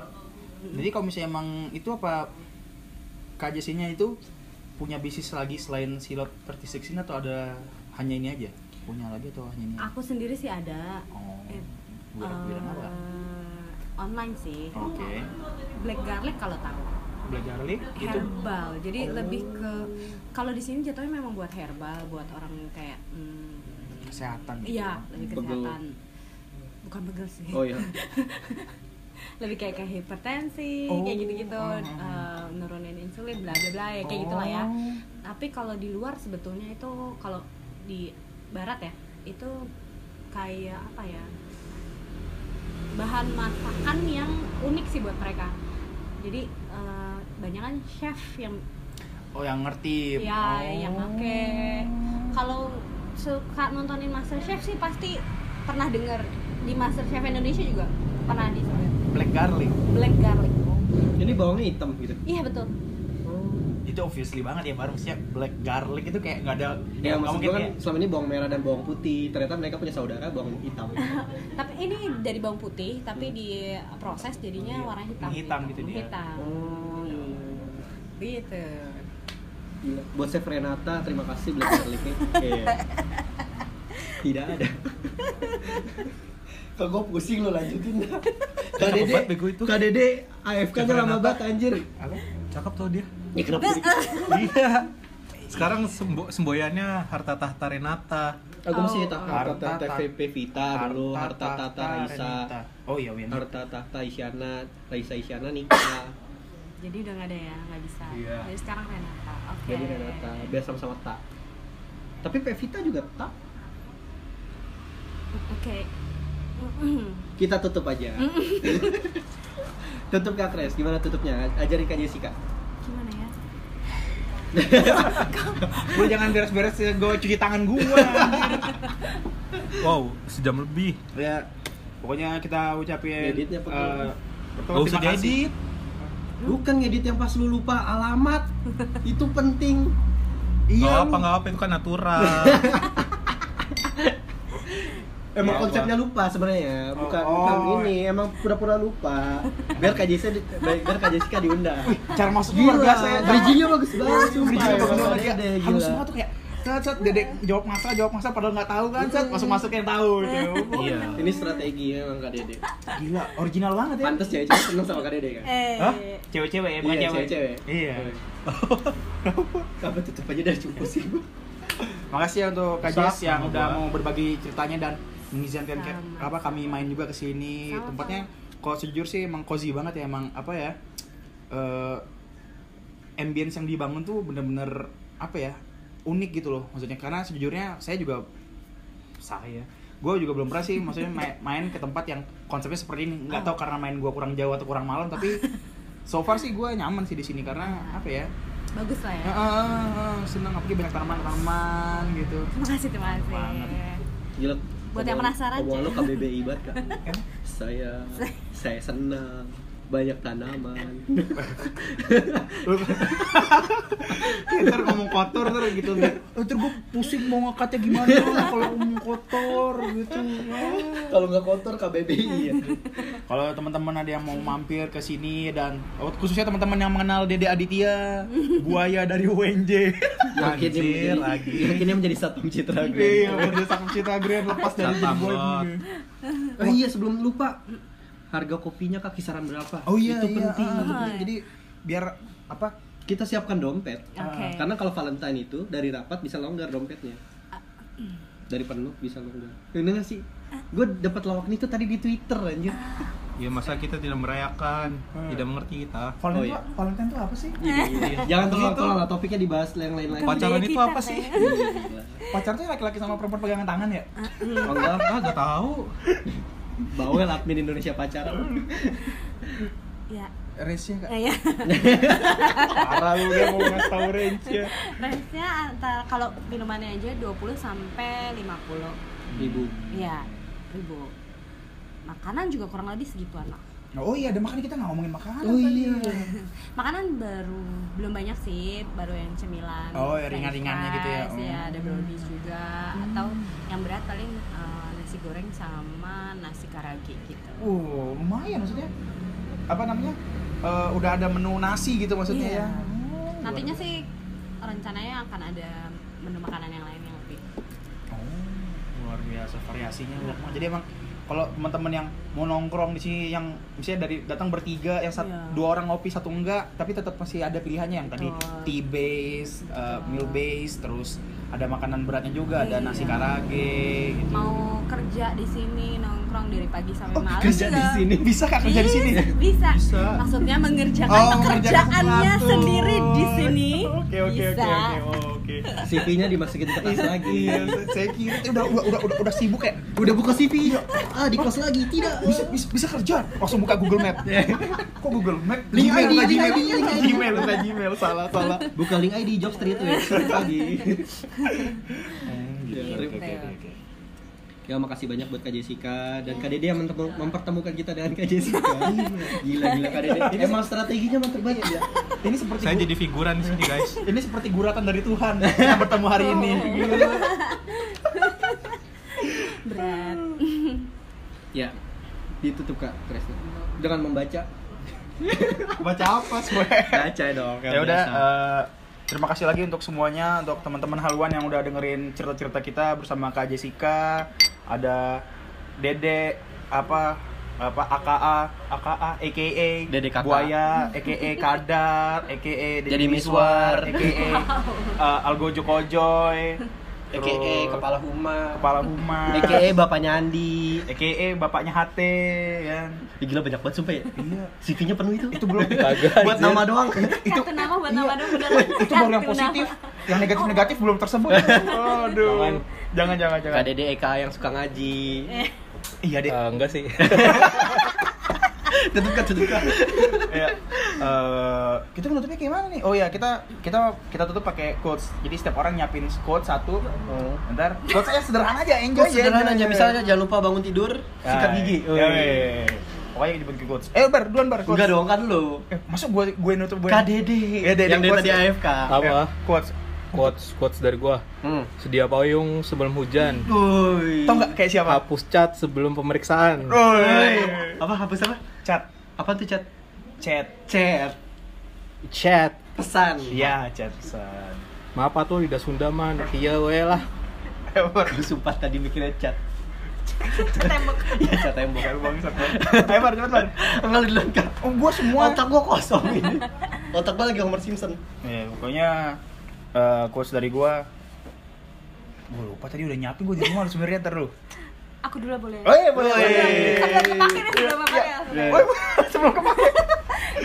[SPEAKER 2] jadi kalau misalnya emang itu apa KJC-nya itu punya bisnis lagi selain silot 36 ini atau ada hanya ini aja? Punya lagi atau hanya ini?
[SPEAKER 5] Aku sendiri sih ada.
[SPEAKER 2] Oh.
[SPEAKER 5] Eh,
[SPEAKER 2] Bulan-bulan apa?
[SPEAKER 5] eh, online sih.
[SPEAKER 2] Oke.
[SPEAKER 5] Black garlic kalau tahu.
[SPEAKER 2] Black garlic
[SPEAKER 5] Kan.
[SPEAKER 2] itu Oh.
[SPEAKER 5] Herbal. Jadi lebih ke kalau di sini jatuhnya memang buat herbal, buat orang kayak hmm,
[SPEAKER 2] kesehatan gitu.
[SPEAKER 5] iya, lebih
[SPEAKER 1] Pegel.
[SPEAKER 5] kesehatan. Bukan pegel sih.
[SPEAKER 1] oh iya
[SPEAKER 5] lebih kayak kayak hipertensi
[SPEAKER 2] Oh.
[SPEAKER 5] kayak gitu-gitu
[SPEAKER 2] Oh.
[SPEAKER 5] eh, nurunin insulin bla bla bla ya kayak gitulah ya tapi kalau di luar sebetulnya itu kalau di barat ya itu kayak apa ya bahan masakan yang unik sih buat mereka jadi eh, banyak kan chef yang
[SPEAKER 2] Oh, yang ngerti.
[SPEAKER 4] Iya.
[SPEAKER 5] ya
[SPEAKER 2] Oh.
[SPEAKER 5] yang make kalau suka nontonin master chef sih pasti pernah dengar di master chef Indonesia juga pernah di
[SPEAKER 2] Black garlic.
[SPEAKER 5] black garlic
[SPEAKER 1] ini bawangnya hitam gitu
[SPEAKER 5] Iya betul.
[SPEAKER 4] Itu obviously banget ya, Bar. Maksudnya black garlic itu kayak nggak ada
[SPEAKER 1] Ya,
[SPEAKER 4] nggak
[SPEAKER 1] maksud
[SPEAKER 4] mungkin
[SPEAKER 1] gue kan
[SPEAKER 4] ya.
[SPEAKER 1] selama ini bawang merah dan bawang putih. Ternyata mereka punya saudara bawang hitam.
[SPEAKER 5] Tapi ini dari bawang putih, tapi diproses jadinya warna hitam.
[SPEAKER 4] Hmm. Menghitam gitu dia.
[SPEAKER 5] Menghitam.
[SPEAKER 1] oh, iya.
[SPEAKER 5] Gitu.
[SPEAKER 1] Gila. Buat Chef Renata, terima kasih beli garlicnya. Iya. Tidak ada. Kok gue pusing lo lanjutin Kak
[SPEAKER 6] Cakep banget bego itu.
[SPEAKER 1] Kak Dede AFK-nya
[SPEAKER 6] Chef
[SPEAKER 1] lama
[SPEAKER 6] Renata.
[SPEAKER 1] banget anjir
[SPEAKER 2] Apa?
[SPEAKER 6] Cakep tuh dia.
[SPEAKER 1] Ya kenapa jadi
[SPEAKER 6] Iya. Sekarang sembo- semboyannya harta tahta Renata.
[SPEAKER 1] Aku masih tak harta
[SPEAKER 4] Harta
[SPEAKER 1] tahta
[SPEAKER 4] Tata.
[SPEAKER 1] VP Vita dulu Harta tata Raisa
[SPEAKER 4] Renita. Oh iya, iya.
[SPEAKER 1] Harta tahta Isyana Raisa Isyana nikah
[SPEAKER 5] Jadi udah nggak ada ya, nggak bisa.
[SPEAKER 6] Iya.
[SPEAKER 5] Jadi sekarang Renata. Oke.
[SPEAKER 1] Jadi Renata, biar sama-sama tak. Tapi Pevita juga tak.
[SPEAKER 5] Oke. Mm-mm.
[SPEAKER 1] Kita tutup aja. tutup Kak Kres, gimana tutupnya? Ajarin Kak Jessica.
[SPEAKER 5] Gimana ya?
[SPEAKER 2] Lu jangan beres-beres gue cuci tangan gua.
[SPEAKER 6] Wow, sejam lebih.
[SPEAKER 2] ya pokoknya kita ucapin
[SPEAKER 1] Ngeditnya apa
[SPEAKER 2] eh,
[SPEAKER 1] tuh?
[SPEAKER 2] pertama
[SPEAKER 6] Gak usah
[SPEAKER 2] terima kasih.
[SPEAKER 6] diedit.
[SPEAKER 1] Bukan ngedit yang pas lu lupa alamat. Itu penting.
[SPEAKER 6] Gak
[SPEAKER 2] iya
[SPEAKER 6] apa
[SPEAKER 2] lu.
[SPEAKER 6] gak apa itu kan natural.
[SPEAKER 1] Emang
[SPEAKER 2] Ya,
[SPEAKER 1] konsepnya lupa sebenarnya, bukan
[SPEAKER 2] Oh,
[SPEAKER 1] bukan
[SPEAKER 2] oh.
[SPEAKER 1] ini, emang pura-pura lupa. Biar Kak Jessica, di- biar Kak Jessica diundang.
[SPEAKER 2] cara masuk luar biasa ya cara-
[SPEAKER 1] Iya, bridgingnya bagus banget,
[SPEAKER 2] Bridging
[SPEAKER 1] sumpah. ya.
[SPEAKER 2] bagus
[SPEAKER 1] Emang
[SPEAKER 2] banget,
[SPEAKER 1] ada,
[SPEAKER 2] kayak
[SPEAKER 1] gila.
[SPEAKER 2] halus semua tuh kayak Set, set, dedek jawab masa, jawab masa padahal nggak tahu kan, set masuk-masuk yang tahu gitu.
[SPEAKER 1] Ya.
[SPEAKER 4] Iya.
[SPEAKER 7] Ini strateginya emang Kak
[SPEAKER 2] Eh.
[SPEAKER 7] Dede.
[SPEAKER 2] Gila, original banget ya.
[SPEAKER 7] Pantes cewek-cewek seneng sama Kak Dede kan?
[SPEAKER 5] Eh,
[SPEAKER 2] Hah? Cewek-cewek ya, bukan
[SPEAKER 7] Iya,
[SPEAKER 2] cewek.
[SPEAKER 7] cewek-cewek.
[SPEAKER 2] Iya.
[SPEAKER 7] Apa tutup aja dari cukup sih Bu?
[SPEAKER 2] Makasih ya untuk Kak Jess yang udah mau berbagi ceritanya dan mengizinkan ke-
[SPEAKER 5] Sama.
[SPEAKER 2] apa kami main juga ke sini.
[SPEAKER 5] Sama-sama.
[SPEAKER 2] Tempatnya kalau sejujur sih emang cozy banget ya emang apa ya? eh ambience yang dibangun tuh bener-bener apa ya? unik gitu loh maksudnya karena sejujurnya saya juga saya gue juga belum pernah sih maksudnya main, main ke tempat yang konsepnya seperti ini nggak tahu karena main gue kurang jauh atau kurang malam tapi so far sih gue nyaman sih di sini karena apa ya
[SPEAKER 5] bagus lah ya.
[SPEAKER 2] Ah, ah, ah, seneng apalagi banyak tanaman-tanaman gitu.
[SPEAKER 5] Terima kasih, terima kasih.
[SPEAKER 2] Banget.
[SPEAKER 7] Gila.
[SPEAKER 5] Buat yang
[SPEAKER 7] omongan-
[SPEAKER 5] penasaran,
[SPEAKER 7] Omongan
[SPEAKER 5] Cek.
[SPEAKER 7] lo KBBI banget Kak. Saya saya senang banyak tanaman.
[SPEAKER 2] Iya, ntar ngomong kotor ntar gitu. Ntar gue pusing mau ngangkatnya gimana kalau ngomong kotor gitu.
[SPEAKER 7] Kalau nggak kotor KBBI ya.
[SPEAKER 2] Iya. Kalau teman-teman ada yang mau mampir ke sini dan oh, khususnya teman-teman yang mengenal Dede Aditya, buaya dari UNJ.
[SPEAKER 7] Yakinnya menjadi yakinnya menjadi satpam citra gue.
[SPEAKER 2] Iya, udah sama Cita Grand lepas dari jadi boy.
[SPEAKER 7] Oh iya sebelum lupa harga kopinya kak kisaran berapa?
[SPEAKER 2] Oh iya,
[SPEAKER 7] itu
[SPEAKER 2] iya,
[SPEAKER 7] penting.
[SPEAKER 2] ah. Jadi biar apa?
[SPEAKER 7] Kita siapkan dompet.
[SPEAKER 5] Oke.
[SPEAKER 1] Ah, kan?
[SPEAKER 7] Karena kalau Valentine itu dari rapat bisa longgar dompetnya. Dari penuh bisa longgar. Ini nggak sih? Gue dapat lawak itu tadi di Twitter anjir.
[SPEAKER 6] Ya masa kita tidak merayakan,
[SPEAKER 2] Hmm.
[SPEAKER 6] tidak mengerti kita.
[SPEAKER 2] Valentine,
[SPEAKER 7] Oh, iya.
[SPEAKER 2] tuh- Valentine tuh apa sih?
[SPEAKER 7] Jangan
[SPEAKER 2] Gitu.
[SPEAKER 7] tolong-tolong lah topiknya dibahas yang lain lagi.
[SPEAKER 6] Pacaran itu apa sih?
[SPEAKER 2] Pacar tuh laki-laki sama perempuan pegangan tangan ya?
[SPEAKER 7] Oh, enggak.
[SPEAKER 6] Ah, gak tahu.
[SPEAKER 7] Bawel admin Indonesia pacaran.
[SPEAKER 5] Ya,
[SPEAKER 2] Race-nya kak.
[SPEAKER 5] kayak
[SPEAKER 2] Parah lu dia mau ngasih tau range-nya.
[SPEAKER 5] range-nya antara kalau minumannya aja 20 sampai 50.
[SPEAKER 7] Ibu.
[SPEAKER 5] Iya, ribu. Makanan juga kurang lebih segituan lah.
[SPEAKER 2] Oh iya, ada makanan kita nggak ngomongin makanan
[SPEAKER 7] Oh
[SPEAKER 2] tadi.
[SPEAKER 7] iya.
[SPEAKER 5] Hmm. Makanan baru belum banyak sih, baru yang cemilan.
[SPEAKER 2] Oh, ya
[SPEAKER 5] french
[SPEAKER 2] ringan-ringannya gitu ya.
[SPEAKER 5] fries, iya,
[SPEAKER 2] Oh.
[SPEAKER 5] ada brownies juga atau yang berat paling eh, nasi goreng sama nasi karage gitu.
[SPEAKER 2] Uh, lumayan maksudnya. Apa namanya? Eh, udah ada menu nasi gitu maksudnya ya.
[SPEAKER 5] Iya.
[SPEAKER 2] Oh,
[SPEAKER 5] Nantinya sih rencananya akan ada menu makanan yang lain yang lebih.
[SPEAKER 2] Oh, luar biasa variasinya banyak banget. Jadi emang kalau teman-teman yang mau nongkrong di sini yang misalnya dari datang bertiga yang sat-
[SPEAKER 5] Iya.
[SPEAKER 2] dua orang ngopi satu enggak tapi tetap masih ada pilihannya yang tadi
[SPEAKER 5] Betul.
[SPEAKER 2] tea base, eh, meal base, terus ada makanan beratnya juga ada nasi
[SPEAKER 5] Iya.
[SPEAKER 2] karage gitu.
[SPEAKER 5] Mau kerja di sini nongkrong dari pagi sampai
[SPEAKER 2] Oh,
[SPEAKER 5] malam
[SPEAKER 2] kerja
[SPEAKER 5] juga. Iya,
[SPEAKER 2] di sini bisa kak kerja di sini? ya?
[SPEAKER 5] Bisa.
[SPEAKER 2] Bisa.
[SPEAKER 5] Maksudnya mengerjakan
[SPEAKER 2] Oh, mengerjakan
[SPEAKER 5] pekerjaannya
[SPEAKER 2] sesuatu.
[SPEAKER 5] sendiri di sini.
[SPEAKER 2] Oke oke
[SPEAKER 5] Bisa.
[SPEAKER 2] oke oke oh, oke.
[SPEAKER 7] CV-nya dimasukin ke tas lagi.
[SPEAKER 2] Iya, saya kira itu udah udah udah udah, udah sibuk ya.
[SPEAKER 7] Udah buka CV. Ah, di kos lagi. Tidak.
[SPEAKER 2] Bisa, bisa bisa kerja. Langsung buka Google Map. Kok Google Map?
[SPEAKER 7] Link
[SPEAKER 2] Gmail,
[SPEAKER 7] ID,
[SPEAKER 2] bukan
[SPEAKER 7] link
[SPEAKER 2] Gmail,
[SPEAKER 7] ID, link
[SPEAKER 2] bukan
[SPEAKER 7] ID.
[SPEAKER 2] Gmail, bukan Gmail, salah salah.
[SPEAKER 7] Buka link ID Jobstreet ya. Pagi.
[SPEAKER 5] Gitu.
[SPEAKER 7] Ya makasih banyak buat Kak Jessica dan Kak Dede yang mentem- mempertemukan kita dengan Kak Jessica. gila gila Kak Dede. Emang strateginya mantep banget ya.
[SPEAKER 2] Ini seperti
[SPEAKER 6] Saya
[SPEAKER 2] gu-
[SPEAKER 6] jadi figuran di sini, guys.
[SPEAKER 2] ini seperti guratan dari Tuhan yang bertemu hari ini. Gila.
[SPEAKER 5] Berat.
[SPEAKER 7] Ya. Ditutup Kak Kresna. Jangan membaca.
[SPEAKER 2] Baca apa sih?
[SPEAKER 7] Baca dong.
[SPEAKER 2] Ya udah eh, terima kasih lagi untuk semuanya untuk teman-teman haluan yang udah dengerin cerita-cerita kita bersama Kak Jessica, ada Dede apa apa AKA AKA AKA
[SPEAKER 1] Dede Kakak.
[SPEAKER 2] Buaya AKA Kadar AKA Dede
[SPEAKER 1] Jadi
[SPEAKER 2] Miswar
[SPEAKER 1] Miswar.
[SPEAKER 2] AKA eh, Algo Jokojoy
[SPEAKER 1] EKE
[SPEAKER 2] terus
[SPEAKER 1] kepala huma.
[SPEAKER 2] kepala Huma
[SPEAKER 1] EKE bapaknya Andi.
[SPEAKER 2] AKA bapaknya Hate ya
[SPEAKER 1] Ya, gila banyak banget sumpah ya. CV-nya penuh itu.
[SPEAKER 2] itu belum
[SPEAKER 1] Buat nama doang.
[SPEAKER 5] Itu nama buat nama dong bener.
[SPEAKER 2] iya. itu baru yang
[SPEAKER 5] Kartu nama.
[SPEAKER 2] positif yang negatif negatif belum tersebut aduh jangan jangan jangan
[SPEAKER 1] Kak Dede Eka yang suka ngaji.
[SPEAKER 5] Eh,
[SPEAKER 2] iya deh
[SPEAKER 1] Ah.
[SPEAKER 3] Eh, enggak sih.
[SPEAKER 1] Tutup Kak, tutup Kak.
[SPEAKER 2] ya eh, kita menutupnya kayak mana nih oh ya kita kita kita tutup pakai quotes jadi setiap orang nyiapin quotes satu
[SPEAKER 1] Oh.
[SPEAKER 2] ntar quotes aja sederhana aja enjoy
[SPEAKER 1] Kok iya,
[SPEAKER 2] aja,
[SPEAKER 1] sederhana
[SPEAKER 2] enjoy
[SPEAKER 1] aja misalnya jangan lupa bangun tidur, sikat gigi.
[SPEAKER 2] Ya, ya, ya, ya. pokoknya dibentuk quotes eh bar duluan bar quotes
[SPEAKER 1] Enggak dong kan lu.
[SPEAKER 2] eh, masuk gue gue nutup gue
[SPEAKER 1] Kak Iya, Dede.
[SPEAKER 2] Ya, Dede,
[SPEAKER 1] Yang dari
[SPEAKER 2] gua-
[SPEAKER 1] tadi AFK.
[SPEAKER 2] Eh,
[SPEAKER 3] Apa?
[SPEAKER 2] quotes
[SPEAKER 3] Quotes quotes dari gua.
[SPEAKER 1] Hmm.
[SPEAKER 3] Sedia payung sebelum hujan.
[SPEAKER 1] Woi.
[SPEAKER 2] tau nggak kayak siapa
[SPEAKER 3] Hapus cat sebelum pemeriksaan.
[SPEAKER 2] Woi.
[SPEAKER 1] Apa hapus apa?
[SPEAKER 2] chat
[SPEAKER 1] Apa tuh chat?
[SPEAKER 2] chat
[SPEAKER 1] Chat.
[SPEAKER 3] Chat.
[SPEAKER 1] Pesan.
[SPEAKER 2] Iya, ya chat pesan
[SPEAKER 3] maaf pak tuh lidah Sunda man iya we lah
[SPEAKER 1] Gue sumpah tadi mikirnya cat
[SPEAKER 5] tembok
[SPEAKER 1] Iya cat tembok
[SPEAKER 2] Kayak bang Eh, Ayo Far, cepet Far
[SPEAKER 1] Enggak lu duluan kan
[SPEAKER 2] Oh gua semua
[SPEAKER 1] Otak gue kosong ini Otak gue lagi Homer Simpson
[SPEAKER 2] Ya, pokoknya eh quotes dari gua Gua lupa tadi udah nyiapin gua di rumah sebenarnya ntar lu.
[SPEAKER 5] aku dulu boleh
[SPEAKER 2] Oh iya boleh.
[SPEAKER 5] Kan udah kepake nih sebelum apa ya
[SPEAKER 2] Oh, iya, sebelum kemarin.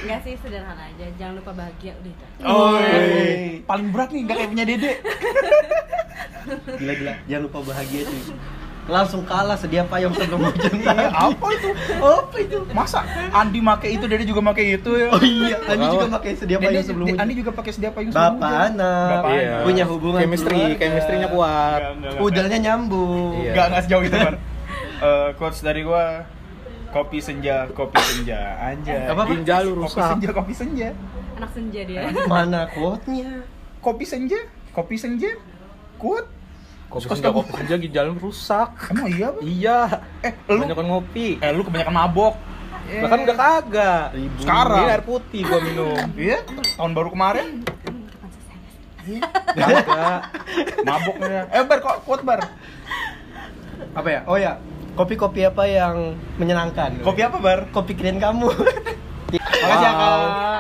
[SPEAKER 5] Enggak sih sederhana aja jangan lupa bahagia udah itu aja.
[SPEAKER 2] Oh, iya. paling berat nih nggak kayak punya Dede.
[SPEAKER 1] Gila gila Jangan lupa bahagia cuy Langsung kalah sedia payung sebelum hujan
[SPEAKER 2] Eh, Apa itu? Apa itu? Masa Andi make itu, Dede juga make itu ya.
[SPEAKER 1] Oh iya Andi juga pakai sedia
[SPEAKER 2] Dede,
[SPEAKER 1] payung sebelum
[SPEAKER 2] Dede-
[SPEAKER 1] hujan
[SPEAKER 2] Andi juga pakai sedia payung sebelum
[SPEAKER 1] Bapak
[SPEAKER 2] hujan.
[SPEAKER 1] anak
[SPEAKER 2] Bapak
[SPEAKER 3] Iya.
[SPEAKER 2] anak.
[SPEAKER 1] Punya hubungan
[SPEAKER 3] chemistry
[SPEAKER 1] keluarga.
[SPEAKER 3] chemistry-nya kuat
[SPEAKER 2] Nggak, nggak, nggak.
[SPEAKER 1] Udelnya nyambung
[SPEAKER 3] Iya.
[SPEAKER 2] Enggak, enggak sejauh itu kan. Eh quotes dari gua kopi senja, kopi senja. Anjay.
[SPEAKER 1] Apa, apa?
[SPEAKER 3] Ginjal lu
[SPEAKER 2] Kopi
[SPEAKER 3] rusak.
[SPEAKER 2] senja, kopi senja.
[SPEAKER 5] anak senja dia
[SPEAKER 1] Mana quote-nya?
[SPEAKER 2] Kopi senja, kopi senja. Kuat.
[SPEAKER 3] Kopi
[SPEAKER 2] Suka-suka
[SPEAKER 3] senja,
[SPEAKER 2] gua.
[SPEAKER 3] kopi senja ginjal lu rusak.
[SPEAKER 2] Emang iya, Bang?
[SPEAKER 3] Iya.
[SPEAKER 2] Eh, lu
[SPEAKER 3] Kebanyakan ngopi.
[SPEAKER 2] eh lu kebanyakan mabok. Iya.
[SPEAKER 3] Bahkan udah kagak.
[SPEAKER 2] Sekarang.
[SPEAKER 3] Ini air putih gua minum.
[SPEAKER 2] Iya, tahun baru kemarin
[SPEAKER 3] Kagak.
[SPEAKER 2] maboknya. Iya. Eh, Bar, kok kuat, Bar?
[SPEAKER 1] Apa ya? Oh ya, kopi-kopi apa yang menyenangkan?
[SPEAKER 2] Kopi apa, Bar?
[SPEAKER 1] kopi keren kamu.
[SPEAKER 2] Makasih ya, Kak.